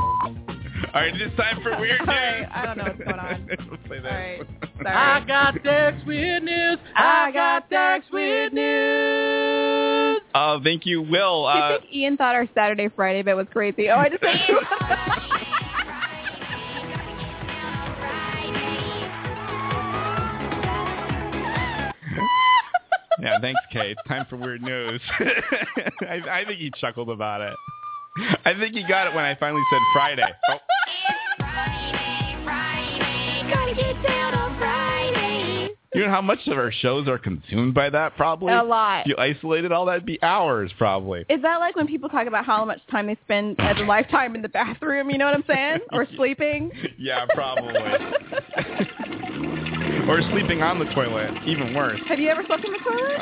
Speaker 2: All right, it's time for weird
Speaker 3: [LAUGHS]
Speaker 2: news.
Speaker 3: Sorry, I don't know what's going
Speaker 2: [LAUGHS]
Speaker 3: on.
Speaker 2: Let's play that.
Speaker 3: Sorry.
Speaker 26: I got Dex weird news. I got Dex weird news.
Speaker 2: Uh, thank you, Will.
Speaker 3: Do [LAUGHS]
Speaker 2: Uh,
Speaker 3: you think Ian thought our Saturday Friday bit was crazy? Oh, I just
Speaker 2: [LAUGHS]
Speaker 3: said [LAUGHS]
Speaker 2: yeah, thanks, Kay. It's time for weird news. [LAUGHS] I, I think he chuckled about it. I think he got it when I finally said
Speaker 3: [LAUGHS]
Speaker 2: Friday. Oh, you know how much of our shows are consumed by that? Probably
Speaker 3: A lot.
Speaker 2: If you isolated all that'd be hours, probably.
Speaker 3: Is that like when people talk about how much time they spend as a lifetime in the bathroom? You know what I'm saying?
Speaker 2: [LAUGHS]
Speaker 3: Or sleeping?
Speaker 2: Yeah, probably. or sleeping on the toilet, even worse.
Speaker 3: [LAUGHS] Have you ever slept in the toilet?
Speaker 2: Uh, [LAUGHS]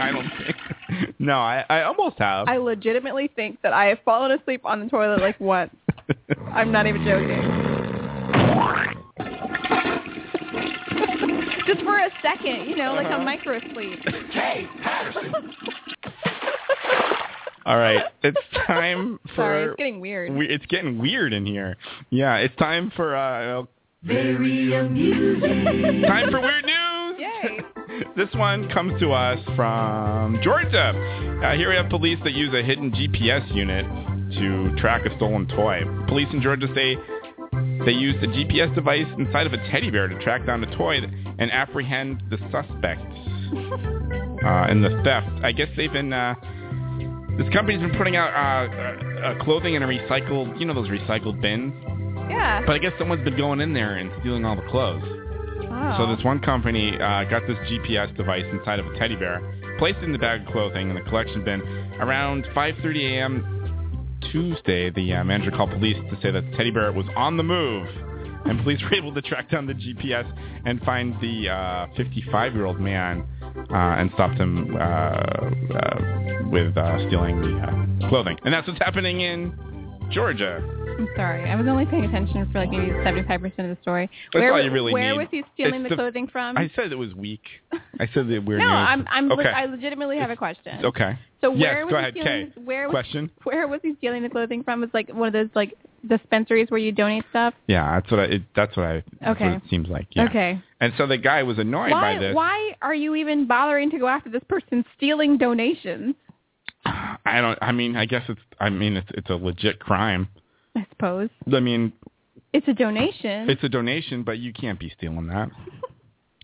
Speaker 2: I don't think. No, I, I almost have.
Speaker 3: I legitimately think that I have fallen asleep on the toilet like once. I'm not even joking. [LAUGHS] Just for a second, you know, like a
Speaker 2: Uh-huh.
Speaker 3: micro sleep. [LAUGHS]
Speaker 2: [LAUGHS] All right, it's time
Speaker 3: [LAUGHS]
Speaker 2: for.
Speaker 3: Sorry, it's getting weird.
Speaker 2: we, it's getting weird in here. Yeah, it's time for. Uh,
Speaker 3: Very amusing.
Speaker 2: Time for weird news.
Speaker 3: Yay.
Speaker 2: this one comes to us from Georgia. Uh, here we have police that use a hidden GPS unit to track a stolen toy. Police in Georgia say they used a GPS device inside of a teddy bear to track down a toy and apprehend the suspect uh, in the theft. I guess they've been. Uh, this company's been putting out uh, uh, uh, clothing in a recycled, you know, those recycled bins.
Speaker 3: Yeah.
Speaker 2: But I guess someone's been going in there and stealing all the clothes.
Speaker 3: Wow.
Speaker 2: So this one company uh, got this GPS device inside of a teddy bear, placed it in the bag of clothing in the collection bin. Around 5:30 a.m. Tuesday, the uh, manager called police to say that the teddy bear was on the move, and police [LAUGHS] were able to track down the GPS and find the uh, 55-year-old man uh, and stopped him uh, uh, with uh, stealing the uh, clothing. And that's what's happening in Georgia.
Speaker 3: I'm sorry. I was only paying attention for like maybe 75% of the story.
Speaker 2: That's
Speaker 3: where
Speaker 2: all you really
Speaker 3: where
Speaker 2: need.
Speaker 3: was he stealing
Speaker 2: It's
Speaker 3: the, clothing from?
Speaker 2: I said it
Speaker 3: [LAUGHS]
Speaker 2: was weak. I said that we're
Speaker 3: Um, no,
Speaker 2: news.
Speaker 3: I'm, I'm
Speaker 2: okay.
Speaker 3: I legitimately have a question.
Speaker 2: okay.
Speaker 3: So
Speaker 2: yes,
Speaker 3: where was
Speaker 2: go
Speaker 3: he
Speaker 2: ahead,
Speaker 3: stealing?
Speaker 2: Kay.
Speaker 3: Where was
Speaker 2: Question.
Speaker 3: where was he stealing the clothing from? Was like one of those like dispensaries where you donate stuff.
Speaker 2: Yeah, that's what I. It, that's what I. That's
Speaker 3: Okay.
Speaker 2: what it seems like. Yeah.
Speaker 3: Okay.
Speaker 2: And so the guy was annoyed
Speaker 3: why
Speaker 2: by this.
Speaker 3: why are you even bothering to go after this person stealing donations?
Speaker 2: [SIGHS] I don't. I mean, I guess it's. I mean, it's it's a legit crime.
Speaker 3: I suppose
Speaker 2: I mean,
Speaker 3: it's a donation.
Speaker 2: it's a donation, but you can't be
Speaker 3: [LAUGHS]
Speaker 2: stealing that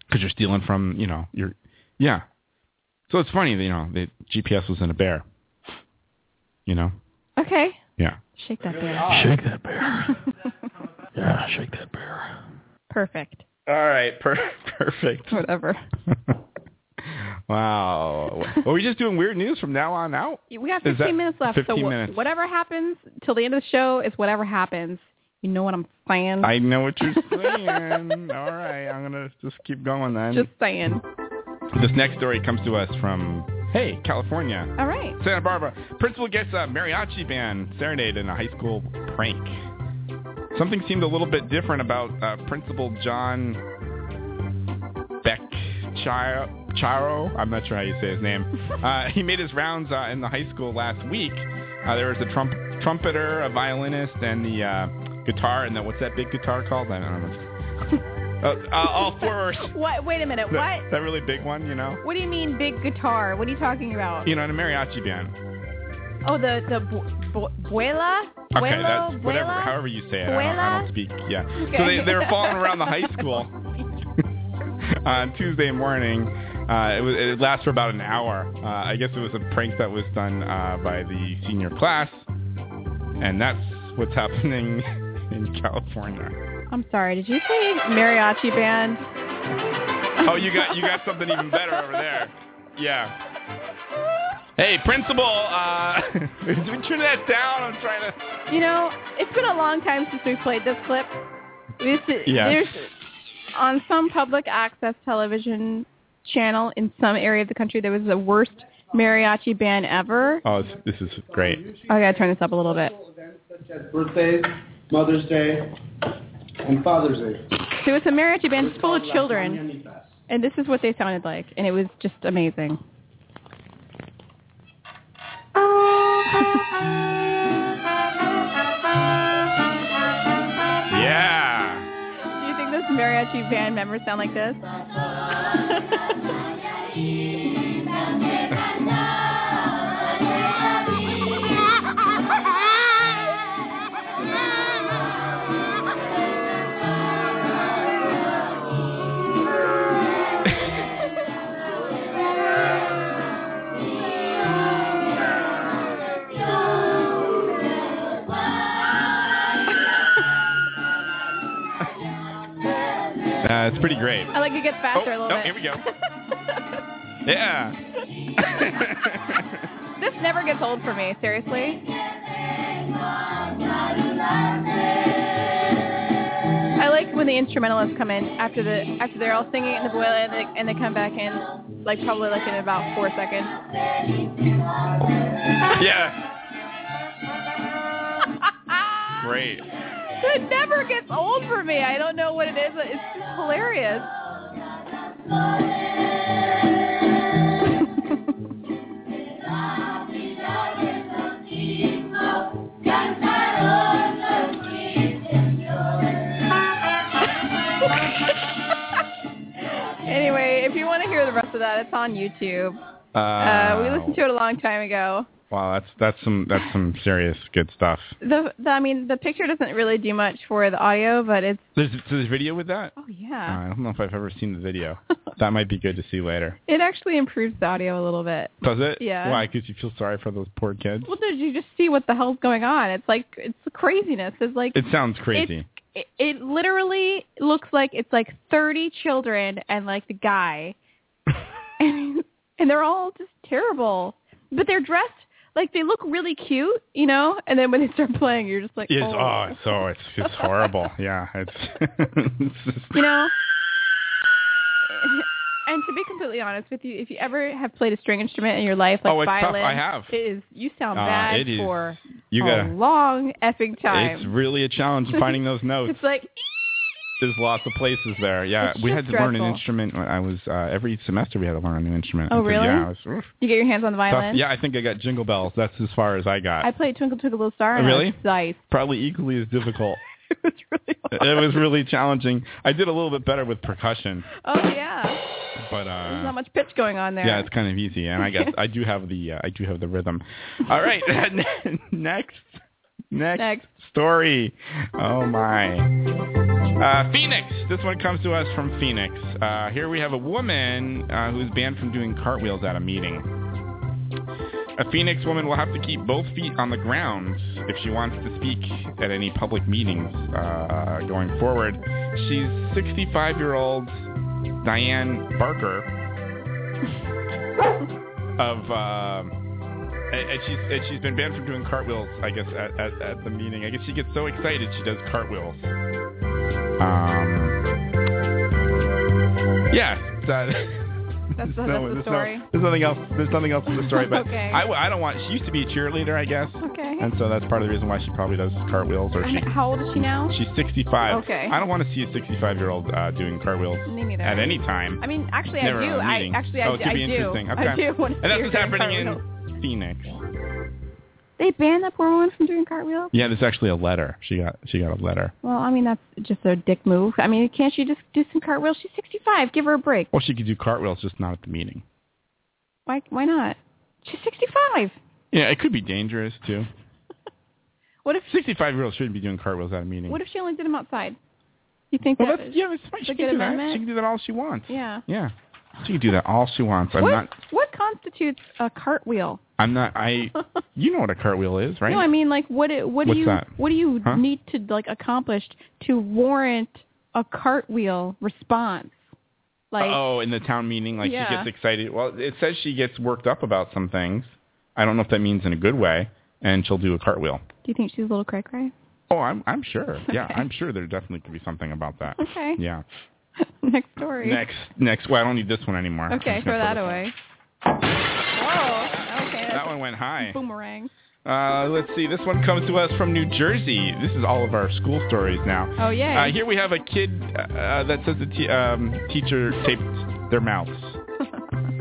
Speaker 2: because you're stealing from you know your. Yeah. So it's funny, that, you know, the GPS was in a bear. You know.
Speaker 3: okay.
Speaker 2: Yeah.
Speaker 3: Shake that bear.
Speaker 2: Shake
Speaker 3: that [LAUGHS] bear.
Speaker 2: Yeah. Shake that bear.
Speaker 3: Perfect.
Speaker 2: All right, per- [LAUGHS] perfect.
Speaker 3: Whatever.
Speaker 2: wow. Are we just doing weird news from now on out?
Speaker 3: We have
Speaker 2: Is
Speaker 3: 15
Speaker 2: that-
Speaker 3: minutes left.
Speaker 2: 15
Speaker 3: so wh-
Speaker 2: minutes.
Speaker 3: whatever happens till the end of the show is whatever happens. You know what I'm saying?
Speaker 2: I know what you're
Speaker 3: [LAUGHS]
Speaker 2: saying. All right, I'm gonna just keep going then.
Speaker 3: Just saying.
Speaker 2: This next story comes to us from Hey, California.
Speaker 3: All right.
Speaker 2: Santa Barbara. Principal gets a mariachi band serenade in a high school prank. Something seemed a little bit different about uh, Principal John Beck Chiro. Chiro? I'm not sure how you say his name. Uh, he made his rounds uh, in the high school last week. Uh, there was a trump- trumpeter, a violinist, and the uh, guitar. And then what's that big guitar called? I don't know. [LAUGHS] Uh, uh, all four were
Speaker 3: What? Wait a minute. What?
Speaker 2: That, that really big one, you know?
Speaker 3: What do you mean big guitar? What are you talking about?
Speaker 2: You know, in a mariachi band.
Speaker 3: Oh, the the bu- bu- buela.
Speaker 2: Okay,
Speaker 3: Buelo?
Speaker 2: that's whatever,
Speaker 3: Buela?
Speaker 2: however you say it. I don't, I don't speak, yeah. So
Speaker 3: Okay.
Speaker 2: they, they were following around the high school [LAUGHS] Uh, on Tuesday morning. Uh, it, was, it lasted for about an hour. Uh, I guess it was a prank that was done uh, by the senior class, and that's what's happening [LAUGHS] in California.
Speaker 3: I'm sorry. Did you say mariachi band?
Speaker 2: Oh, you got you got something even better over there. Yeah. Hey, principal, uh, [LAUGHS] turn that down. I'm trying to.
Speaker 3: You know, it's been a long time since we played this clip. This is,
Speaker 2: Yeah.
Speaker 3: there's on some public access television channel in some area of the country there was the worst mariachi band ever.
Speaker 2: Oh, it's, this is great.
Speaker 3: I gotta turn this up a little bit.
Speaker 14: Birthdays, Mother's Day, and Father's Day.
Speaker 3: So it's a mariachi band full of children, and this is what they sounded like, and it was just amazing.
Speaker 2: Yeah.
Speaker 3: Do you think those mariachi band members sound like this? [LAUGHS]
Speaker 2: Uh, it's pretty great.
Speaker 3: I like it gets faster a little
Speaker 2: no,
Speaker 3: bit.
Speaker 2: Oh, here we go. Yeah. [LAUGHS]
Speaker 3: [LAUGHS] This never gets old for me, seriously. I like when the instrumentalists come in after the after they're all singing in the boiler and they, and they come back in like probably like in about four seconds.
Speaker 2: Yeah. Great.
Speaker 3: It never gets old for me. I don't know what it is. but It's just hilarious. [LAUGHS] Anyway, if you want to hear the rest of that, it's on YouTube.
Speaker 2: Uh,
Speaker 3: Uh, we listened to it a long time ago.
Speaker 2: Wow, that's that's some that's some serious good stuff.
Speaker 3: The, the I mean, the picture doesn't really do much for the audio, but it's
Speaker 2: There's so there's video with that.
Speaker 3: oh yeah,
Speaker 2: I don't know if I've ever seen the video. that might be good to see later.
Speaker 3: it actually improves the audio a little bit.
Speaker 2: Does it?
Speaker 3: Yeah.
Speaker 2: Why? Because you feel sorry for those poor kids.
Speaker 3: Well, did you just see what the hell's going on? It's like it's craziness. It's like
Speaker 2: It sounds crazy.
Speaker 3: it, it literally looks like it's like 30 children and like the
Speaker 2: [LAUGHS]
Speaker 3: guy and, and they're all just terrible but they're dressed like they look really cute you know and then when they start playing you're just like
Speaker 2: It's
Speaker 3: oh.
Speaker 2: oh, it's, oh, it's it's horrible. Yeah, it's, [LAUGHS] it's just-
Speaker 3: you know [LAUGHS] and to be completely honest with you if you ever have played a string instrument in your life like
Speaker 2: Oh, it's tough.
Speaker 3: violin
Speaker 2: I have.
Speaker 3: it is you sound
Speaker 2: Uh,
Speaker 3: bad
Speaker 2: it is.
Speaker 3: for
Speaker 2: you
Speaker 3: a
Speaker 2: gotta.
Speaker 3: long effing time
Speaker 2: It's really a challenge finding
Speaker 3: [LAUGHS]
Speaker 2: those notes.
Speaker 3: it's like
Speaker 2: There's lots of places there. Yeah,
Speaker 3: It's
Speaker 2: we had
Speaker 3: just
Speaker 2: to learn an
Speaker 3: dreadful.
Speaker 2: instrument. When I was uh, every semester we had to learn a new instrument.
Speaker 3: Oh,
Speaker 2: because,
Speaker 3: really?
Speaker 2: Yeah, it was oof,
Speaker 3: you get your hands on the
Speaker 2: tough.
Speaker 3: violin
Speaker 2: Yeah, I think I got jingle bells. That's as far as I got.
Speaker 3: I played Twinkle Twinkle Little Star. And
Speaker 2: Really?
Speaker 3: I was nice.
Speaker 2: Probably equally as
Speaker 3: [LAUGHS]
Speaker 2: difficult. it was really. [LAUGHS] It was really challenging. I did a little bit better with percussion,
Speaker 3: Oh yeah.
Speaker 2: but
Speaker 3: There's
Speaker 2: uh,
Speaker 3: not much pitch going on there.
Speaker 2: yeah, it's kind of easy. And
Speaker 3: [LAUGHS]
Speaker 2: I guess I do have the uh, I do have the rhythm. All right, [LAUGHS] next. Next, story. Oh my. Uh, Phoenix. This one comes to us from Phoenix. Uh, here we have a woman uh, who is banned from doing cartwheels at a meeting. A Phoenix woman will have to keep both feet on the ground if she wants to speak at any public meetings uh, going forward. She's 65-year-old Diane Barker of. um and and she's and she's been banned from doing cartwheels, I guess, at, at, at the meeting. I guess she gets so excited she does cartwheels. Um, yeah, so- [LAUGHS]
Speaker 3: That's the,
Speaker 2: No,
Speaker 3: that's the
Speaker 2: there's,
Speaker 3: story.
Speaker 2: no, there's nothing else. There's nothing else to the story. But
Speaker 3: [LAUGHS] Okay.
Speaker 2: I, w- I don't want. She used to be a cheerleader, I guess.
Speaker 3: Okay.
Speaker 2: And so that's part of the reason why she probably does cartwheels, or
Speaker 3: [LAUGHS]
Speaker 2: she
Speaker 3: And how old is she now?
Speaker 2: she's 65.
Speaker 3: Okay.
Speaker 2: I don't want to see a 65 year old uh, doing cartwheels
Speaker 3: Me neither.
Speaker 2: at any time.
Speaker 3: I mean, actually,
Speaker 2: Never
Speaker 3: I do.
Speaker 2: a
Speaker 3: I
Speaker 2: meeting.
Speaker 3: actually,
Speaker 2: oh,
Speaker 3: I,
Speaker 2: it
Speaker 3: do-
Speaker 2: could be
Speaker 3: I do.
Speaker 2: interesting. Okay.
Speaker 3: I do want to
Speaker 2: and that's
Speaker 3: see
Speaker 2: what's
Speaker 3: her doing
Speaker 2: happening
Speaker 3: cartwheels.
Speaker 2: in Phoenix.
Speaker 3: They banned that poor woman from doing cartwheels.
Speaker 2: Yeah, there's actually a letter. She got she got a letter.
Speaker 3: Well, I mean, that's just a dick move. I mean, can't she just do some cartwheels? She's 65. Give her a break.
Speaker 2: Well, she could do cartwheels, just not at the meeting.
Speaker 3: Why? Why not? She's 65.
Speaker 2: Yeah, it could be dangerous too.
Speaker 3: What if
Speaker 2: 65 year olds shouldn't be doing cartwheels at a meeting?
Speaker 3: What if she only did them outside? You think
Speaker 2: Mm-hmm. Well,
Speaker 3: that
Speaker 2: that's- yeah, that's fine.
Speaker 3: is
Speaker 2: She
Speaker 3: a
Speaker 2: can
Speaker 3: good
Speaker 2: do that.
Speaker 3: amendment?
Speaker 2: She can do that all she wants.
Speaker 3: Yeah.
Speaker 2: yeah, she can do that all she wants. I'm
Speaker 3: what,
Speaker 2: not.
Speaker 3: what constitutes a cartwheel? [LAUGHS]
Speaker 2: I'm not. I. You know what a cartwheel is, right?
Speaker 3: No, I mean like what? it- What do
Speaker 2: What's
Speaker 3: you?
Speaker 2: that?
Speaker 3: What do you
Speaker 2: Huh?
Speaker 3: need to like accomplish to warrant a cartwheel response? Like
Speaker 2: oh, in the town meeting, like she
Speaker 3: Yeah.
Speaker 2: gets excited. Well, it says she gets worked up about some things. I don't know if that means in a good way, and she'll do a cartwheel.
Speaker 3: Do you think she's a little cray cray?
Speaker 2: Oh, I'm I'm
Speaker 3: [LAUGHS]
Speaker 2: sure. Yeah, I'm sure there definitely could be something about that.
Speaker 3: Okay.
Speaker 2: Yeah.
Speaker 3: [LAUGHS] Next story.
Speaker 2: Next, next. Well, I don't need this one anymore. I'm
Speaker 3: Okay,
Speaker 2: just
Speaker 3: throw
Speaker 2: gonna [LAUGHS]
Speaker 3: that
Speaker 2: put it-
Speaker 3: away. Oh, okay.
Speaker 2: That one went high.
Speaker 3: Boomerang.
Speaker 2: Uh, let's see. This one comes to us from New Jersey. This is all of our school stories now.
Speaker 3: Oh yeah.
Speaker 2: Uh, here we have a kid uh, uh, that says the te- um, teacher taped their mouths.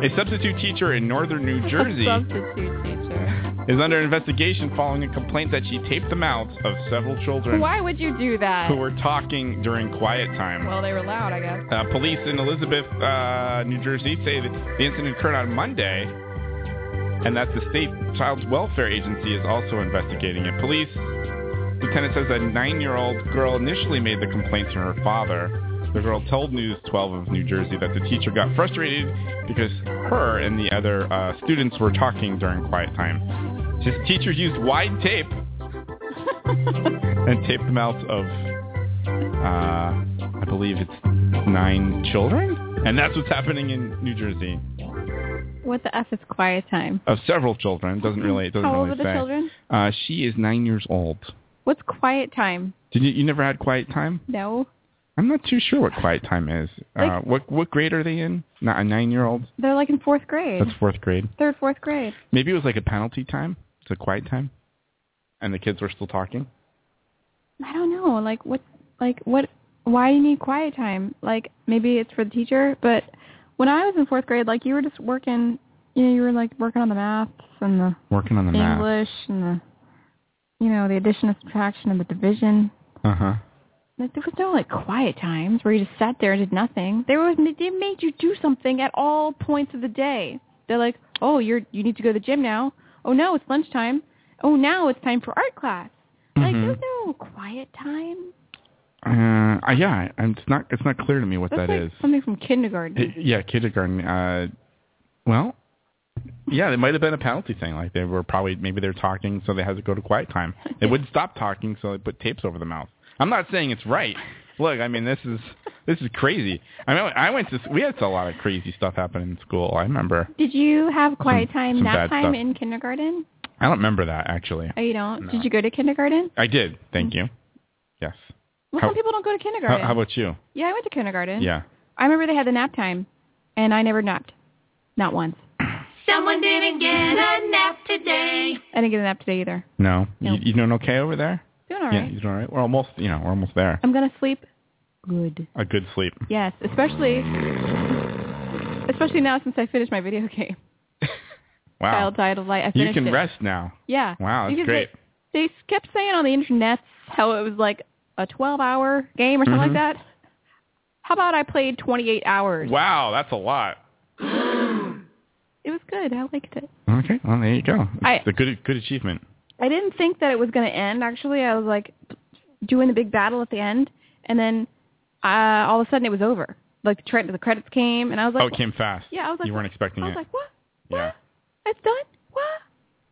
Speaker 2: a substitute teacher in northern New Jersey
Speaker 3: Substitute teacher.
Speaker 2: is under investigation following a complaint that she taped the mouths of several children
Speaker 3: Why would you do that?
Speaker 2: who were talking during quiet time.
Speaker 3: Well, they were loud, I guess.
Speaker 2: Uh, police in Elizabeth, uh, New Jersey, say that the incident occurred on Monday, and that the state child welfare agency is also investigating it. Police lieutenant says that a nine-year-old girl initially made the complaint to her father. The girl told News 12 of New Jersey that the teacher got frustrated because her and the other uh, students were talking during quiet time. She said teachers used wide tape and taped the mouths of, uh, I believe it's nine children, and that's what's happening in New Jersey.
Speaker 3: What the f is quiet time?
Speaker 2: Of several children, doesn't really, it doesn't
Speaker 3: How old
Speaker 2: really
Speaker 3: were the
Speaker 2: say.
Speaker 3: children?
Speaker 2: Uh, she is nine years old.
Speaker 3: What's quiet time?
Speaker 2: Did you, you never had quiet time?
Speaker 3: No,
Speaker 2: I'm not too sure what quiet time is. uh,
Speaker 3: Like-
Speaker 2: what what grade are they in? Not a nine year old.
Speaker 3: they're like in fourth grade,
Speaker 2: That's fourth grade.
Speaker 3: third, fourth grade.
Speaker 2: Maybe it was like a penalty time. It's a quiet time, and the kids were still talking.
Speaker 3: I don't know. Like what? Like what? Why do you need quiet time? Like maybe it's for the teacher, but when I was in fourth grade, like you were just working. You know, you were like working on the maths and the
Speaker 2: Working on the math.
Speaker 3: English and the you know the addition, and subtraction, and the division.
Speaker 2: Uh huh.
Speaker 3: Like there was no like quiet times where you just sat there and did nothing. They were they made you do something at all points of the day. They're like, oh, you're you need to go to the gym now. Oh no, it's lunchtime. Oh now it's time for art class. Like
Speaker 2: Mhm.
Speaker 3: there's no quiet time.
Speaker 2: Uh, I- yeah, I- it's not it's not clear to me what
Speaker 3: That's
Speaker 2: that
Speaker 3: like
Speaker 2: is.
Speaker 3: something from kindergarten.
Speaker 2: It- yeah, kindergarten. Uh, well, yeah, it might have been a penalty thing. Like they were probably maybe they're talking, so they had to go to quiet time. They wouldn't stop talking, so they put tapes over the mouth. I'm not saying it's right. Look, I mean this is this is crazy. I mean I went to we had a lot of crazy stuff happen in school. I remember.
Speaker 3: Did you have quiet time
Speaker 2: some
Speaker 3: nap
Speaker 2: bad
Speaker 3: time
Speaker 2: stuff.
Speaker 3: in kindergarten?
Speaker 2: I don't remember that actually.
Speaker 3: Oh, you don't?
Speaker 2: No.
Speaker 3: Did you go to kindergarten?
Speaker 2: I did. Thank you. Yes.
Speaker 3: Well,
Speaker 2: How-
Speaker 3: some people don't go to
Speaker 2: How,
Speaker 3: kindergarten.
Speaker 2: how about you?
Speaker 3: yeah, I went to kindergarten.
Speaker 2: Yeah.
Speaker 3: I remember they had the nap time, and I never napped, not once.
Speaker 27: Someone didn't get a nap today.
Speaker 3: I didn't get a nap today either.
Speaker 2: No.
Speaker 3: No.
Speaker 2: You, you doing okay over there?
Speaker 3: Doing all
Speaker 2: yeah,
Speaker 3: right.
Speaker 2: you doing all right. We're almost you know we're almost there.
Speaker 3: I'm gonna sleep good.
Speaker 2: A good sleep.
Speaker 3: Yes, especially especially now since I finished my video game.
Speaker 2: Wow.
Speaker 3: Child Died of Light. I
Speaker 2: you
Speaker 3: finished
Speaker 2: can
Speaker 3: it.
Speaker 2: rest now.
Speaker 3: Yeah.
Speaker 2: Wow, that's
Speaker 3: Because
Speaker 2: great.
Speaker 3: They, they kept saying on the internet how it was like a 12-hour game or something
Speaker 2: Mhm.
Speaker 3: like that. How about I played 28 hours?
Speaker 2: Wow, that's a lot.
Speaker 3: It was good. I liked it.
Speaker 2: Okay, well there you go. It's
Speaker 3: I-
Speaker 2: a good good achievement.
Speaker 3: I didn't think that it was going to end. Actually, I was like doing the big battle at the end, and then uh, all of a sudden it was over. Like the, tre- the credits came, and I was like,
Speaker 2: oh, it came fast.
Speaker 3: Yeah, I was like, oh
Speaker 2: you weren't expecting
Speaker 3: I was
Speaker 2: it.
Speaker 3: like, what?
Speaker 2: yeah.
Speaker 3: It's done? What?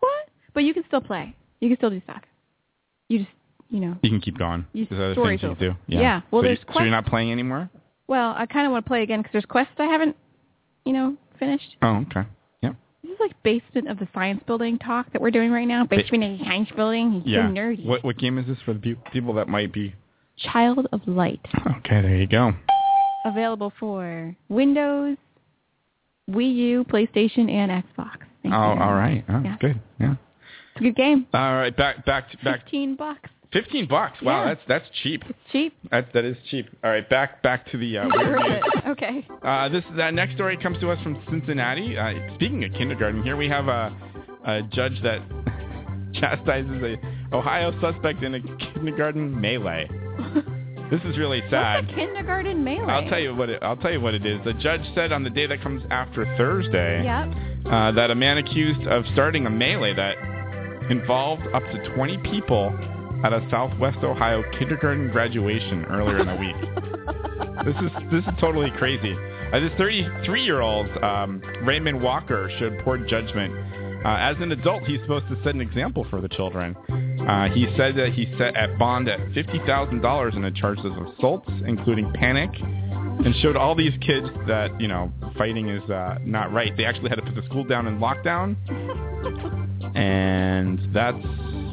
Speaker 3: What? But you can still play. You can still do stuff. You just, you know.
Speaker 2: You can keep going.
Speaker 3: You-
Speaker 2: There's other
Speaker 3: story's
Speaker 2: things you can
Speaker 3: over.
Speaker 2: do. Yeah.
Speaker 3: Yeah, well,
Speaker 2: so
Speaker 3: there's
Speaker 2: you, so you're not playing anymore.
Speaker 3: Well, I kind of want to play again because there's quests I haven't, you know, finished.
Speaker 2: Oh, okay. Yep.
Speaker 3: This is like basement of the science building talk that we're doing right now.
Speaker 2: Ba-
Speaker 3: Basement of the science building. It's so
Speaker 2: Yeah.
Speaker 3: nerdy.
Speaker 2: What what game is this for the peop- people that might be? [CLEARS THROAT]
Speaker 3: Child of Light.
Speaker 2: Okay, there you go.
Speaker 3: available for Windows, Wii U, PlayStation, and Xbox.
Speaker 2: Oh, all right. Oh,
Speaker 3: Yeah.
Speaker 2: Good. Yeah.
Speaker 3: It's a good game.
Speaker 2: All right. Back back to-
Speaker 3: [LAUGHS]
Speaker 2: back.
Speaker 3: Fifteen bucks.
Speaker 2: Fifteen bucks. Wow,
Speaker 3: Yeah.
Speaker 2: that's that's cheap.
Speaker 3: Cheap.
Speaker 2: That that is cheap. All right. Back back
Speaker 3: [LAUGHS]
Speaker 2: to the. Uh, weird
Speaker 3: Worth
Speaker 2: news.
Speaker 3: it. Okay.
Speaker 2: Uh, this that next story comes to us from Cincinnati. Uh, speaking of kindergarten, here we have a, a judge that [LAUGHS] chastises a Ohio suspect in a kindergarten melee. this is really [LAUGHS] sad.
Speaker 3: Kindergarten melee.
Speaker 2: I'll tell you what it, I'll tell you what it is. The judge said on the day that comes after Thursday
Speaker 3: Yep.
Speaker 2: uh, that a man accused of starting a melee that involved up to 20 people at a Southwest Ohio kindergarten graduation earlier in the week. this is this is totally crazy. Uh, this 33-year-old um, Raymond Walker showed poor judgment. Uh, as an adult, he's supposed to set an example for the children. Uh, he said that he set at bond at $50,000 in the charges of assaults, including panic, and showed all these kids that you know fighting is uh, not right. They actually had to put the school down in lockdown, and that's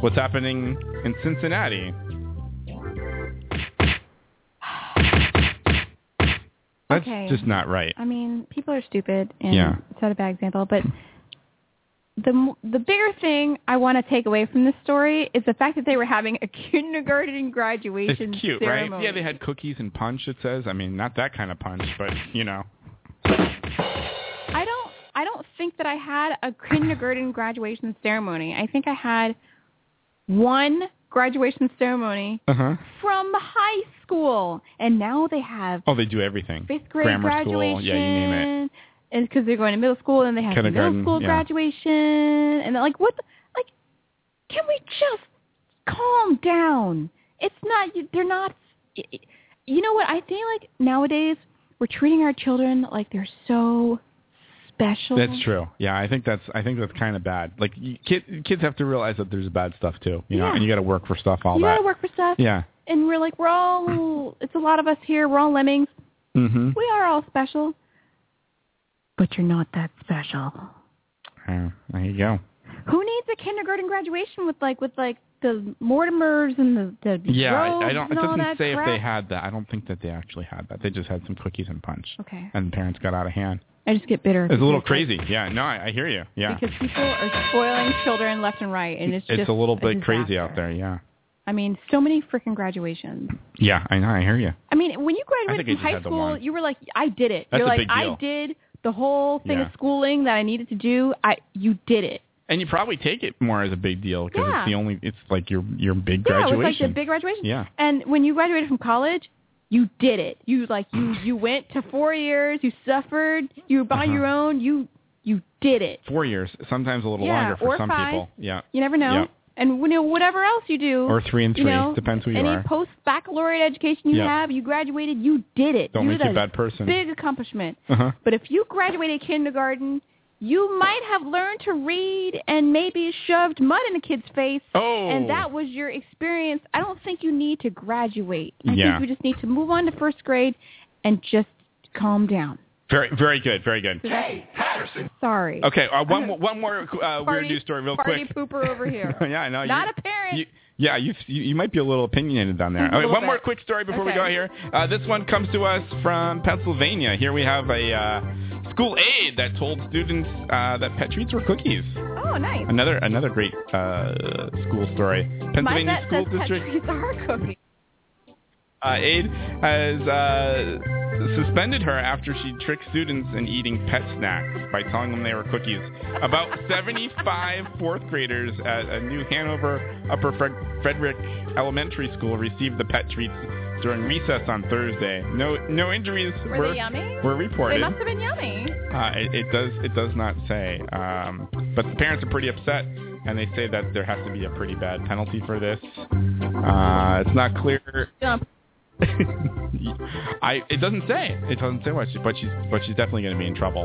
Speaker 2: what's happening in Cincinnati. That's
Speaker 3: Okay.
Speaker 2: just not right.
Speaker 3: I mean, people are stupid and
Speaker 2: Yeah.
Speaker 3: set a bad example, but the m- the bigger thing I want to take away from this story is the fact that they were having a [LAUGHS] kindergarten
Speaker 2: It's
Speaker 3: graduation
Speaker 2: cute,
Speaker 3: ceremony.
Speaker 2: right? Yeah, they had cookies and punch. It says. I mean, not that kind of punch, but you know.
Speaker 3: I don't I don't think that I had a kindergarten graduation ceremony. I think I had one graduation ceremony
Speaker 2: Uh huh.
Speaker 3: from high school, and now they have
Speaker 2: Oh, they do everything.
Speaker 3: fifth grade
Speaker 2: Grammar
Speaker 3: graduation.
Speaker 2: school. Yeah, you name it.
Speaker 3: And because they're going to middle school, and they have middle
Speaker 2: Kindergarten,
Speaker 3: school
Speaker 2: yeah.
Speaker 3: graduation, and they're like, what? The, like, can we just calm down? It's not. you- They're not. You know what? I think like nowadays we're treating our children like they're so special.
Speaker 2: That's true. Yeah, I think that's I think that's kind of bad. Like you, kid, kids have to realize that there's bad stuff too, you know,
Speaker 3: Yeah.
Speaker 2: and you got to work for stuff all
Speaker 3: you
Speaker 2: that.
Speaker 3: gotta work for stuff.
Speaker 2: Yeah.
Speaker 3: And we're like, we're all. little- It's a lot of us here. We're all lemmings.
Speaker 2: Mhm.
Speaker 3: We are all special. But you're not that special.
Speaker 2: Yeah, there you go.
Speaker 3: Who needs a kindergarten graduation with like with like the Mortimers and the the
Speaker 2: Yeah, I, I
Speaker 3: Rhodes
Speaker 2: don't. It
Speaker 3: and all
Speaker 2: doesn't
Speaker 3: that
Speaker 2: say
Speaker 3: crap?
Speaker 2: if they had that. I don't think that they actually had that. They just had some cookies and punch,
Speaker 3: Okay,
Speaker 2: and the parents got out of hand.
Speaker 3: I just get bitter.
Speaker 2: It's a little
Speaker 3: because-
Speaker 2: crazy. Yeah. No, I, I hear you. Yeah.
Speaker 3: because people are spoiling children left and right, and it's, just
Speaker 2: a little bit
Speaker 3: disaster.
Speaker 2: crazy out there. Yeah.
Speaker 3: I mean, so many freaking graduations.
Speaker 2: Yeah, I know. I hear you.
Speaker 3: I mean, when you
Speaker 2: think
Speaker 3: graduated from
Speaker 2: I just
Speaker 3: high
Speaker 2: had the
Speaker 3: school,
Speaker 2: one.
Speaker 3: you were like, I did it.
Speaker 2: That's
Speaker 3: You're
Speaker 2: a
Speaker 3: like,
Speaker 2: big
Speaker 3: I
Speaker 2: deal.
Speaker 3: did the whole thing
Speaker 2: Yeah.
Speaker 3: of schooling that I needed to do. I you did it.
Speaker 2: And you probably take it more as a big deal because
Speaker 3: Yeah.
Speaker 2: it's the only. It's like your your big
Speaker 3: Yeah, it
Speaker 2: graduation.
Speaker 3: was like the big graduation.
Speaker 2: Yeah.
Speaker 3: And when you graduated from college, you did it. You like you you went to four years. You suffered. You were by
Speaker 2: Uh-huh.
Speaker 3: your own. You you did it.
Speaker 2: Four years, sometimes a little
Speaker 3: Yeah,
Speaker 2: longer for
Speaker 3: or
Speaker 2: some
Speaker 3: five.
Speaker 2: people. Yeah.
Speaker 3: You never know.
Speaker 2: Yeah.
Speaker 3: And you know, whatever else you do,
Speaker 2: Or three and
Speaker 3: you
Speaker 2: three,
Speaker 3: know,
Speaker 2: depends who you
Speaker 3: any
Speaker 2: are.
Speaker 3: post baccalaureate education you
Speaker 2: Yeah.
Speaker 3: have, you graduated. You did it.
Speaker 2: Don't
Speaker 3: you
Speaker 2: make
Speaker 3: did
Speaker 2: you a bad person.
Speaker 3: Big accomplishment.
Speaker 2: Uh huh.
Speaker 3: But if you graduated kindergarten, you might have learned to read and maybe shoved mud in a kid's face.
Speaker 2: Oh.
Speaker 3: And that was your experience. I don't think you need to graduate. I
Speaker 2: Yeah.
Speaker 3: think you just need to move on to first grade and just calm down.
Speaker 2: Very, very good. Very good.
Speaker 3: Hey, Patterson. Sorry.
Speaker 2: Okay, uh, one more, one more uh, weird
Speaker 3: Party-
Speaker 2: news story, real
Speaker 3: party
Speaker 2: quick.
Speaker 3: pooper over here.
Speaker 2: [LAUGHS] yeah, I know.
Speaker 3: Not
Speaker 2: you,
Speaker 3: a parent.
Speaker 2: You, yeah, you, you you might be a little opinionated down there.
Speaker 3: [LAUGHS] A
Speaker 2: All right,
Speaker 3: little
Speaker 2: one more
Speaker 3: bit.
Speaker 2: quick story before we
Speaker 3: Okay.
Speaker 2: go here. Uh, this one comes to us from Pennsylvania. Here we have a uh, school aide that told students uh, that pet treats were cookies.
Speaker 3: oh, nice.
Speaker 2: Another another great uh, school story.
Speaker 3: Mine
Speaker 2: Pennsylvania
Speaker 3: that
Speaker 2: school
Speaker 3: says
Speaker 2: district
Speaker 3: [LAUGHS] Pet treats are cookies.
Speaker 2: uh, aide has uh, suspended her after she tricked students in eating pet snacks by telling them they were cookies. About 75 fourth graders at a New Hanover Upper Fred- Frederick Elementary School received the pet treats during recess on Thursday. No, no injuries
Speaker 3: Were
Speaker 2: were,
Speaker 3: they yummy?
Speaker 2: were
Speaker 3: They
Speaker 2: reported.
Speaker 3: must have been yummy.
Speaker 2: Uh, it, it does. It does not say. Um, but the parents are pretty upset, and they say that there has to be a pretty bad penalty for this. Uh, it's not clear.
Speaker 3: Jump.
Speaker 2: [LAUGHS] I. It doesn't say. It doesn't say what she. But she's. But she's definitely going to be in trouble.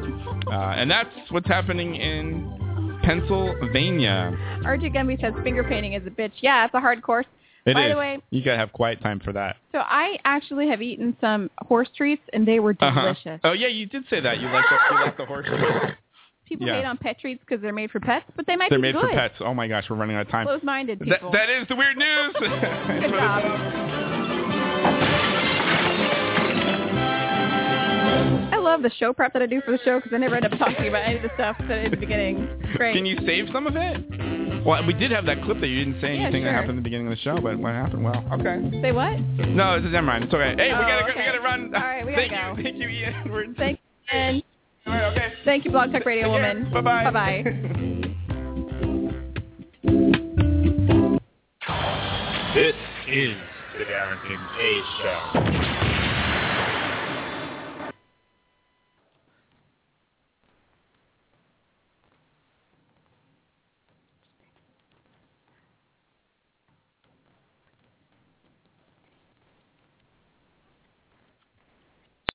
Speaker 2: Uh, and that's what's happening in Pennsylvania.
Speaker 3: RJ Gumby says finger painting is a bitch. Yeah, it's a hard course.
Speaker 2: It is.
Speaker 3: By the way,
Speaker 2: you gotta have quiet time for that.
Speaker 3: so I actually have eaten some horse treats and they were
Speaker 2: Uh-huh.
Speaker 3: delicious.
Speaker 2: Oh yeah, you did say that. You like the, you like
Speaker 3: [LAUGHS]
Speaker 2: the horse.
Speaker 3: People
Speaker 2: Yeah.
Speaker 3: hate on pet treats because they're made for pets, but they might
Speaker 2: They're
Speaker 3: be
Speaker 2: made
Speaker 3: good.
Speaker 2: for pets. Oh my gosh, we're running out of time.
Speaker 3: Close-minded
Speaker 2: That,
Speaker 3: people.
Speaker 2: that is the weird news. [LAUGHS]
Speaker 3: Good job. I love love the show prep that I do for the show because I never end up talking about any of the stuff that at the beginning.
Speaker 2: [LAUGHS]
Speaker 3: Great.
Speaker 2: Can you save some of it? Well, we did have that clip that you didn't say
Speaker 3: Yeah,
Speaker 2: anything
Speaker 3: sure.
Speaker 2: that happened at the beginning of the show, but what happened? Well, okay.
Speaker 3: Say what?
Speaker 2: No, it's, never mind. It's okay. Hey,
Speaker 3: Oh,
Speaker 2: we gotta go,
Speaker 3: okay.
Speaker 2: we gotta run.
Speaker 3: All right, we
Speaker 2: [LAUGHS] Thank
Speaker 3: gotta
Speaker 2: you. Thank you, Ian. We're [LAUGHS]
Speaker 3: Thank you, Ian. Thank you, Blog Talk Radio
Speaker 2: Take care.
Speaker 3: Woman.
Speaker 2: Bye-bye.
Speaker 3: Bye bye.
Speaker 15: This is the Darren King A Show.